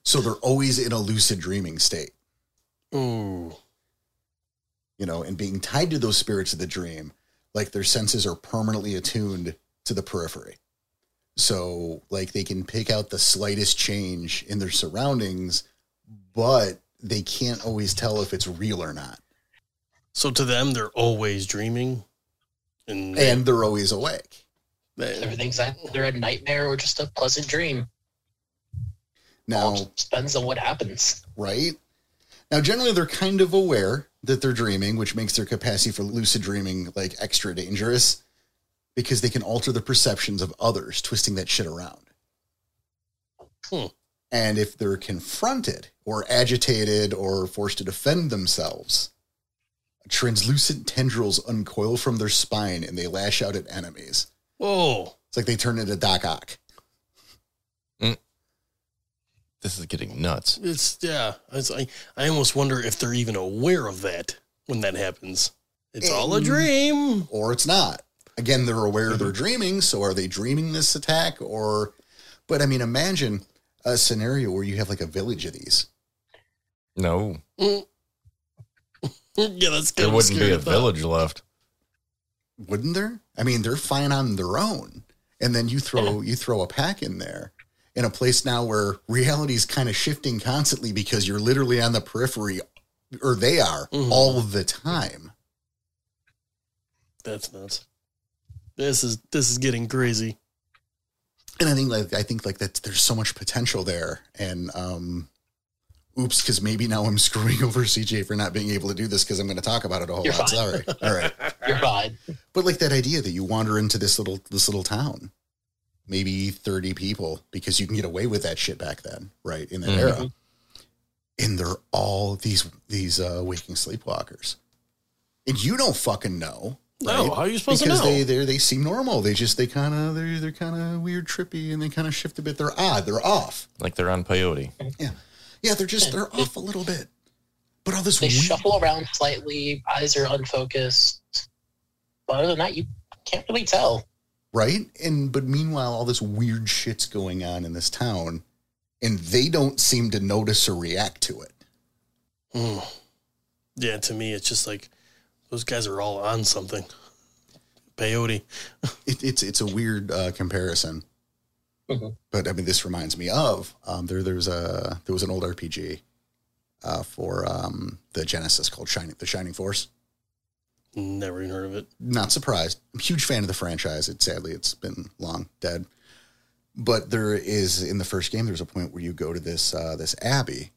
[SPEAKER 1] So they're always in a lucid dreaming state,
[SPEAKER 2] Ooh.
[SPEAKER 1] you know, and being tied to those spirits of the dream, like their senses are permanently attuned to the periphery. So like they can pick out the slightest change in their surroundings, but they can't always tell if it's real or not.
[SPEAKER 2] So to them, they're always dreaming, and,
[SPEAKER 1] And they're always awake.
[SPEAKER 2] they-
[SPEAKER 4] Everything's either a nightmare or just a pleasant dream.
[SPEAKER 1] Now,
[SPEAKER 4] All depends on what happens.
[SPEAKER 1] right? Now, generally, they're kind of aware that they're dreaming, which makes their capacity for lucid dreaming like extra dangerous because they can alter the perceptions of others, twisting that shit around.
[SPEAKER 2] Hmm.
[SPEAKER 1] And if they're confronted or agitated or forced to defend themselves, translucent tendrils uncoil from their spine and they lash out at enemies.
[SPEAKER 2] whoa,
[SPEAKER 1] It's like they turn into Doc Ock.
[SPEAKER 3] This is getting nuts.
[SPEAKER 2] it's yeah. It's, I I almost wonder if they're even aware of that when that happens. It's all a
[SPEAKER 1] Mm.
[SPEAKER 2] dream.
[SPEAKER 1] or it's not. Again, they're aware they're dreaming, so are they dreaming this attack or but I mean imagine a scenario where you have like a village of these.
[SPEAKER 3] No,
[SPEAKER 2] Mm. [LAUGHS] yeah, that's
[SPEAKER 3] there
[SPEAKER 2] kind of
[SPEAKER 3] wouldn't be
[SPEAKER 2] scary
[SPEAKER 3] a
[SPEAKER 2] to thought.
[SPEAKER 3] village left.
[SPEAKER 1] Wouldn't there? I mean, they're fine on their own. And then you throw you throw a pack in there in a place now where reality is kind of shifting constantly because you're literally on the periphery or they are
[SPEAKER 4] Mm-hmm.
[SPEAKER 2] Mhm.
[SPEAKER 1] all the time.
[SPEAKER 2] That's nuts. This is this is getting crazy.
[SPEAKER 1] and I think like I think like that there's so much potential there, and um, oops, because maybe now I'm [LAUGHS] screwing over CJ for not being able to do this because I'm going to talk about it a whole
[SPEAKER 4] You're
[SPEAKER 1] lot.
[SPEAKER 4] fine.
[SPEAKER 1] Sorry, all right.
[SPEAKER 4] You're fine.
[SPEAKER 1] But like that idea that you wander into this little this little town, maybe 30 people because you can get away with that shit back then, right? In that
[SPEAKER 3] Mhm.
[SPEAKER 1] era, and they're all these these uh, waking sleepwalkers, and you don't fucking know.
[SPEAKER 2] No,
[SPEAKER 1] right?
[SPEAKER 2] how are you supposed
[SPEAKER 1] because
[SPEAKER 2] to know?
[SPEAKER 1] they they they seem normal. They just they kind of they're they're kind of weird, trippy, and they kind of shift a bit. They're odd. They're off.
[SPEAKER 3] Like they're on peyote.
[SPEAKER 1] Yeah, they're just they're off a little bit. But all this
[SPEAKER 4] They
[SPEAKER 1] weird,
[SPEAKER 4] shuffle around slightly, eyes are unfocused. But other than that, you can't really tell.
[SPEAKER 1] right? And but meanwhile, all this weird shit's going on in this town, and they don't seem to notice or react to it.
[SPEAKER 3] Hmm.
[SPEAKER 2] Mm. Yeah, to me, it's just like those guys are all on something. Peyote.
[SPEAKER 1] it it's it's a weird uh, comparison.
[SPEAKER 4] Mhm.
[SPEAKER 1] But I mean, this reminds me of um, there. There's a there was an old RPG uh, for um, the Genesis called Shining the Shining Force.
[SPEAKER 2] Never even heard of it.
[SPEAKER 1] not surprised. I'm a huge fan of the franchise. It sadly it's been long dead. But there is in the first game there's a point where you go to this uh this abbey.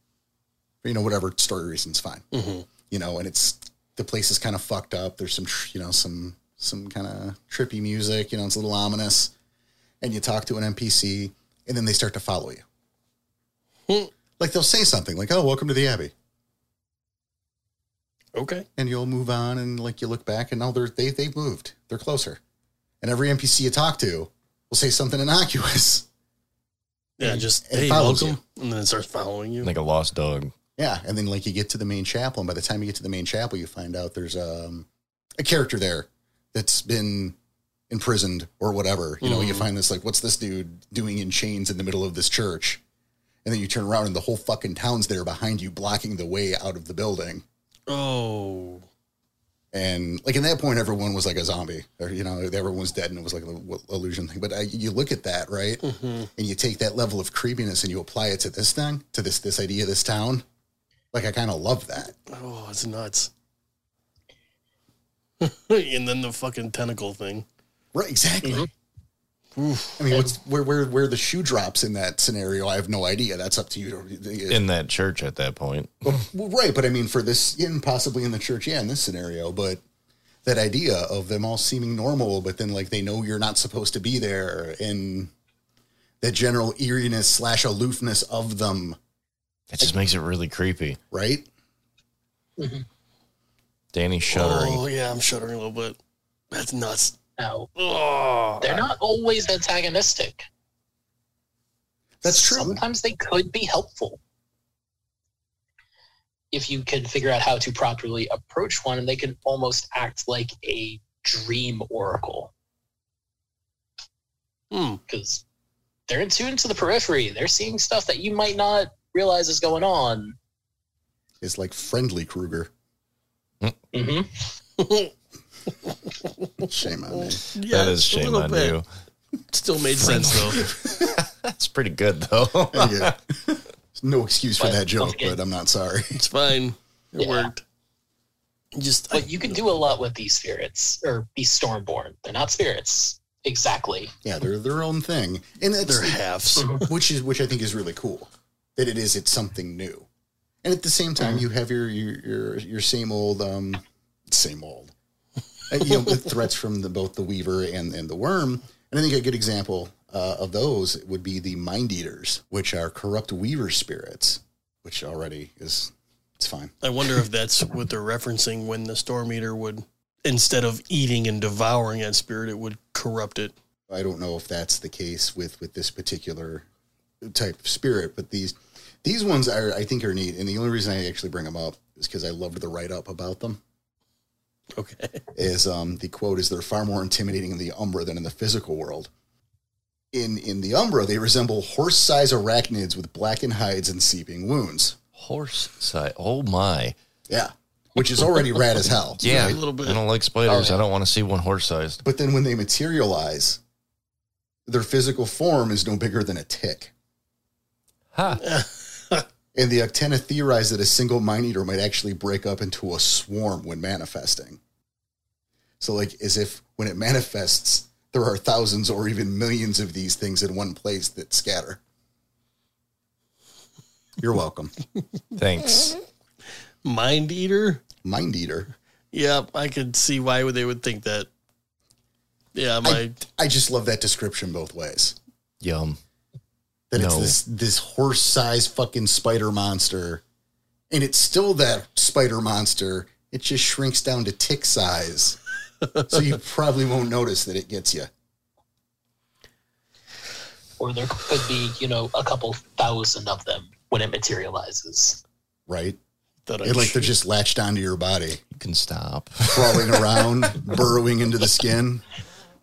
[SPEAKER 1] You know, whatever story reason's fine.
[SPEAKER 2] hmm
[SPEAKER 1] You know, and it's the place is kind of fucked up. There's some tr- you know, some some kind of trippy music, you know, it's a little ominous. And you talk to an NPC and then they start to follow you.
[SPEAKER 2] Hmm.
[SPEAKER 1] Like they'll say something like, "Oh, welcome to the abbey."
[SPEAKER 2] Okay.
[SPEAKER 1] and you'll move on and like you look back and now they're they, they've moved they're closer and every npc you talk to will say something innocuous
[SPEAKER 2] Yeah,
[SPEAKER 1] And-
[SPEAKER 2] just
[SPEAKER 1] and it
[SPEAKER 2] hey,
[SPEAKER 1] follows
[SPEAKER 2] welcome, and then it starts following you.
[SPEAKER 3] Like a lost dog.
[SPEAKER 1] yeah and then like you get to the main chapel and by the time you get to the main chapel you find out there's um a character there that's been imprisoned or whatever you know you
[SPEAKER 2] Mhm.
[SPEAKER 1] find this like what's this dude doing in chains in the middle of this church and then you turn around and the whole fucking town's there behind you blocking the way out of the building
[SPEAKER 2] oh,
[SPEAKER 1] and like in that point everyone was like a zombie or you know everyone's dead and it was like a little illusion thing but I, you look at that right
[SPEAKER 2] hmm
[SPEAKER 1] and you take that level of creepiness and you apply it to this thing to this this idea of this town like i kind of love that
[SPEAKER 2] oh, it's nuts. [LAUGHS] and then the fucking tentacle thing.
[SPEAKER 1] right exactly
[SPEAKER 4] Mhm.
[SPEAKER 2] Oof.
[SPEAKER 1] i mean what's where, where where the shoe drops in that scenario i have no idea that's up to you to
[SPEAKER 3] In that church at that point.
[SPEAKER 1] Well, right, but I mean, for this, and possibly in the church, yeah, in this scenario, but that idea of them all seeming normal, but then like they know you're not supposed to be there, and that general eeriness slash aloofness of them,
[SPEAKER 3] It just makes it really creepy.
[SPEAKER 1] right?
[SPEAKER 3] Danny shuddering.
[SPEAKER 2] Oh yeah, I'm shuddering a little bit. That's nuts.
[SPEAKER 4] No,
[SPEAKER 2] Oh,
[SPEAKER 4] they're not always antagonistic.
[SPEAKER 1] That's true.
[SPEAKER 4] Sometimes they could be helpful. if you could figure out how to properly approach one, and they can almost act like a dream oracle
[SPEAKER 2] Hmm.
[SPEAKER 4] because they're in tune to the periphery. They're seeing stuff that you might not realize is going on.
[SPEAKER 1] It's like friendly Kruger.
[SPEAKER 4] hmm
[SPEAKER 1] Mm-hmm. Shame on me.
[SPEAKER 2] Yeah,
[SPEAKER 3] that is
[SPEAKER 2] a
[SPEAKER 3] shame
[SPEAKER 2] little
[SPEAKER 3] on
[SPEAKER 2] bit.
[SPEAKER 3] you.
[SPEAKER 2] Still made sense though.
[SPEAKER 3] That's pretty good though.
[SPEAKER 1] There you go. There's no excuse for
[SPEAKER 4] But
[SPEAKER 1] that joke,
[SPEAKER 4] okay.
[SPEAKER 1] but I'm not sorry. [LAUGHS]
[SPEAKER 2] It's fine. It
[SPEAKER 4] Yeah.
[SPEAKER 2] worked. Just uh,
[SPEAKER 4] But you can do a lot with these spirits or be stormborn. They're not spirits exactly.
[SPEAKER 1] Yeah, they're their own thing, and
[SPEAKER 2] their
[SPEAKER 1] that's
[SPEAKER 2] halves.
[SPEAKER 1] which is which I think is really cool that it is it's something new, and at the same time you have your your your, your same old um same old Uh, you know with threats from the, both the Weaver and and the Worm, and I think a good example uh, of those would be the Mind Eaters, which are corrupt Weaver spirits, which already is it's fine.
[SPEAKER 2] I wonder if that's what they're referencing when the storm eater would instead of eating and devouring that spirit, it would corrupt it.
[SPEAKER 1] I don't know if that's the case with with this particular type of spirit, but these these ones are I think are neat, and the only reason I actually bring them up is because I loved the write up about them.
[SPEAKER 2] Okay. [LAUGHS]
[SPEAKER 1] Is um, the quote is they're far more intimidating in the Umbra than in the physical world. In in the Umbra, they resemble horse size arachnids with blackened hides and seeping wounds.
[SPEAKER 3] [LAUGHS] Horse side. Oh my.
[SPEAKER 1] Yeah, which is already rad as hell.
[SPEAKER 3] Yeah.
[SPEAKER 2] A little bit.
[SPEAKER 3] I don't like spiders.
[SPEAKER 4] Oh, yeah.
[SPEAKER 3] I don't want to see one horse sized.
[SPEAKER 1] But then when they materialize, their physical form is no bigger than a tick.
[SPEAKER 3] Ha.
[SPEAKER 1] And the Octena theorized that a single mind eater might actually break up into a swarm when manifesting. So, like, as if when it manifests, there are thousands or even millions of these things in one place that scatter. You're welcome.
[SPEAKER 3] Thanks.
[SPEAKER 2] Mind eater?
[SPEAKER 1] mind eater.
[SPEAKER 2] Yeah, I could see why would they would think that. Yeah, my
[SPEAKER 1] I, I just love that description both ways.
[SPEAKER 3] Yum.
[SPEAKER 1] That it's
[SPEAKER 3] No.
[SPEAKER 1] this, this horse sized fucking spider monster. And it's still that spider monster. It just shrinks down to tick size. so you probably won't notice that it gets you.
[SPEAKER 4] Or there could be, you know, a couple thousand of them when it materializes.
[SPEAKER 1] right?
[SPEAKER 2] thought I
[SPEAKER 1] It, like
[SPEAKER 2] should-
[SPEAKER 1] they're just latched onto your body,
[SPEAKER 3] You can stop. [LAUGHS]
[SPEAKER 1] crawling around, burrowing into the skin.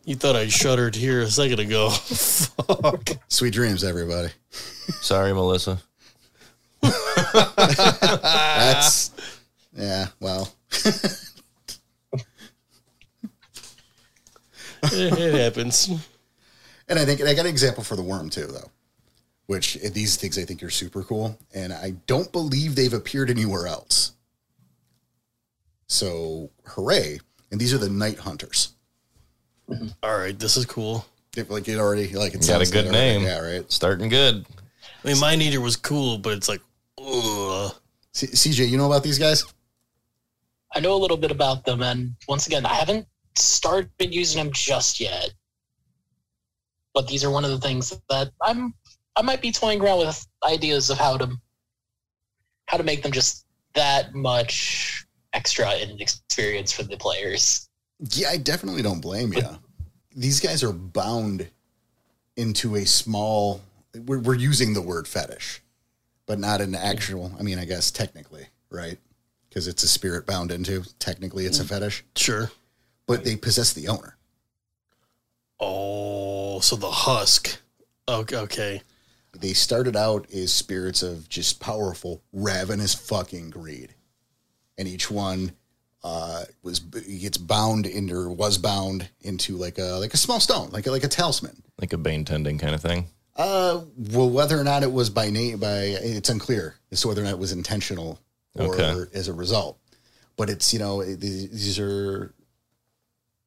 [SPEAKER 2] you thought I shuddered here a second ago. [LAUGHS] Fuck.
[SPEAKER 1] Sweet dreams, everybody.
[SPEAKER 3] Sorry, Melissa.
[SPEAKER 1] That's yeah. Well,
[SPEAKER 2] it, it happens.
[SPEAKER 1] and I think and I got an example for the worm too, though. Which eh, these things I think are super cool, and I don't believe they've appeared anywhere else. So hooray! And these are the night hunters.
[SPEAKER 2] All right, this is cool.
[SPEAKER 1] It, like it already like it's
[SPEAKER 3] Got a good name.
[SPEAKER 1] Yeah, right.
[SPEAKER 3] Starting good.
[SPEAKER 2] I mean, Mind Eater was cool, but it's like, ugh.
[SPEAKER 1] C- CJ, you know about these guys?
[SPEAKER 4] I know a little bit about them, and once again, I haven't started using them just yet. But these are one of the things that I'm I might be toying around with ideas of how to how to make them just that much extra in experience for the players.
[SPEAKER 1] Yeah, I definitely don't blame you. These guys are bound into a small. We're, we're using the word fetish, but not an actual. I mean, I guess technically, right? Because it's a spirit bound into. Technically, it's a fetish,
[SPEAKER 2] sure.
[SPEAKER 1] but they possess the owner.
[SPEAKER 2] Oh, so the husk. Okay, okay.
[SPEAKER 1] They started out as spirits of just powerful, ravenous fucking greed, and each one uh, was gets bound into or was bound into like a like a small stone, like a, like a talisman.
[SPEAKER 3] Like a Bane tending kind of thing.
[SPEAKER 1] Uh, well, whether or not it was by name, by it's unclear as to whether or not it was intentional or
[SPEAKER 3] Okay.
[SPEAKER 1] as a result. But it's you know it- th- these are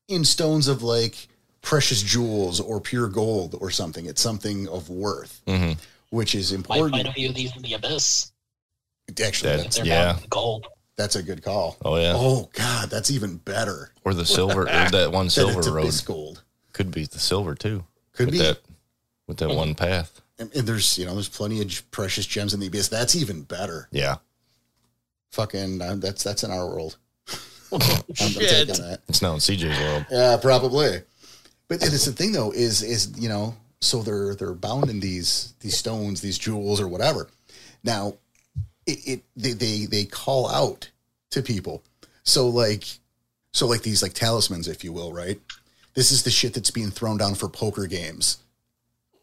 [SPEAKER 1] in stones of like precious jewels or pure gold or something. It's something of worth,
[SPEAKER 3] Mm-hmm.
[SPEAKER 1] which is
[SPEAKER 4] My point
[SPEAKER 1] important.
[SPEAKER 4] of view of these in the abyss.
[SPEAKER 1] Actually,
[SPEAKER 3] That-
[SPEAKER 1] that's,
[SPEAKER 4] They're
[SPEAKER 3] Yeah.
[SPEAKER 4] not gold.
[SPEAKER 1] that's a good call.
[SPEAKER 3] Oh yeah.
[SPEAKER 1] Oh God, that's even better.
[SPEAKER 3] Or the silver or that
[SPEAKER 1] [LAUGHS]
[SPEAKER 3] one
[SPEAKER 1] That
[SPEAKER 3] silver
[SPEAKER 1] it's
[SPEAKER 3] road.
[SPEAKER 1] abyss gold.
[SPEAKER 3] Could be the silver too.
[SPEAKER 1] Could
[SPEAKER 3] with
[SPEAKER 1] be.
[SPEAKER 3] that with that one path.
[SPEAKER 1] And, and there's you know there's plenty of j- precious gems in the abyss. That's even better.
[SPEAKER 3] Yeah.
[SPEAKER 1] Fucking uh, that's that's in our world. [LAUGHS] I'm, I'm
[SPEAKER 2] Shit.
[SPEAKER 1] taking that.
[SPEAKER 3] It's now in CJ's world.
[SPEAKER 1] Yeah, probably. But it's the thing though is is you know so they're they're bound in these these stones, these jewels or whatever. Now, it, it they, they they call out to people. So like so like these like talismans, if you will, right? This is the shit that's being thrown down for poker games.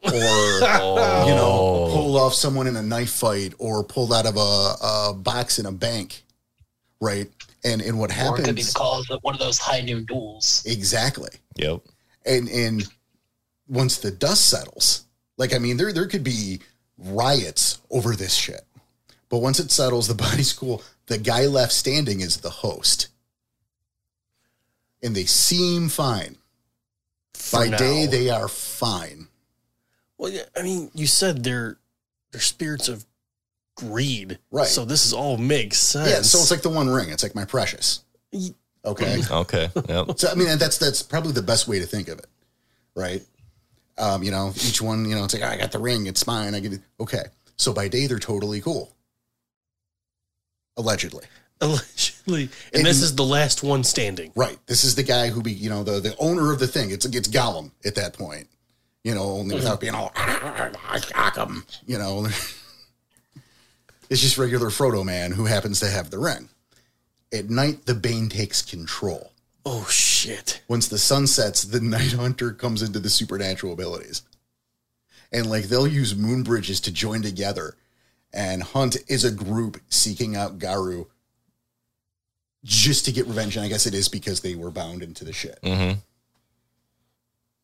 [SPEAKER 1] Or
[SPEAKER 3] Oh,
[SPEAKER 1] you know, pull off someone in a knife fight or pulled out of a, a box in a bank, right? And and what
[SPEAKER 4] Or it could be
[SPEAKER 1] happens
[SPEAKER 4] the cause of one of those high noon duels.
[SPEAKER 1] exactly?
[SPEAKER 3] Yep.
[SPEAKER 1] And and once the dust settles, like I mean, there there could be riots over this shit, but once it settles, the [LAUGHS] body's cool. The guy left standing is the host, and they seem fine.
[SPEAKER 2] For
[SPEAKER 1] By
[SPEAKER 2] now.
[SPEAKER 1] day, they are fine.
[SPEAKER 2] Well, yeah, I mean, you said they're they're spirits of greed,
[SPEAKER 1] Right.
[SPEAKER 2] So this is all makes sense.
[SPEAKER 1] Yeah, so it's like the One Ring. It's like my precious.
[SPEAKER 2] Y-
[SPEAKER 1] Okay.
[SPEAKER 3] Okay.
[SPEAKER 1] [LAUGHS]
[SPEAKER 3] Yep.
[SPEAKER 1] So I mean, that's that's probably the best way to think of it, right? Um, you know, each one, you know, it's like I got the ring, it's mine. I get it. Okay, so by day they're totally cool, allegedly.
[SPEAKER 2] allegedly, and,
[SPEAKER 1] And-
[SPEAKER 2] this is the last one standing.
[SPEAKER 1] Right. This is the guy who be, you know, the the owner of the thing. It's it's Gollum at that point, you know, only without being all Gollum, you know. [LAUGHS] it's just regular Frodo man who happens to have the ring. At night, the Bane takes control.
[SPEAKER 2] Oh shit!
[SPEAKER 1] once the sun sets, the [LAUGHS] night hunter comes into the supernatural abilities. And like they'll use moon bridges to join together and hunt is a group seeking out Garu just to get revenge. And I guess it is because they were bound into the shit.
[SPEAKER 3] Mm-hmm.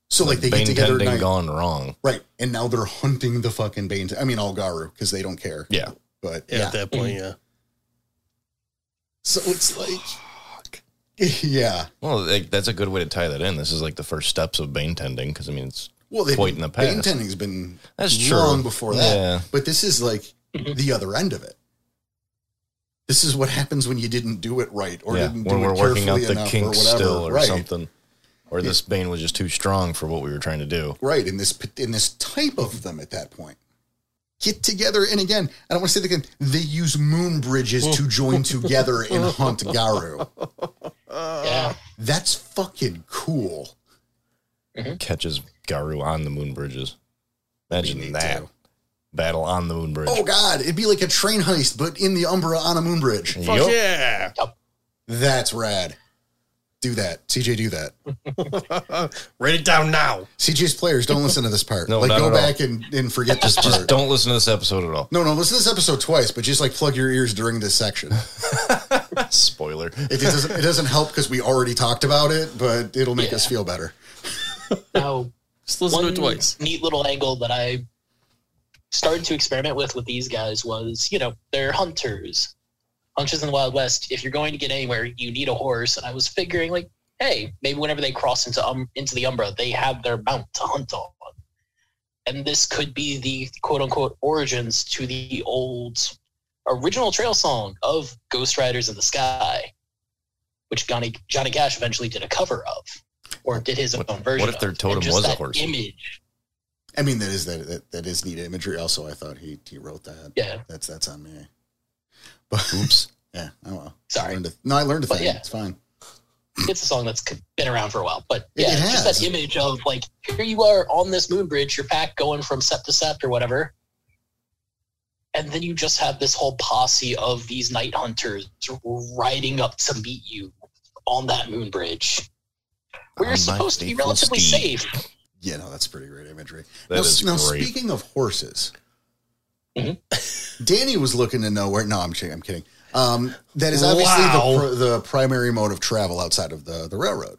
[SPEAKER 1] So like they
[SPEAKER 3] Bane
[SPEAKER 1] get together at
[SPEAKER 3] tending
[SPEAKER 1] night.
[SPEAKER 3] gone wrong.
[SPEAKER 1] Right. And now they're hunting the fucking Bane. I mean all Garu, because they don't care.
[SPEAKER 3] Yeah.
[SPEAKER 1] But
[SPEAKER 2] Yeah,
[SPEAKER 1] yeah.
[SPEAKER 2] At that point, yeah.
[SPEAKER 1] So it's like [LAUGHS] Yeah.
[SPEAKER 3] Well, like, that's a good way to tie that in. This is like the first steps of Bane tending because I mean it's
[SPEAKER 1] Well, they've
[SPEAKER 3] Quite in the past.
[SPEAKER 1] Bane tending's been
[SPEAKER 3] That's true.
[SPEAKER 1] long before that.
[SPEAKER 3] Yeah.
[SPEAKER 1] But this is like
[SPEAKER 4] Mhm.
[SPEAKER 1] the other end of it. This is what happens when you didn't do it right or
[SPEAKER 3] yeah.
[SPEAKER 1] didn't do
[SPEAKER 3] when we're
[SPEAKER 1] it
[SPEAKER 3] working out
[SPEAKER 1] carefully
[SPEAKER 3] the
[SPEAKER 1] enough or
[SPEAKER 3] kinks
[SPEAKER 1] whatever.
[SPEAKER 3] still or
[SPEAKER 1] right.
[SPEAKER 3] something, or this Bane was just too strong for what we were trying to do.
[SPEAKER 1] Right. In this in this type of them at that point. Get together and again, I don't want to say that again, they use moon bridges to join together and hunt Garu.
[SPEAKER 4] yeah.
[SPEAKER 1] That's fucking cool.
[SPEAKER 3] Catches Garu on the moon bridges.
[SPEAKER 1] We
[SPEAKER 3] Imagine
[SPEAKER 1] need
[SPEAKER 3] that
[SPEAKER 1] to.
[SPEAKER 3] battle on the moon bridge.
[SPEAKER 1] Oh god, it'd be like a train heist, but in the Umbra on a moon bridge.
[SPEAKER 2] Fuck
[SPEAKER 3] Yup.
[SPEAKER 2] yeah!
[SPEAKER 1] That's rad. Do that. CJ, do that.
[SPEAKER 2] Write it down now.
[SPEAKER 1] CJ's players don't listen to this part.
[SPEAKER 3] [LAUGHS] No,
[SPEAKER 1] like
[SPEAKER 3] not
[SPEAKER 1] go
[SPEAKER 3] at all.
[SPEAKER 1] back and, and forget this part.
[SPEAKER 3] Just don't listen to this episode at all.
[SPEAKER 1] No, no, listen to this episode twice, but just like plug your ears during this section.
[SPEAKER 3] Spoiler.
[SPEAKER 1] It, it doesn't it doesn't help because we already talked about it, but it'll make us feel better.
[SPEAKER 4] Now,
[SPEAKER 2] Just listen to it twice.
[SPEAKER 4] neat little angle that I started to experiment with with these guys was, you know, they're hunters. Hunters in the Wild West, if you're going to get anywhere, you need a horse. And I was figuring, like, hey, maybe whenever they cross into um, into the Umbra, they have their mount to hunt on. And this could be the quote unquote origins to the old original trail song of Ghost Riders in the Sky, which Johnny, Johnny Cash eventually did a cover of or did his
[SPEAKER 3] What-
[SPEAKER 4] own version.
[SPEAKER 3] what if their
[SPEAKER 4] of. And
[SPEAKER 3] totem
[SPEAKER 4] just
[SPEAKER 3] was a
[SPEAKER 4] that
[SPEAKER 3] horse?
[SPEAKER 4] Image
[SPEAKER 1] I mean that is that that, that is neat imagery. Also, I thought he he wrote that.
[SPEAKER 4] Yeah.
[SPEAKER 1] That's that's on me. But
[SPEAKER 3] Oops.
[SPEAKER 1] [LAUGHS] yeah, oh well. I
[SPEAKER 4] Sorry.
[SPEAKER 1] learned a, no, I learned a
[SPEAKER 4] But
[SPEAKER 1] thing.
[SPEAKER 4] yeah.
[SPEAKER 1] It's fine.
[SPEAKER 4] It's a song that's been around for a while, but
[SPEAKER 1] It
[SPEAKER 4] yeah, it's just
[SPEAKER 1] has.
[SPEAKER 4] that image of like here you are on this moon bridge, your pack going from set to set or whatever, and then you just have this whole posse of these night hunters riding up to meet you on that moon bridge. Where
[SPEAKER 3] On my
[SPEAKER 4] you're supposed to be
[SPEAKER 3] faithful
[SPEAKER 4] relatively
[SPEAKER 3] steed.
[SPEAKER 4] safe.
[SPEAKER 1] Yeah, no, that's pretty great imagery.
[SPEAKER 3] That
[SPEAKER 1] now,
[SPEAKER 3] is
[SPEAKER 1] now
[SPEAKER 3] great.
[SPEAKER 1] speaking of horses,
[SPEAKER 4] Mhm.
[SPEAKER 3] Mm-hmm.
[SPEAKER 1] Danny was looking to know where. No, I'm kidding. I'm kidding. Um, that is obviously
[SPEAKER 2] Wow.
[SPEAKER 1] the, pr- the primary mode of travel outside of the, the railroad.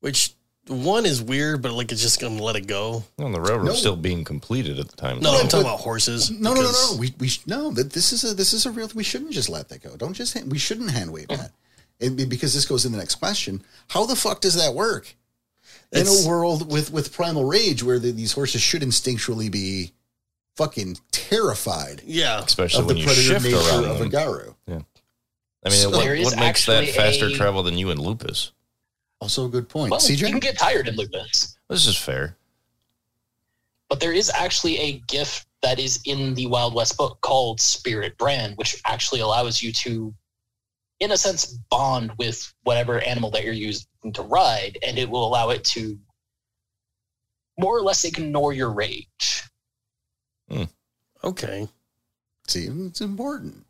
[SPEAKER 2] Which one is weird, but like it's just gonna let it go.
[SPEAKER 3] Well, the railroad
[SPEAKER 1] No.
[SPEAKER 3] was still being completed at the time.
[SPEAKER 2] No,
[SPEAKER 3] so-
[SPEAKER 2] I'm talking about horses.
[SPEAKER 3] Mm-hmm.
[SPEAKER 1] No, no, no, no.
[SPEAKER 2] because-
[SPEAKER 1] We we sh- no. That this is a this is a real. We shouldn't just let that go. Don't just. Hand, we shouldn't hand wave that, and
[SPEAKER 3] Mm-hmm.
[SPEAKER 1] be- because this goes in the next question. How the fuck does that work in
[SPEAKER 2] It's-
[SPEAKER 1] a world with with primal rage where the, these horses should instinctually be fucking terrified
[SPEAKER 2] Yeah,
[SPEAKER 3] especially
[SPEAKER 1] of
[SPEAKER 3] when
[SPEAKER 1] the
[SPEAKER 3] you
[SPEAKER 1] predator
[SPEAKER 3] shift around
[SPEAKER 1] nature of a
[SPEAKER 3] them.
[SPEAKER 1] garu?
[SPEAKER 3] I mean,
[SPEAKER 4] So
[SPEAKER 3] what,
[SPEAKER 4] there is
[SPEAKER 3] what makes that
[SPEAKER 4] actually
[SPEAKER 3] faster
[SPEAKER 4] a-
[SPEAKER 3] travel than you and Lupus?
[SPEAKER 1] Also a good point.
[SPEAKER 4] Well, you
[SPEAKER 1] CJ,
[SPEAKER 4] can get tired in lupus.
[SPEAKER 3] This is fair.
[SPEAKER 4] but there is actually a gift that is in the Wild West book called Spirit Brand, which actually allows you to, in a sense, bond with whatever animal that you're using to ride, and it will allow it to more or less ignore your rage.
[SPEAKER 2] okay.
[SPEAKER 1] See, it's important.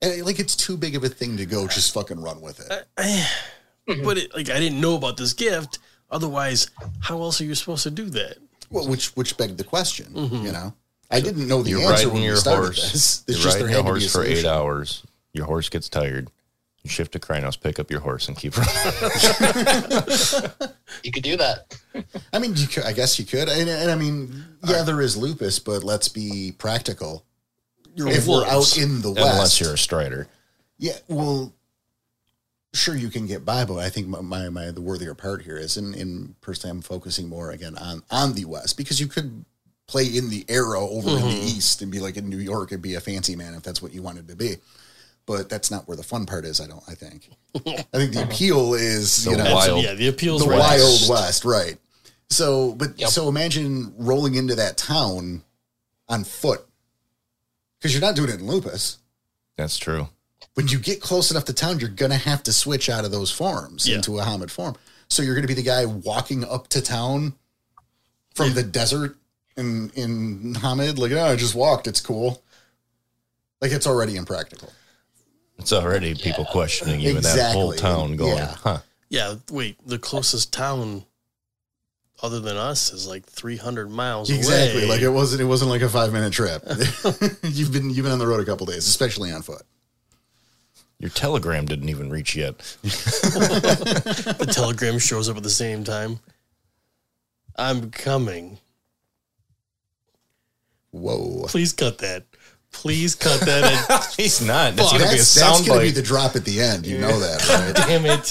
[SPEAKER 1] And like, it's too big of a thing to go just fucking run with it.
[SPEAKER 2] Uh, eh. but it, like I didn't know about this gift. Otherwise, how else are you supposed to do that?
[SPEAKER 1] Well, which which begged the question, you know. I didn't know the
[SPEAKER 3] Mm-hmm.
[SPEAKER 1] answer
[SPEAKER 3] You're riding
[SPEAKER 1] when we
[SPEAKER 3] your
[SPEAKER 1] started
[SPEAKER 3] horse.
[SPEAKER 1] this.
[SPEAKER 3] You're
[SPEAKER 1] It's just there
[SPEAKER 3] riding your
[SPEAKER 1] had to be a
[SPEAKER 3] horse for eight
[SPEAKER 1] solution.
[SPEAKER 3] hours. Your horse gets tired. You shift to Krynos, pick up your horse, and keep [LAUGHS] running.
[SPEAKER 4] You could do that.
[SPEAKER 1] I mean, you could, I guess you could, and, and I mean, yeah, there is lupus, but let's be practical.
[SPEAKER 2] You're
[SPEAKER 1] If we're
[SPEAKER 2] wolves.
[SPEAKER 1] out in the
[SPEAKER 3] Unless
[SPEAKER 1] west,
[SPEAKER 3] you're a Strider.
[SPEAKER 1] yeah, well, sure you can get by, but I think my, my, my the worthier part here is, in in personally, I'm focusing more again on on the west because you could play in the arrow over in the east and be like in New York and be a fancy man if that's what you wanted to be. But that's not where the fun part is. I don't. I think. I think the appeal is
[SPEAKER 3] The
[SPEAKER 1] you know
[SPEAKER 2] That's-
[SPEAKER 3] wild-
[SPEAKER 2] Yeah, the appeals
[SPEAKER 1] the
[SPEAKER 2] were
[SPEAKER 1] wild west right so but
[SPEAKER 4] Yep.
[SPEAKER 1] so imagine rolling into that town on foot because you're not doing it in lupus
[SPEAKER 3] That's true.
[SPEAKER 1] when you get close enough to town you're gonna have to switch out of those forms
[SPEAKER 2] Yeah.
[SPEAKER 1] into a hamid form so you're gonna be the guy walking up to town from the desert in in hamid like oh i just walked it's cool like it's already impractical
[SPEAKER 3] It's already people questioning you in that whole
[SPEAKER 1] Exactly.
[SPEAKER 3] town going,
[SPEAKER 1] Yeah.
[SPEAKER 3] huh?
[SPEAKER 2] Yeah, wait, the closest town other than us is like 300 miles
[SPEAKER 1] exactly
[SPEAKER 2] away.
[SPEAKER 1] like it wasn't it wasn't like a five minute trip [LAUGHS] you've been you've been on the road a couple days especially on foot
[SPEAKER 3] Your telegram didn't even reach yet. [LAUGHS]
[SPEAKER 2] the telegram shows up at the same time. I'm coming.
[SPEAKER 1] whoa
[SPEAKER 2] Please cut that. Please cut that. And,
[SPEAKER 3] He's not. That's going to be a
[SPEAKER 1] that's, that's gonna be
[SPEAKER 3] soundbite.
[SPEAKER 1] the drop at the end. You know that, [LAUGHS] right?
[SPEAKER 2] damn it.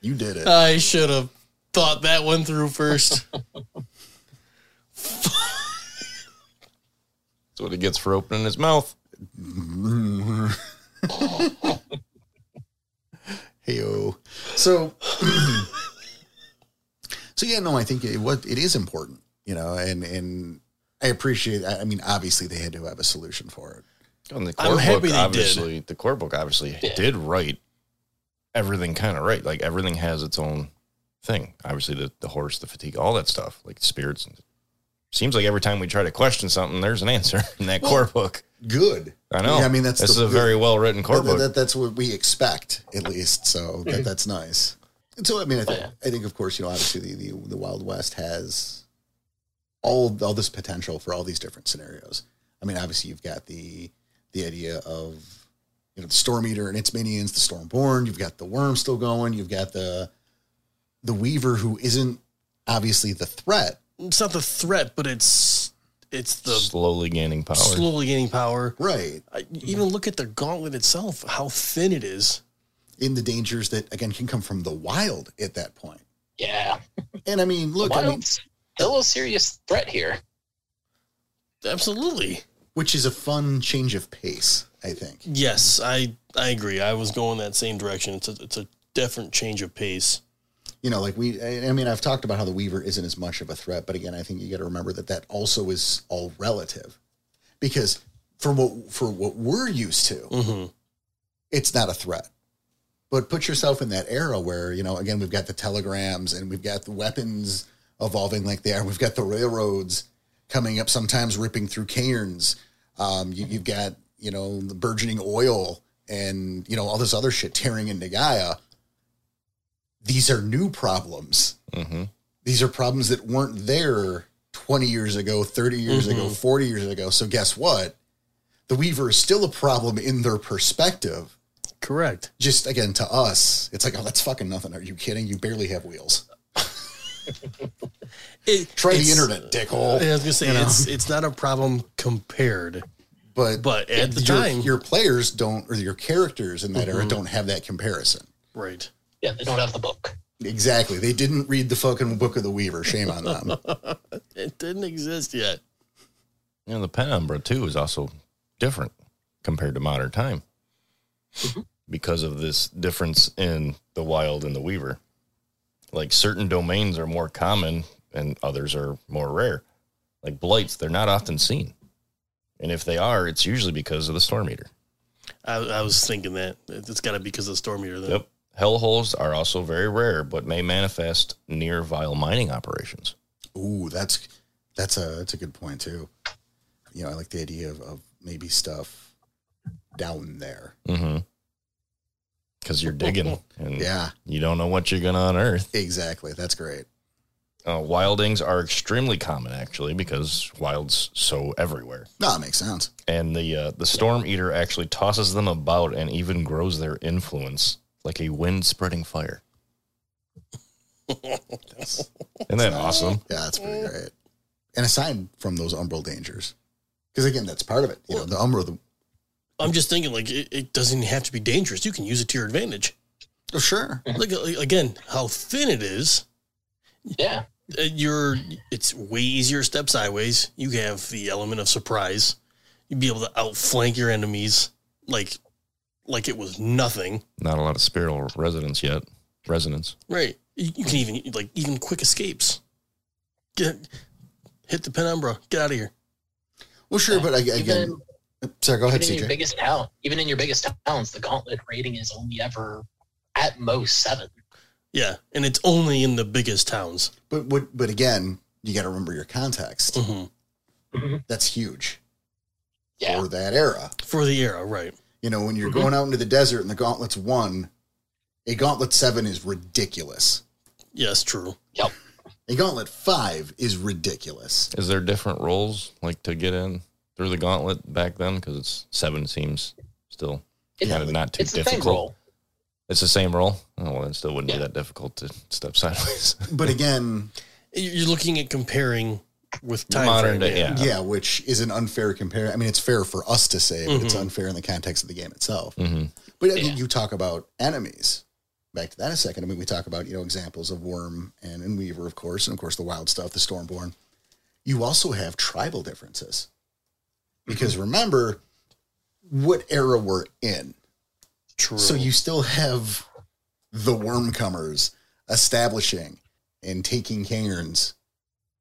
[SPEAKER 1] You did it.
[SPEAKER 2] I should have thought that one through first.
[SPEAKER 3] That's what he gets for opening his mouth.
[SPEAKER 1] [LAUGHS] Heyo. So, [CLEARS THROAT] so yeah, no, I think it what it is important, you know, and and I appreciate. I I mean, obviously, they had to have a solution for it.
[SPEAKER 3] And the
[SPEAKER 2] I'm
[SPEAKER 3] core
[SPEAKER 2] happy
[SPEAKER 3] book
[SPEAKER 2] they did.
[SPEAKER 3] obviously, the core book obviously
[SPEAKER 4] Yeah.
[SPEAKER 3] did write everything kind of right. Like everything has its own thing. Obviously, the, the horse, the fatigue, all that stuff, like spirits. Seems like every time we try to question something, there's an answer [LAUGHS] in that core book.
[SPEAKER 1] Good.
[SPEAKER 3] I know.
[SPEAKER 1] Yeah, I mean, that's
[SPEAKER 3] this
[SPEAKER 1] the-
[SPEAKER 3] is a very well written core
[SPEAKER 1] That,
[SPEAKER 3] book.
[SPEAKER 1] that- that's what we expect, at least. So that, that's nice. And so I mean, I, th-
[SPEAKER 4] Yeah.
[SPEAKER 1] I think, of course, you know, obviously, the, the the Wild West has all all this potential for all these different scenarios. I mean, obviously, you've got the the idea of you know the Storm Eater and its minions, the Stormborn. You've got the Worm still going. You've got the the Weaver, who isn't obviously the threat,
[SPEAKER 2] it's not the threat, but it's it's the
[SPEAKER 3] slowly gaining power.
[SPEAKER 2] slowly gaining power.
[SPEAKER 1] right?
[SPEAKER 2] I, even look at the gauntlet itself, how thin it is.
[SPEAKER 1] In the dangers that again can come from the wild at that point.
[SPEAKER 4] Yeah.
[SPEAKER 1] And I mean, look, I mean,
[SPEAKER 4] Wild's still a serious threat here.
[SPEAKER 2] Absolutely.
[SPEAKER 1] which is a fun change of pace, I think.
[SPEAKER 2] Yes, I I agree. I was going that same direction. It's a it's a different change of pace.
[SPEAKER 1] You know, like we, I I mean, I've talked about how the Weaver isn't as much of a threat, but again, I think you got to remember that that also is all relative because from what, for what we're used to,
[SPEAKER 2] hmm
[SPEAKER 1] it's not a threat. But put yourself in that era where, you know, again, we've got the telegrams and we've got the weapons evolving like they are. We've got the railroads coming up, sometimes ripping through cairns. Um, you, you've got, you know, the burgeoning oil and, you know, all this other shit tearing into Gaia. These are new problems.
[SPEAKER 3] hmm
[SPEAKER 1] These are problems that weren't there 20 years ago, 30 years ago, 40 years ago. So guess what? The Weaver is still a problem in their perspective
[SPEAKER 2] Correct.
[SPEAKER 1] just again to us, it's like, oh, that's fucking nothing. Are you kidding? You barely have wheels.
[SPEAKER 2] It,
[SPEAKER 1] Try the
[SPEAKER 2] it's-
[SPEAKER 1] internet, dickhole.
[SPEAKER 2] Yeah, I was gonna say
[SPEAKER 1] Oh, You know?
[SPEAKER 2] it's it's not a problem compared,
[SPEAKER 1] But
[SPEAKER 2] but at the
[SPEAKER 1] your,
[SPEAKER 2] time, Mm-hmm.
[SPEAKER 1] your players don't, or your characters in that era don't have that comparison.
[SPEAKER 2] right.
[SPEAKER 4] Yeah, they don't have the book.
[SPEAKER 1] Exactly. They didn't read the fucking Book of the Weaver. Shame on
[SPEAKER 2] [LAUGHS]
[SPEAKER 1] them.
[SPEAKER 2] It didn't exist yet.
[SPEAKER 3] You know, the penumbra too is also different compared to modern time because of this difference in the wild and the weaver. Like certain domains are more common and others are more rare. Like blights, they're not often seen. And if they are, it's usually because of the storm eater.
[SPEAKER 2] I, I was thinking that it's got to be because of the storm eater. Then.
[SPEAKER 3] Yep. Hellholes are also very rare, but may manifest near vile mining operations.
[SPEAKER 1] Ooh, that's That's a that's a good point too. You know, I like the idea of, of maybe stuff down there.
[SPEAKER 3] Mm-hmm. Because you're digging
[SPEAKER 2] Mm.
[SPEAKER 3] and
[SPEAKER 1] Yeah,
[SPEAKER 3] you don't know what you're going to unearth.
[SPEAKER 1] exactly. That's great.
[SPEAKER 3] Uh, wildings are extremely common, actually, because wild's so everywhere.
[SPEAKER 1] No, it makes sense.
[SPEAKER 3] And the uh, the storm eater actually tosses them about and even grows their influence like a wind spreading fire. Isn't that awesome?
[SPEAKER 1] Yeah, that's
[SPEAKER 4] Eh.
[SPEAKER 1] pretty great. And aside from those umbral dangers, because again, that's part of it. You know, the umbral. The,
[SPEAKER 2] I'm just thinking like it, it doesn't have to be dangerous. You can use it to your advantage.
[SPEAKER 1] oh, sure.
[SPEAKER 2] Look uh, again how thin it is.
[SPEAKER 4] Yeah.
[SPEAKER 2] Uh, You're it's way easier to step sideways. You have the element of surprise. You'd be able to outflank your enemies like like it was nothing.
[SPEAKER 3] Not a lot of spiritual resonance yet. Resonance.
[SPEAKER 2] Right. You, you can even like even quick escapes. Get hit the penumbra. Get out of here.
[SPEAKER 1] Well, sure, but I, again,
[SPEAKER 4] Even,
[SPEAKER 1] sorry. Go ahead,
[SPEAKER 4] even in your
[SPEAKER 1] CJ.
[SPEAKER 4] biggest town, even in your biggest towns, the gauntlet rating is only ever at most seven.
[SPEAKER 2] Yeah, and it's only in the biggest towns.
[SPEAKER 1] But what? But again, you got to remember your context.
[SPEAKER 2] Mhm.
[SPEAKER 1] That's huge
[SPEAKER 4] Mm. Yeah.
[SPEAKER 1] for that era.
[SPEAKER 2] For the era, right?
[SPEAKER 1] You know, when you're
[SPEAKER 4] Mhm.
[SPEAKER 1] going out into the desert and the gauntlets one, a gauntlet seven is ridiculous.
[SPEAKER 2] Yes, true.
[SPEAKER 1] A gauntlet five is ridiculous.
[SPEAKER 3] Is there different roles like to get in through the gauntlet back then? Because it's seven seems still
[SPEAKER 4] It's-
[SPEAKER 3] kind of not too
[SPEAKER 4] it's the same
[SPEAKER 3] difficult.
[SPEAKER 4] role.
[SPEAKER 3] It's the same role. Oh well, then it still wouldn't be
[SPEAKER 4] Yeah.
[SPEAKER 3] that difficult to step sideways. [LAUGHS]
[SPEAKER 1] But again,
[SPEAKER 2] You- You're looking at comparing with time
[SPEAKER 3] Modern
[SPEAKER 2] frame,
[SPEAKER 3] day, yeah.
[SPEAKER 1] yeah, which is an unfair compare. I mean, it's fair for us to say, but
[SPEAKER 4] Mm-hmm.
[SPEAKER 1] it's
[SPEAKER 2] Mhm.
[SPEAKER 1] unfair in the context of the game itself.
[SPEAKER 2] Mm-hmm.
[SPEAKER 3] hmm
[SPEAKER 1] But I mean,
[SPEAKER 4] Yeah.
[SPEAKER 1] you talk about enemies. Back to that a second. I mean, we talk about you know examples of Worm and, and Weaver, of course, and of course the wild stuff, the Stormborn. You also have tribal differences, because remember what era we're in.
[SPEAKER 2] True.
[SPEAKER 1] So you still have the Wormcomers establishing and taking Cairns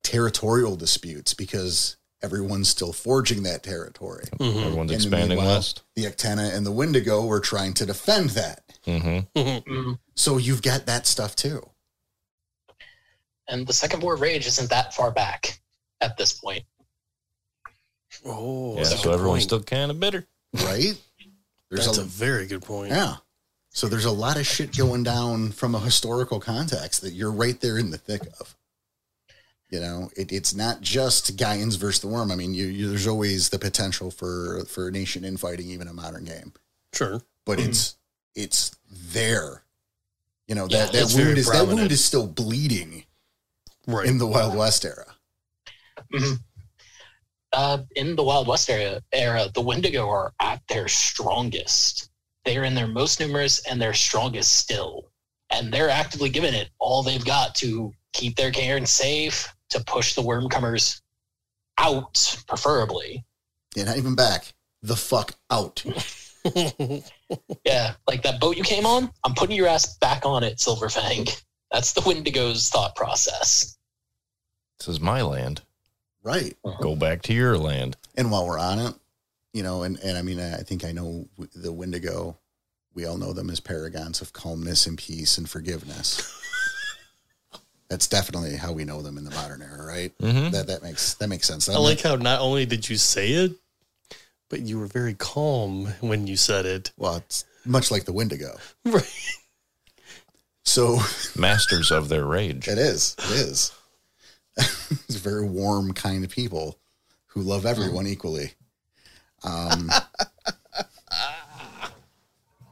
[SPEAKER 1] territorial disputes because everyone's still forging that territory.
[SPEAKER 2] Mhm.
[SPEAKER 3] Everyone's
[SPEAKER 1] And
[SPEAKER 3] expanding
[SPEAKER 1] meanwhile,
[SPEAKER 3] west.
[SPEAKER 1] The Ectena and the Wendigo were trying to defend that.
[SPEAKER 3] hmm
[SPEAKER 2] Mhm.
[SPEAKER 4] Mhm.
[SPEAKER 1] So you've got that stuff too.
[SPEAKER 4] And the Second War Rage isn't that far back at this point.
[SPEAKER 2] Oh,
[SPEAKER 1] Oh,
[SPEAKER 3] Yeah,
[SPEAKER 2] that's a
[SPEAKER 3] so
[SPEAKER 2] good
[SPEAKER 3] everyone's
[SPEAKER 2] point.
[SPEAKER 3] still kind of bitter.
[SPEAKER 1] right? There's
[SPEAKER 2] That's
[SPEAKER 1] a,
[SPEAKER 2] a very good point.
[SPEAKER 1] yeah. So there's a lot of shit going down from a historical context that you're right there in the thick of. You know, it, it's not just Gaians versus the Worm. I mean, you, you there's always the potential for for nation infighting, even in modern game.
[SPEAKER 2] Sure.
[SPEAKER 1] But it's it's there. You know that
[SPEAKER 4] Yeah,
[SPEAKER 1] that
[SPEAKER 2] it's very
[SPEAKER 1] wound is that wound
[SPEAKER 2] prominent.
[SPEAKER 1] is still bleeding
[SPEAKER 2] Right.
[SPEAKER 1] in the Wild West era.
[SPEAKER 3] Mm-hmm.
[SPEAKER 4] Uh, in the Wild West era, era, the Wendigo are at their strongest. They are in their most numerous and their strongest still. And they're actively giving it all they've got to keep their Cairn safe, to push the Wormcomers out,
[SPEAKER 3] [LAUGHS]
[SPEAKER 4] preferably.
[SPEAKER 1] Yeah, not even back the fuck
[SPEAKER 2] [LAUGHS]
[SPEAKER 1] out.
[SPEAKER 4] Yeah, like that boat you came on, I'm putting your ass back on it, Silverfang. That's the Wendigo's thought process.
[SPEAKER 3] This is my land.
[SPEAKER 1] Right.
[SPEAKER 3] Go back to your land.
[SPEAKER 1] and while we're on it, you know, and, and I mean, I think I know w- the Wendigo. We all know them as paragons of calmness and peace and
[SPEAKER 2] [LAUGHS]
[SPEAKER 1] forgiveness. That's definitely how we know them in the modern era, right?
[SPEAKER 3] Mm-hmm.
[SPEAKER 1] That that makes that makes sense.
[SPEAKER 2] [LAUGHS] I like how not only did you say it, but you were very calm when you said it. [LAUGHS]
[SPEAKER 1] well, it's much like the Wendigo.
[SPEAKER 2] Right.
[SPEAKER 1] So
[SPEAKER 3] Masters of their rage.
[SPEAKER 1] it is, it is. [LAUGHS] it's very warm, kind of people who love everyone equally. Um, [LAUGHS]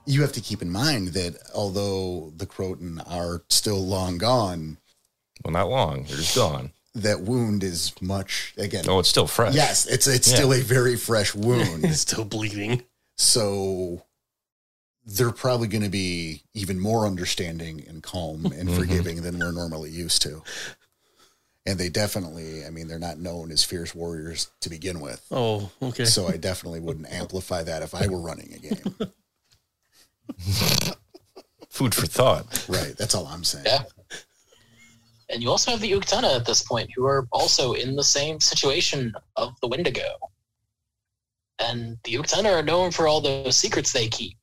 [SPEAKER 1] you have to keep in mind that although the Croton are still long gone,
[SPEAKER 3] Well, not long. They're just gone.
[SPEAKER 1] that wound is much again.
[SPEAKER 3] Oh, it's still fresh.
[SPEAKER 1] Yes, it's it's
[SPEAKER 3] Yeah.
[SPEAKER 1] still a very fresh
[SPEAKER 2] It's
[SPEAKER 1] wound.
[SPEAKER 2] still bleeding.
[SPEAKER 1] so they're probably going to be even more understanding and calm and
[SPEAKER 3] Mhm.
[SPEAKER 1] forgiving than we're normally used to. And they definitely, I mean, they're not known as fierce warriors to begin with.
[SPEAKER 2] Oh, okay.
[SPEAKER 1] So I definitely wouldn't amplify that if I were running a game.
[SPEAKER 3] Food for thought.
[SPEAKER 1] Right. That's all I'm saying.
[SPEAKER 4] Yeah. And you also have the Uktana at this point, who are also in the same situation of the Wendigo. And the Uktana are known for all those secrets they keep.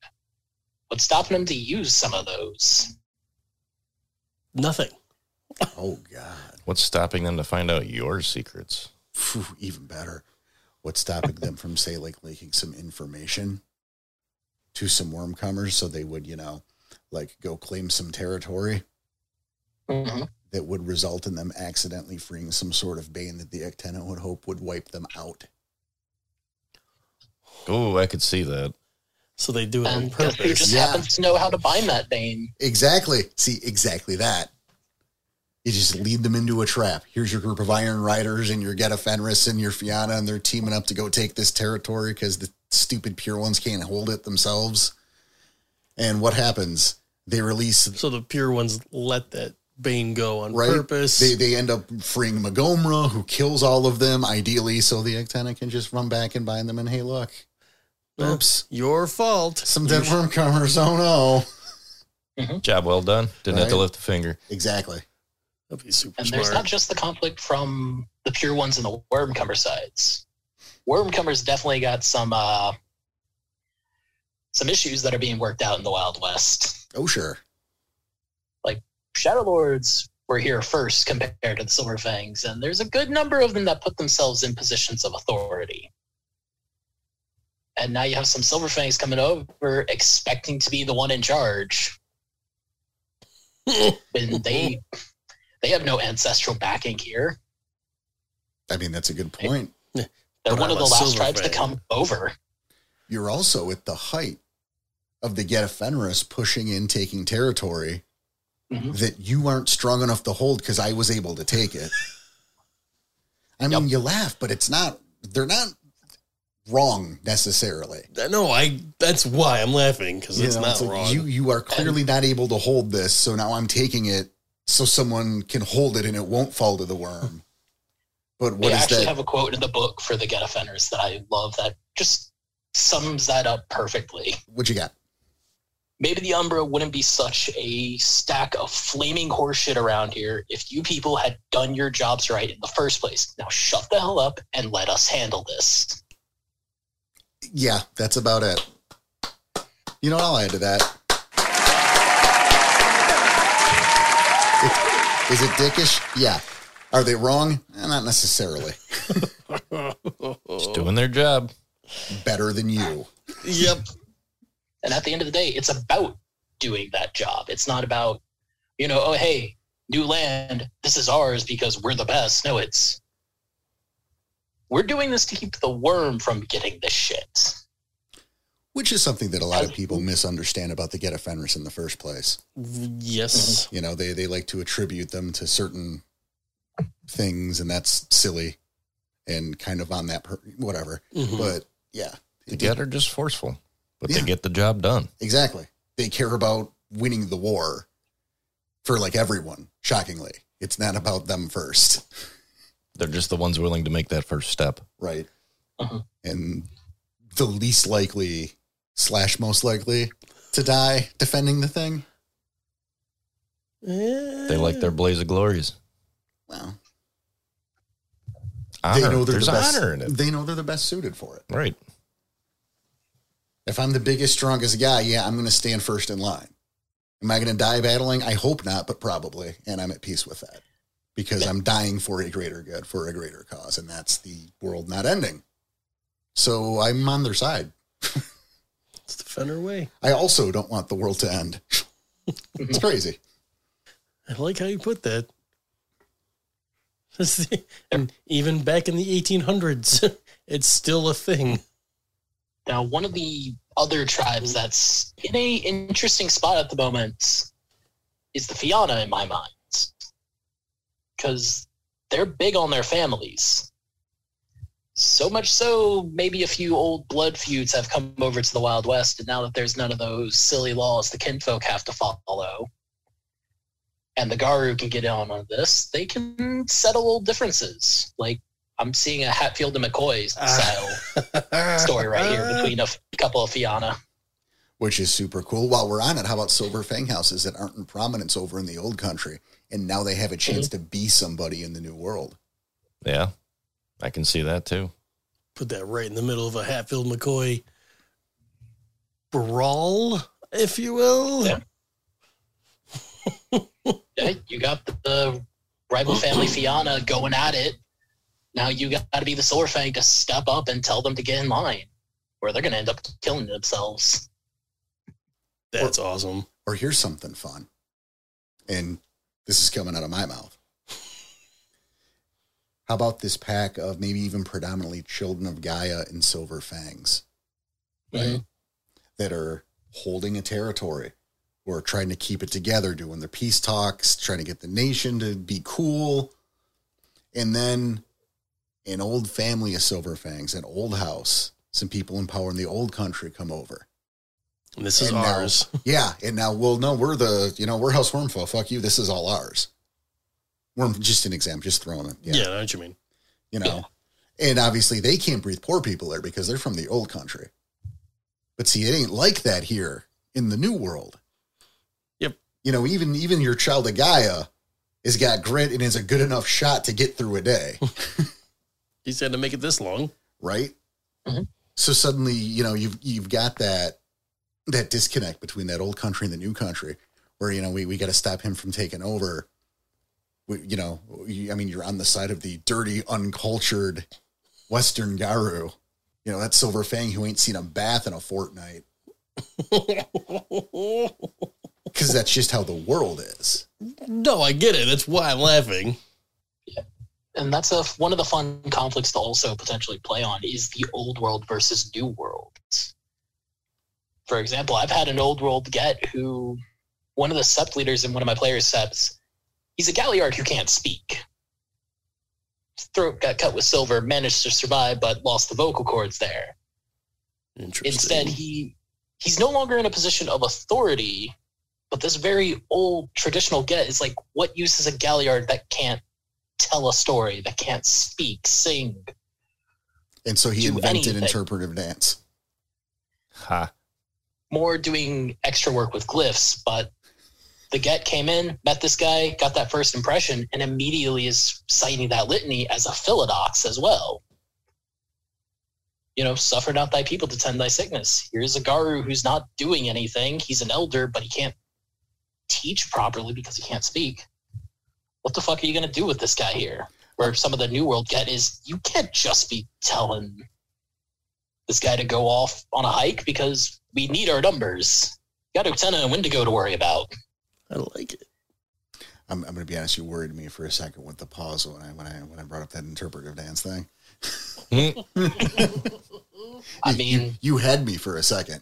[SPEAKER 4] What's stopping them to use some of those?
[SPEAKER 2] Nothing.
[SPEAKER 1] Oh God,
[SPEAKER 3] What's stopping them to find out your secrets?
[SPEAKER 1] Phew, even better. What's stopping them from say like leaking some information to some worm comers so they would you know like go claim some territory
[SPEAKER 4] hmm
[SPEAKER 1] that would result in them accidentally freeing some sort of bane that the Ectena would hope would wipe them out.
[SPEAKER 3] Oh, I could see that.
[SPEAKER 2] So they do it on
[SPEAKER 4] And guess who
[SPEAKER 2] purpose.
[SPEAKER 4] just
[SPEAKER 1] yeah.
[SPEAKER 4] happens to know how to bind that vein?
[SPEAKER 1] Exactly. See, exactly that. You just lead them into a trap. Here's your group of Iron Riders and your Geta Fenris and your Fianna, and they're teaming up to go take this territory because the stupid pure ones can't hold it themselves. And what happens? They release.
[SPEAKER 2] So the pure ones let that bane go on
[SPEAKER 1] Right.
[SPEAKER 2] purpose.
[SPEAKER 1] They, they end up freeing Magomra, who kills all of them, ideally, so the Ectena can just run back and bind them. And hey, look,
[SPEAKER 2] Well,
[SPEAKER 1] oops,
[SPEAKER 2] Your fault.
[SPEAKER 1] some
[SPEAKER 2] You
[SPEAKER 1] dead
[SPEAKER 2] sh-
[SPEAKER 1] wormcomers. Oh no!
[SPEAKER 3] Job well done. Didn't have to
[SPEAKER 1] Right.
[SPEAKER 3] lift a finger.
[SPEAKER 1] Exactly.
[SPEAKER 2] That'd be super
[SPEAKER 4] And there's not
[SPEAKER 2] smart.
[SPEAKER 4] just the conflict from the pure ones and the wormcumber sides. Wormcumbers definitely got some uh, some issues that are being worked out in the Wild West.
[SPEAKER 1] Oh sure.
[SPEAKER 4] Shadow Lords were here first compared to the Silver Fangs, and there's a good number of them that put themselves in positions of authority. And now you have some Silver Fangs coming over expecting to be the one in charge.
[SPEAKER 2] [LAUGHS]
[SPEAKER 4] when they they have no ancestral backing here.
[SPEAKER 1] I mean, that's a good point.
[SPEAKER 4] They're
[SPEAKER 2] But
[SPEAKER 4] one
[SPEAKER 2] I'm
[SPEAKER 4] of the
[SPEAKER 2] a
[SPEAKER 4] last
[SPEAKER 2] silver
[SPEAKER 4] tribes to
[SPEAKER 2] fan.
[SPEAKER 4] come over.
[SPEAKER 1] you're also at the height of the Geta Fenris pushing in, taking territory
[SPEAKER 2] Mm-hmm.
[SPEAKER 4] Mhm.
[SPEAKER 1] that you aren't strong enough to hold because I was able to take it. I mean, you laugh, but it's not, they're not wrong necessarily.
[SPEAKER 2] no, I. That's why I'm laughing because
[SPEAKER 1] You
[SPEAKER 2] it's
[SPEAKER 1] know,
[SPEAKER 2] not
[SPEAKER 1] it's like,
[SPEAKER 2] wrong.
[SPEAKER 1] You,
[SPEAKER 2] [LAUGHS]
[SPEAKER 1] you are clearly not able to hold this, so now I'm taking it so someone can hold it and it won't fall to the worm. But
[SPEAKER 4] They
[SPEAKER 1] what is
[SPEAKER 4] actually
[SPEAKER 1] that?
[SPEAKER 4] have a quote in the book for the Get Offenders that I love that just sums that up perfectly.
[SPEAKER 1] what you got?
[SPEAKER 4] Maybe the Umbra wouldn't be such a stack of flaming horseshit around here if you people had done your jobs right in the first place. Now shut the hell up and let us handle this.
[SPEAKER 1] Yeah, that's about it. You know what? I'll add to that. Is it dickish? Yeah. Are they wrong? Eh, Not necessarily.
[SPEAKER 3] Just doing their job.
[SPEAKER 1] Better than you.
[SPEAKER 2] yep.
[SPEAKER 4] And at the end of the day, it's about doing that job. It's not about, you know, oh hey, new land, this is ours because we're the best. No, it's we're doing this to keep the worm from getting this shit.
[SPEAKER 1] Which is something that a lot of people misunderstand about the Geta Fenris in the first place.
[SPEAKER 2] Yes.
[SPEAKER 1] You know, they, they like to attribute them to certain things, and that's silly and kind of on that, per- whatever.
[SPEAKER 2] Mhm.
[SPEAKER 1] But yeah,
[SPEAKER 3] The get are just forceful, but
[SPEAKER 1] Yeah.
[SPEAKER 3] they get the job done.
[SPEAKER 1] Exactly. They care about winning the war for like everyone, shockingly. It's not about them first,
[SPEAKER 3] They're just the ones willing to make that first step.
[SPEAKER 1] right?
[SPEAKER 4] Uh-huh.
[SPEAKER 1] And the least likely slash most likely to die defending the thing.
[SPEAKER 3] They like their blaze of glories.
[SPEAKER 1] Well,
[SPEAKER 3] Honor.
[SPEAKER 1] they know they're
[SPEAKER 3] There's
[SPEAKER 1] the best.
[SPEAKER 3] honor in it.
[SPEAKER 1] They know they're the best suited for it.
[SPEAKER 3] Right.
[SPEAKER 1] If I'm the biggest, strongest guy, yeah, I'm going to stand first in line. Am I going to die battling? I hope not, but probably. And I'm at peace with that because I'm dying for a greater good, for a greater cause. And that's the world not ending. So I'm on their side.
[SPEAKER 2] It's the Fenner way.
[SPEAKER 1] I also don't want the world to end. it's crazy.
[SPEAKER 2] I like how you put that. [LAUGHS] That's the- and even back in the 1800s, [LAUGHS] it's still a thing.
[SPEAKER 4] Now, one of the other tribes that's in a interesting spot at the moment is the Fianna, in my mind, because they're big on their families. So much so, maybe a few old blood feuds have come over to the Wild West, and now that there's none of those silly laws the kinfolk have to follow, and the Garu can get in on this, they can settle old differences. Like I'm seeing a Hatfield and McCoy style story
[SPEAKER 2] [LAUGHS]
[SPEAKER 4] right here
[SPEAKER 2] Uh,
[SPEAKER 4] between a f- couple of Fianna.
[SPEAKER 1] which is super cool. While we're on it, how about silver fang houses that aren't in prominence over in the old country, and now they have a chance to be somebody in the new world?
[SPEAKER 3] Yeah. I can see that too.
[SPEAKER 2] Put that right in the middle of a Hatfield McCoy brawl, if you will.
[SPEAKER 4] Yeah. Yeah, you got the, the rival family Fiana going at it. Now you got to be the Solar Fang to step up and tell them to get in line, or they're going to end up killing themselves.
[SPEAKER 2] That's awesome.
[SPEAKER 1] or here's something fun. And this is coming out of my mouth. [LAUGHS] How about this pack of maybe even predominantly children of Gaia and Silver Fangs
[SPEAKER 4] Mhm.
[SPEAKER 1] that are holding a territory or trying to keep it together, doing their peace talks, trying to get the nation to be cool. And then an old family of Silver Fangs, an old house, some people in power in the old country come over.
[SPEAKER 2] And this is
[SPEAKER 1] And now-
[SPEAKER 2] ours.
[SPEAKER 1] Yeah, and now well, no, we're the you know we're House Wormfo. Fuck you. This is all ours. Worm, just an example, just throwing it. Yeah,
[SPEAKER 2] Yeah, I know what you mean.
[SPEAKER 1] you know, and obviously they can't breathe poor people there because they're from the old country. But see, it ain't like that here in the new world.
[SPEAKER 2] Yep.
[SPEAKER 1] You know, even even your child of Gaia has got grit and is a good enough shot to get through a day.
[SPEAKER 2] He's had to make it this long. [LAUGHS]
[SPEAKER 1] right?
[SPEAKER 4] Mhm.
[SPEAKER 1] So suddenly, you know, you've you've got that that disconnect between that old country and the new country, where you know we we got to stop him from taking over. We, you know, you, I mean, you're on the side of the dirty, uncultured Western Garu. You know that Silver Fang who ain't seen a bath in a fortnight because that's just how the world is.
[SPEAKER 2] no, I get it. That's why I'm laughing.
[SPEAKER 4] And that's a, one of the fun conflicts to also potentially play on is the old world versus new world. For example, I've had an old world get who one of the sept leaders in one of my player septs, he's a Galliard who can't speak. His throat got cut with silver, managed to survive, but lost the vocal cords there.
[SPEAKER 2] Interesting.
[SPEAKER 4] instead he he's no longer in a position of authority but this very old traditional get is like what use is a galliard that can't tell a story that can't speak sing
[SPEAKER 1] And so he
[SPEAKER 4] Do
[SPEAKER 1] invented
[SPEAKER 4] anything.
[SPEAKER 1] interpretive dance.
[SPEAKER 3] Ha.
[SPEAKER 4] more doing extra work with glyphs but the get came in met this guy got that first impression and immediately is citing that litany as a philodox as well you know suffer not thy people to tend thy sickness here's a garu who's not doing anything he's an elder but he can't teach properly because he can't speak what the fuck are you going to do with this guy here where some of the new world get is you can't just be telling this guy to go off on a hike because we need our numbers. Got Utena and Wendigo to worry about.
[SPEAKER 2] I like it.
[SPEAKER 1] I'm, I'm going to be honest, you worried me for a second with the pause when I when I when I brought up that interpretive dance thing.
[SPEAKER 4] I
[SPEAKER 1] You- you-
[SPEAKER 4] mean,
[SPEAKER 1] you had me for a second.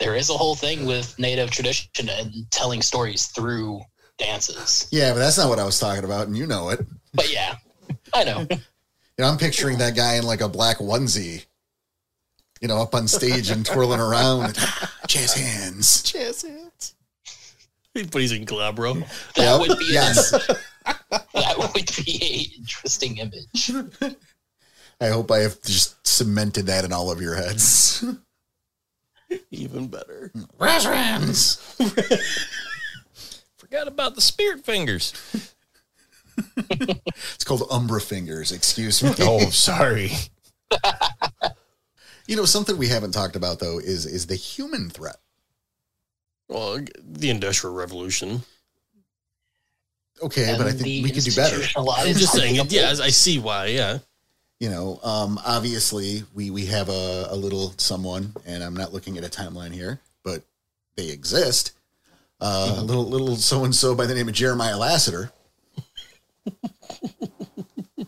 [SPEAKER 4] there is a whole thing with native tradition and telling stories through dances.
[SPEAKER 1] Yeah, but that's not what I was talking about, and you know it.
[SPEAKER 4] But yeah, I
[SPEAKER 2] [LAUGHS]
[SPEAKER 4] know.
[SPEAKER 1] You know, I'm picturing that guy in like a black onesie, you know, up on stage and twirling around, jazz hands.
[SPEAKER 2] Chance it. [LAUGHS] But he's in Glabro.
[SPEAKER 4] That
[SPEAKER 1] Yep,
[SPEAKER 4] would be
[SPEAKER 1] yes.
[SPEAKER 4] that would be a interesting image.
[SPEAKER 1] I hope I have just cemented that in all of your heads.
[SPEAKER 2] Even better.
[SPEAKER 1] Razz Rams.
[SPEAKER 3] Forgot about the
[SPEAKER 1] [LAUGHS]
[SPEAKER 3] spirit fingers.
[SPEAKER 1] It's called Umbra Fingers. Excuse me.
[SPEAKER 3] oh, sorry.
[SPEAKER 1] You know, something we haven't talked about though is is the human threat.
[SPEAKER 2] Well, the Industrial Revolution.
[SPEAKER 1] Okay, but I
[SPEAKER 4] And
[SPEAKER 1] think
[SPEAKER 4] the
[SPEAKER 1] we could do better.
[SPEAKER 4] institutionalized-
[SPEAKER 2] I'm just saying.
[SPEAKER 4] [LAUGHS]
[SPEAKER 2] Yeah, I see why. Yeah.
[SPEAKER 1] you know, um, obviously we we have a, a little someone, and I'm not looking at a timeline here, but they exist. Uh, a little little so and so by the name of Jeremiah Lassiter,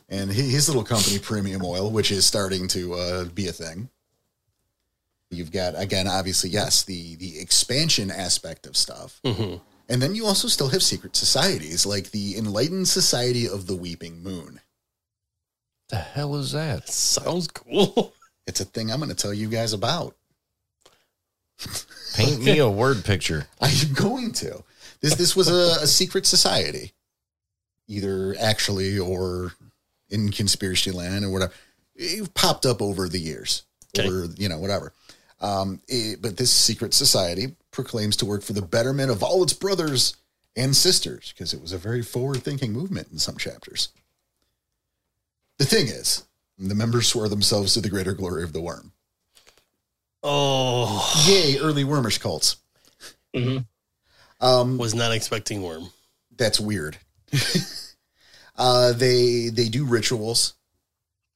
[SPEAKER 1] and he, his little company Premium Oil, which is starting to uh, be a thing. You've got again, obviously, yes, the the expansion aspect of stuff,
[SPEAKER 2] hmm
[SPEAKER 1] and then you also still have secret societies like the Enlightened Society of the Weeping Moon.
[SPEAKER 3] The hell is [LAUGHS] that?
[SPEAKER 2] Sounds cool. [LAUGHS]
[SPEAKER 1] It's a thing I'm going to tell you guys about.
[SPEAKER 3] Paint me a word picture.
[SPEAKER 1] I'm going to. This this was a, a secret society, either actually or in conspiracy land or whatever. It popped up over the years,
[SPEAKER 2] Okay.
[SPEAKER 1] or you know whatever. Um, it- but this secret society proclaims to work for the betterment of all its brothers and sisters because it was a very forward-thinking movement in some chapters. The thing is, the members swore themselves to the greater glory of the worm.
[SPEAKER 2] Oh,
[SPEAKER 1] Yay, early wormish cults.
[SPEAKER 4] Mhm.
[SPEAKER 1] Um,
[SPEAKER 2] was not expecting Worm.
[SPEAKER 1] that's weird. [LAUGHS] uh, they they do rituals,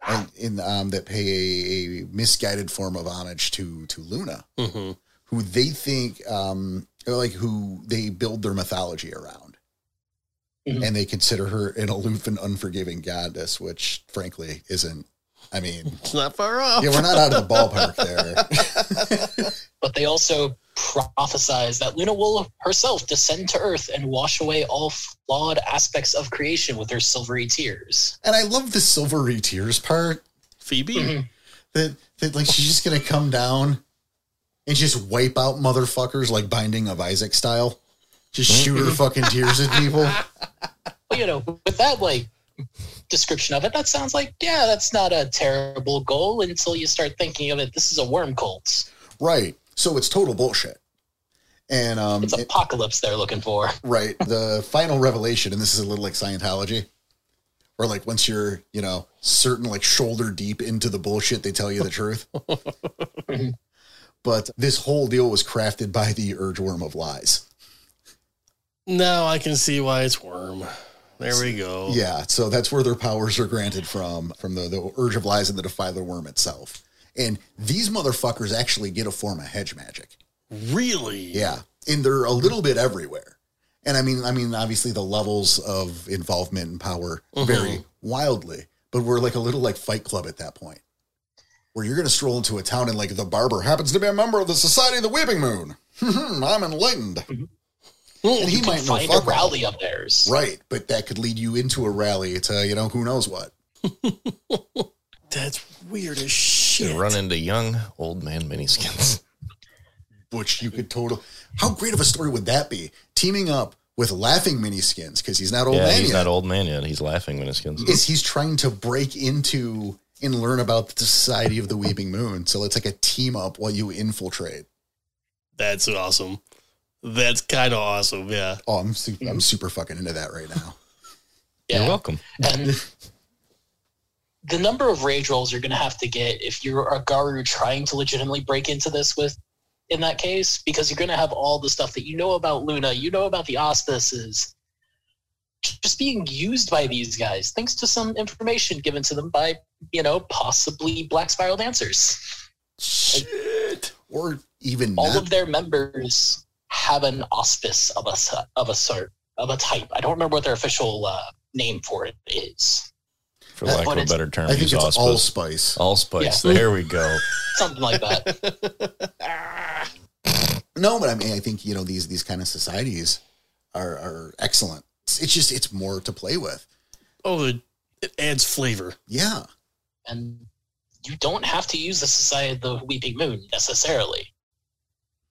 [SPEAKER 1] and in um, that pay a, a misguided form of homage to to Luna,
[SPEAKER 2] hmm
[SPEAKER 1] who they think um, or like who they build their mythology around,
[SPEAKER 4] Mhm.
[SPEAKER 1] and they consider her an aloof and unforgiving goddess, which frankly isn't. I mean,
[SPEAKER 2] It's not far off.
[SPEAKER 1] yeah, we're not out of the ballpark there.
[SPEAKER 4] But they also prophesize that Luna will herself descend to Earth and wash away all flawed aspects of creation with her silvery tears.
[SPEAKER 1] And I love the silvery tears part.
[SPEAKER 2] Phoebe,
[SPEAKER 4] Mhm.
[SPEAKER 1] that that like she's just gonna come down and just wipe out motherfuckers like Binding of Isaac style. Just shoot her fucking tears at people.
[SPEAKER 4] But you know, with that like description of it, that sounds like yeah, that's not a terrible goal until you start thinking of it. This is a worm cult.
[SPEAKER 1] Right. So it's total bullshit. And um
[SPEAKER 4] It's
[SPEAKER 1] it-
[SPEAKER 4] apocalypse they're looking for.
[SPEAKER 1] right, the final revelation, and this is a little like Scientology. Or like once you're, you know, certain like shoulder deep into the bullshit, they tell you the truth. but this whole deal was crafted by the urge worm of lies.
[SPEAKER 2] now I can see why it's worm. There we go.
[SPEAKER 1] Yeah, so that's where their powers are granted from, from the, the Urge of Lies and the Defiler Worm itself. And these motherfuckers actually get a form of hedge magic.
[SPEAKER 2] Really?
[SPEAKER 1] Yeah, and they're a little bit everywhere. And I mean, I mean, obviously the levels of involvement and power
[SPEAKER 4] Mm-hmm.
[SPEAKER 1] vary wildly, but we're like a little like Fight Club at that point, where you're going to stroll into a town and like the barber happens to be a member of the Society of the Weeping Moon. [LAUGHS] I'm enlightened.
[SPEAKER 2] Hmm.
[SPEAKER 1] And he
[SPEAKER 4] Mm-hmm. You
[SPEAKER 1] might
[SPEAKER 4] can
[SPEAKER 1] know
[SPEAKER 4] find a
[SPEAKER 1] fuck all.
[SPEAKER 4] rally of theirs.
[SPEAKER 1] Right, but that could lead you into a rally to, you know, who knows what.
[SPEAKER 2] That's weird as
[SPEAKER 3] [LAUGHS] You
[SPEAKER 2] shit.
[SPEAKER 3] run into young old man miniskins.
[SPEAKER 1] which you could total. How great of a story would that be? Teaming up with laughing miniskins because he's not [LAUGHS] old
[SPEAKER 3] yeah,
[SPEAKER 1] man
[SPEAKER 3] he's
[SPEAKER 1] yet.
[SPEAKER 3] not old man yet. He's laughing miniskins.
[SPEAKER 1] Is he's trying to break into and learn about the Society of the Weeping Moon? So it's like a team up while you infiltrate.
[SPEAKER 2] That's awesome. That's kind of awesome. Yeah.
[SPEAKER 1] Oh, I'm su-
[SPEAKER 4] Mm-hmm.
[SPEAKER 1] I'm super fucking into that right now.
[SPEAKER 3] You're
[SPEAKER 4] Yeah.
[SPEAKER 3] welcome.
[SPEAKER 4] And Um, the number of rage rolls you're going to have to get if you're a Garu trying to legitimately break into this with, in that case, because you're going to have all the stuff that you know about Luna, you know about the auspices, just being used by these guys, thanks to some information given to them by, you know, possibly Black Spiral Dancers.
[SPEAKER 2] Shit.
[SPEAKER 1] Or even
[SPEAKER 4] All
[SPEAKER 1] not.
[SPEAKER 4] of their members have an auspice of a so- of a sort of a type. I don't remember what their official uh, name for it is.
[SPEAKER 3] For
[SPEAKER 1] Uh,
[SPEAKER 3] lack
[SPEAKER 4] but
[SPEAKER 3] of a
[SPEAKER 4] it's-
[SPEAKER 3] better term,
[SPEAKER 1] I think
[SPEAKER 3] use
[SPEAKER 1] it's allspice.
[SPEAKER 3] auspice. Allspice.
[SPEAKER 2] Yeah.
[SPEAKER 3] There we go.
[SPEAKER 4] Something like that.
[SPEAKER 1] No, but I mean, I think you know these these kind of societies are are excellent. It's, it's just it's more to play with.
[SPEAKER 2] Oh, it, it adds flavor.
[SPEAKER 1] Yeah,
[SPEAKER 4] and you don't have to use the Society of the Weeping Moon necessarily,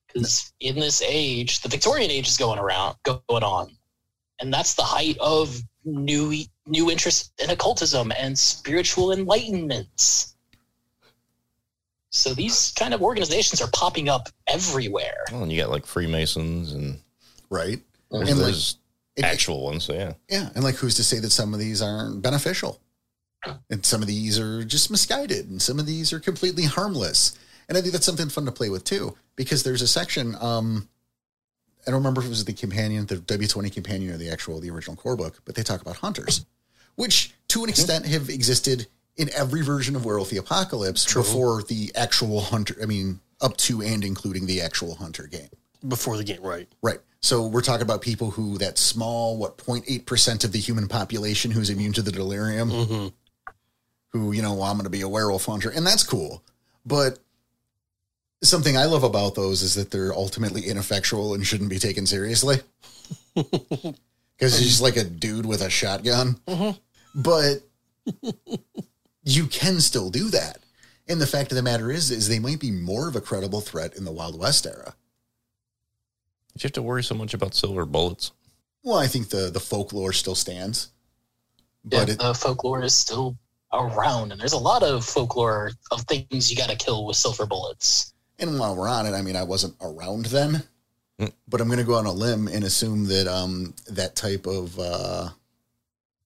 [SPEAKER 4] because in this age, the Victorian age is going around, going on, and that's the height of new new interest in occultism and spiritual enlightenments. So these kind of organizations are popping up everywhere.
[SPEAKER 3] Well, and you got like Freemasons and
[SPEAKER 1] right.
[SPEAKER 3] there's,
[SPEAKER 1] And, like,
[SPEAKER 3] there's
[SPEAKER 1] It-
[SPEAKER 3] actual ones. So yeah.
[SPEAKER 1] Yeah, and like who's to say that some of these aren't beneficial? And some of these are just misguided, and some of these are completely harmless. And I think that's something fun to play with too, because there's a section. Um, I don't remember if it was the companion, the W twenty companion, or the actual the original core book, but they talk about hunters, which to an extent have existed in every version of Werewolf the Apocalypse before the actual hunter. I mean, up to and including the actual hunter game.
[SPEAKER 2] Before the game, right?
[SPEAKER 1] Right. So we're talking about people who that small, what 0.8 percent of the human population who's immune to the delirium,
[SPEAKER 2] Mm-hmm.
[SPEAKER 1] who you know, well, I'm going to be a werewolf hunter, and that's cool. But something I love about those is that they're ultimately ineffectual and shouldn't be taken seriously. Because he's just like a dude with a shotgun,
[SPEAKER 2] Mhm.
[SPEAKER 1] but you can still do that. And the fact of the matter is, is they might be more of a credible threat in the Wild West era.
[SPEAKER 3] Did you have to worry so much about silver bullets?
[SPEAKER 1] Well, I think the the folklore still stands, but
[SPEAKER 4] Yeah,
[SPEAKER 1] it,
[SPEAKER 4] the folklore is still around, and there's a lot of folklore of things you got to kill with silver bullets.
[SPEAKER 1] and while we're on it, I mean, I wasn't around then,
[SPEAKER 2] Hmm.
[SPEAKER 3] Mm.
[SPEAKER 1] but I'm going to go on a limb and assume that um that type of uh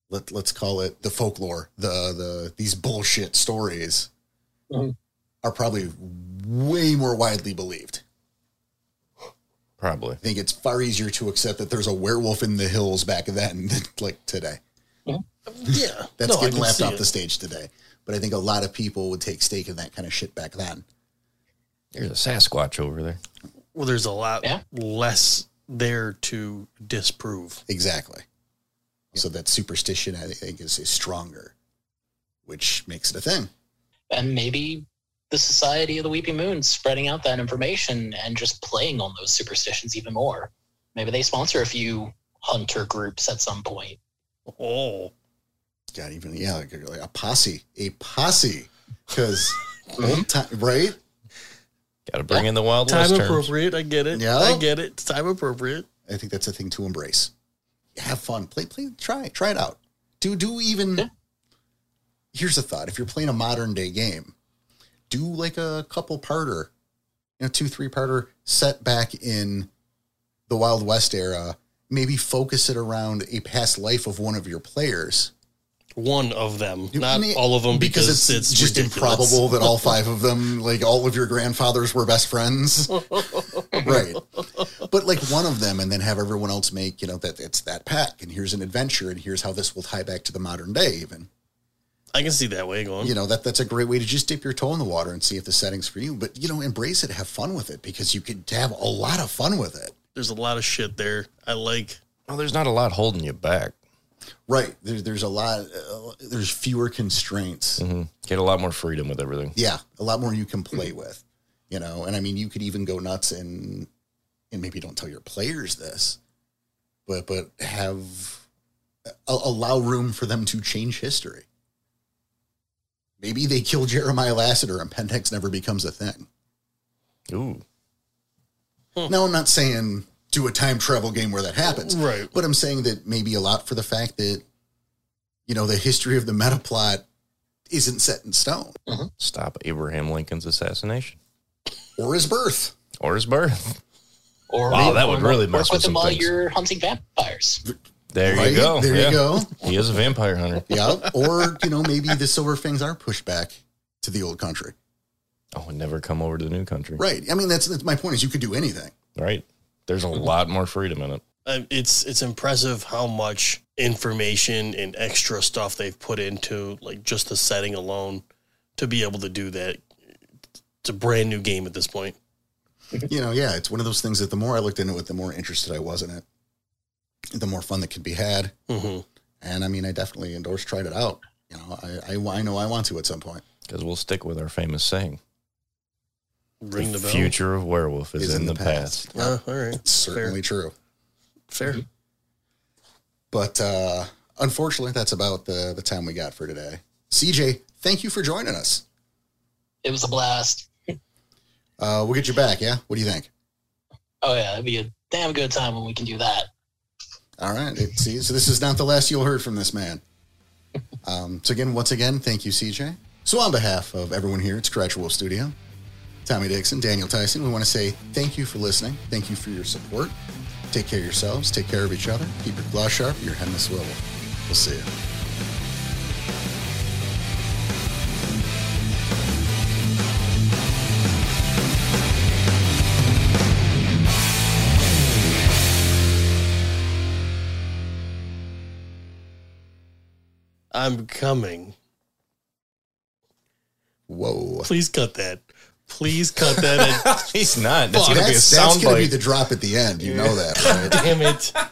[SPEAKER 1] let let's call it the folklore, the the these bullshit stories
[SPEAKER 4] Mhm.
[SPEAKER 1] are probably way more widely believed.
[SPEAKER 3] Probably.
[SPEAKER 1] I think it's far easier to accept that there's a werewolf in the hills back then [LAUGHS] than like today.
[SPEAKER 2] Yeah,
[SPEAKER 1] That's
[SPEAKER 2] I
[SPEAKER 1] getting
[SPEAKER 2] can
[SPEAKER 1] laughed
[SPEAKER 2] see
[SPEAKER 1] off
[SPEAKER 2] it.
[SPEAKER 1] the stage today. But I think a lot of people would take stake in that kind of shit back then.
[SPEAKER 3] There's a Sasquatch over there.
[SPEAKER 2] Well, there's a lot
[SPEAKER 4] Yeah.
[SPEAKER 2] less there to disprove.
[SPEAKER 1] Exactly. So that superstition, I think, is, is stronger, which makes it a thing.
[SPEAKER 4] and maybe the Society of the Weeping Moon spreading out that information and just playing on those superstitions even more. Maybe they sponsor a few hunter groups at some point.
[SPEAKER 2] Oh,
[SPEAKER 1] God, even yeah, like, like a posse, a posse, because right?
[SPEAKER 3] Got to bring in the Wild
[SPEAKER 2] time
[SPEAKER 3] West terms.
[SPEAKER 2] appropriate. I get it.
[SPEAKER 1] Yeah.
[SPEAKER 2] I get it. It's time appropriate.
[SPEAKER 1] I think that's a thing to embrace. Have fun, play, play, try, it. try it out. Do do even.
[SPEAKER 4] Yeah.
[SPEAKER 1] Here's a thought: if you're playing a modern day game, do like a couple parter, you know, two three parter set back in the Wild West era. Maybe focus it around a past life of one of your players.
[SPEAKER 2] One of them,
[SPEAKER 1] You-
[SPEAKER 2] not
[SPEAKER 1] I mean,
[SPEAKER 2] all of them, because, it's,
[SPEAKER 1] just
[SPEAKER 2] ridiculous.
[SPEAKER 1] improbable that all five of them, like all of your grandfathers, were best
[SPEAKER 2] [LAUGHS]
[SPEAKER 1] friends, right? But like one of them, and then have everyone else make you know that it's that pack, and here's an adventure, and here's how this will tie back to the modern day, even.
[SPEAKER 2] I can see that way going.
[SPEAKER 1] You know that that's a great way to just dip your toe in the water and see if the setting's for you. But you know, embrace it, have fun with it, because you could have a lot of fun with it.
[SPEAKER 2] There's a lot of shit there. I like.
[SPEAKER 3] Well, there's not a lot holding you back.
[SPEAKER 1] Right? There, there's a lot. Uh, there's fewer constraints.
[SPEAKER 3] hmm Get a lot more freedom with everything.
[SPEAKER 1] yeah a lot more you can
[SPEAKER 3] Mm-hmm.
[SPEAKER 1] play with you know and i mean you could even go nuts and and maybe don't tell your players this but but have a- allow room for them to change history maybe they kill jeremiah lassiter and pentex never becomes a thing
[SPEAKER 3] Ooh. Hmm.
[SPEAKER 1] now i'm not saying do a time travel game where that happens
[SPEAKER 2] Right.
[SPEAKER 1] but i'm saying that maybe a lot for the fact that you know the history of the meta plot isn't set in stone
[SPEAKER 3] Stop Abraham Lincoln's assassination
[SPEAKER 1] or his birth
[SPEAKER 3] or his birth.
[SPEAKER 4] Or
[SPEAKER 3] Wow, that would
[SPEAKER 4] or
[SPEAKER 3] really
[SPEAKER 4] work
[SPEAKER 3] mess with
[SPEAKER 4] with them
[SPEAKER 3] some
[SPEAKER 4] while
[SPEAKER 3] things.
[SPEAKER 4] you're hunting vampires.
[SPEAKER 3] There
[SPEAKER 1] right?
[SPEAKER 3] you go.
[SPEAKER 1] there
[SPEAKER 3] Yeah.
[SPEAKER 1] you
[SPEAKER 3] [LAUGHS]
[SPEAKER 1] go
[SPEAKER 3] He is a vampire hunter.
[SPEAKER 1] yeah. Or, you know, maybe the silver fangs are pushed back to the old country.
[SPEAKER 3] Oh, and never come over to the new country. Right.
[SPEAKER 1] Right. I mean, that's, that's my point is you could do anything.
[SPEAKER 3] There's a lot more freedom in it.
[SPEAKER 2] Uh, it's it's impressive how much information and extra stuff they've put into like just the setting alone to be able to do that. It's a brand new game at this point.
[SPEAKER 1] You know, yeah, it's one of those things that the more I looked into it, the more interested I was in it, the more fun that could be had.
[SPEAKER 2] hmm
[SPEAKER 1] And I mean, I definitely endorse tried it out. You know, I, I, I know I want to at some point.
[SPEAKER 3] Because we'll stick with our famous saying
[SPEAKER 2] Ring the bell.
[SPEAKER 3] future of werewolf is, in, the, past.
[SPEAKER 2] Uh, all right.
[SPEAKER 1] It's certainly true.
[SPEAKER 2] Fair. Fair.
[SPEAKER 1] But uh, unfortunately, that's about the, the time we got for today. CJ, thank you for joining us.
[SPEAKER 4] It was a blast.
[SPEAKER 1] Uh, we'll get you back. Yeah. What do you think?
[SPEAKER 4] Oh yeah, it'd be a damn good time when we can do that.
[SPEAKER 1] All right. It- see, so this is not the last you'll hear from this
[SPEAKER 3] [LAUGHS]
[SPEAKER 1] man. Um, so again, once again, thank you, CJ. So on behalf of everyone here at Scratch Wolf Studio, Tommy Dixon, Daniel Tyson, we want to say thank you for listening. Thank you for your support. Take care of yourselves. Take care of each other. Keep your claw sharp. Your head in the swivel. We'll see you.
[SPEAKER 2] I'm coming.
[SPEAKER 1] Whoa.
[SPEAKER 2] Please cut that. Please cut that.
[SPEAKER 3] [LAUGHS] He's not.
[SPEAKER 1] That's,
[SPEAKER 3] That's going to be a
[SPEAKER 1] that's gonna be
[SPEAKER 3] soundbite. [LAUGHS]
[SPEAKER 1] the drop at the end. You know that, right?
[SPEAKER 2] Damn it.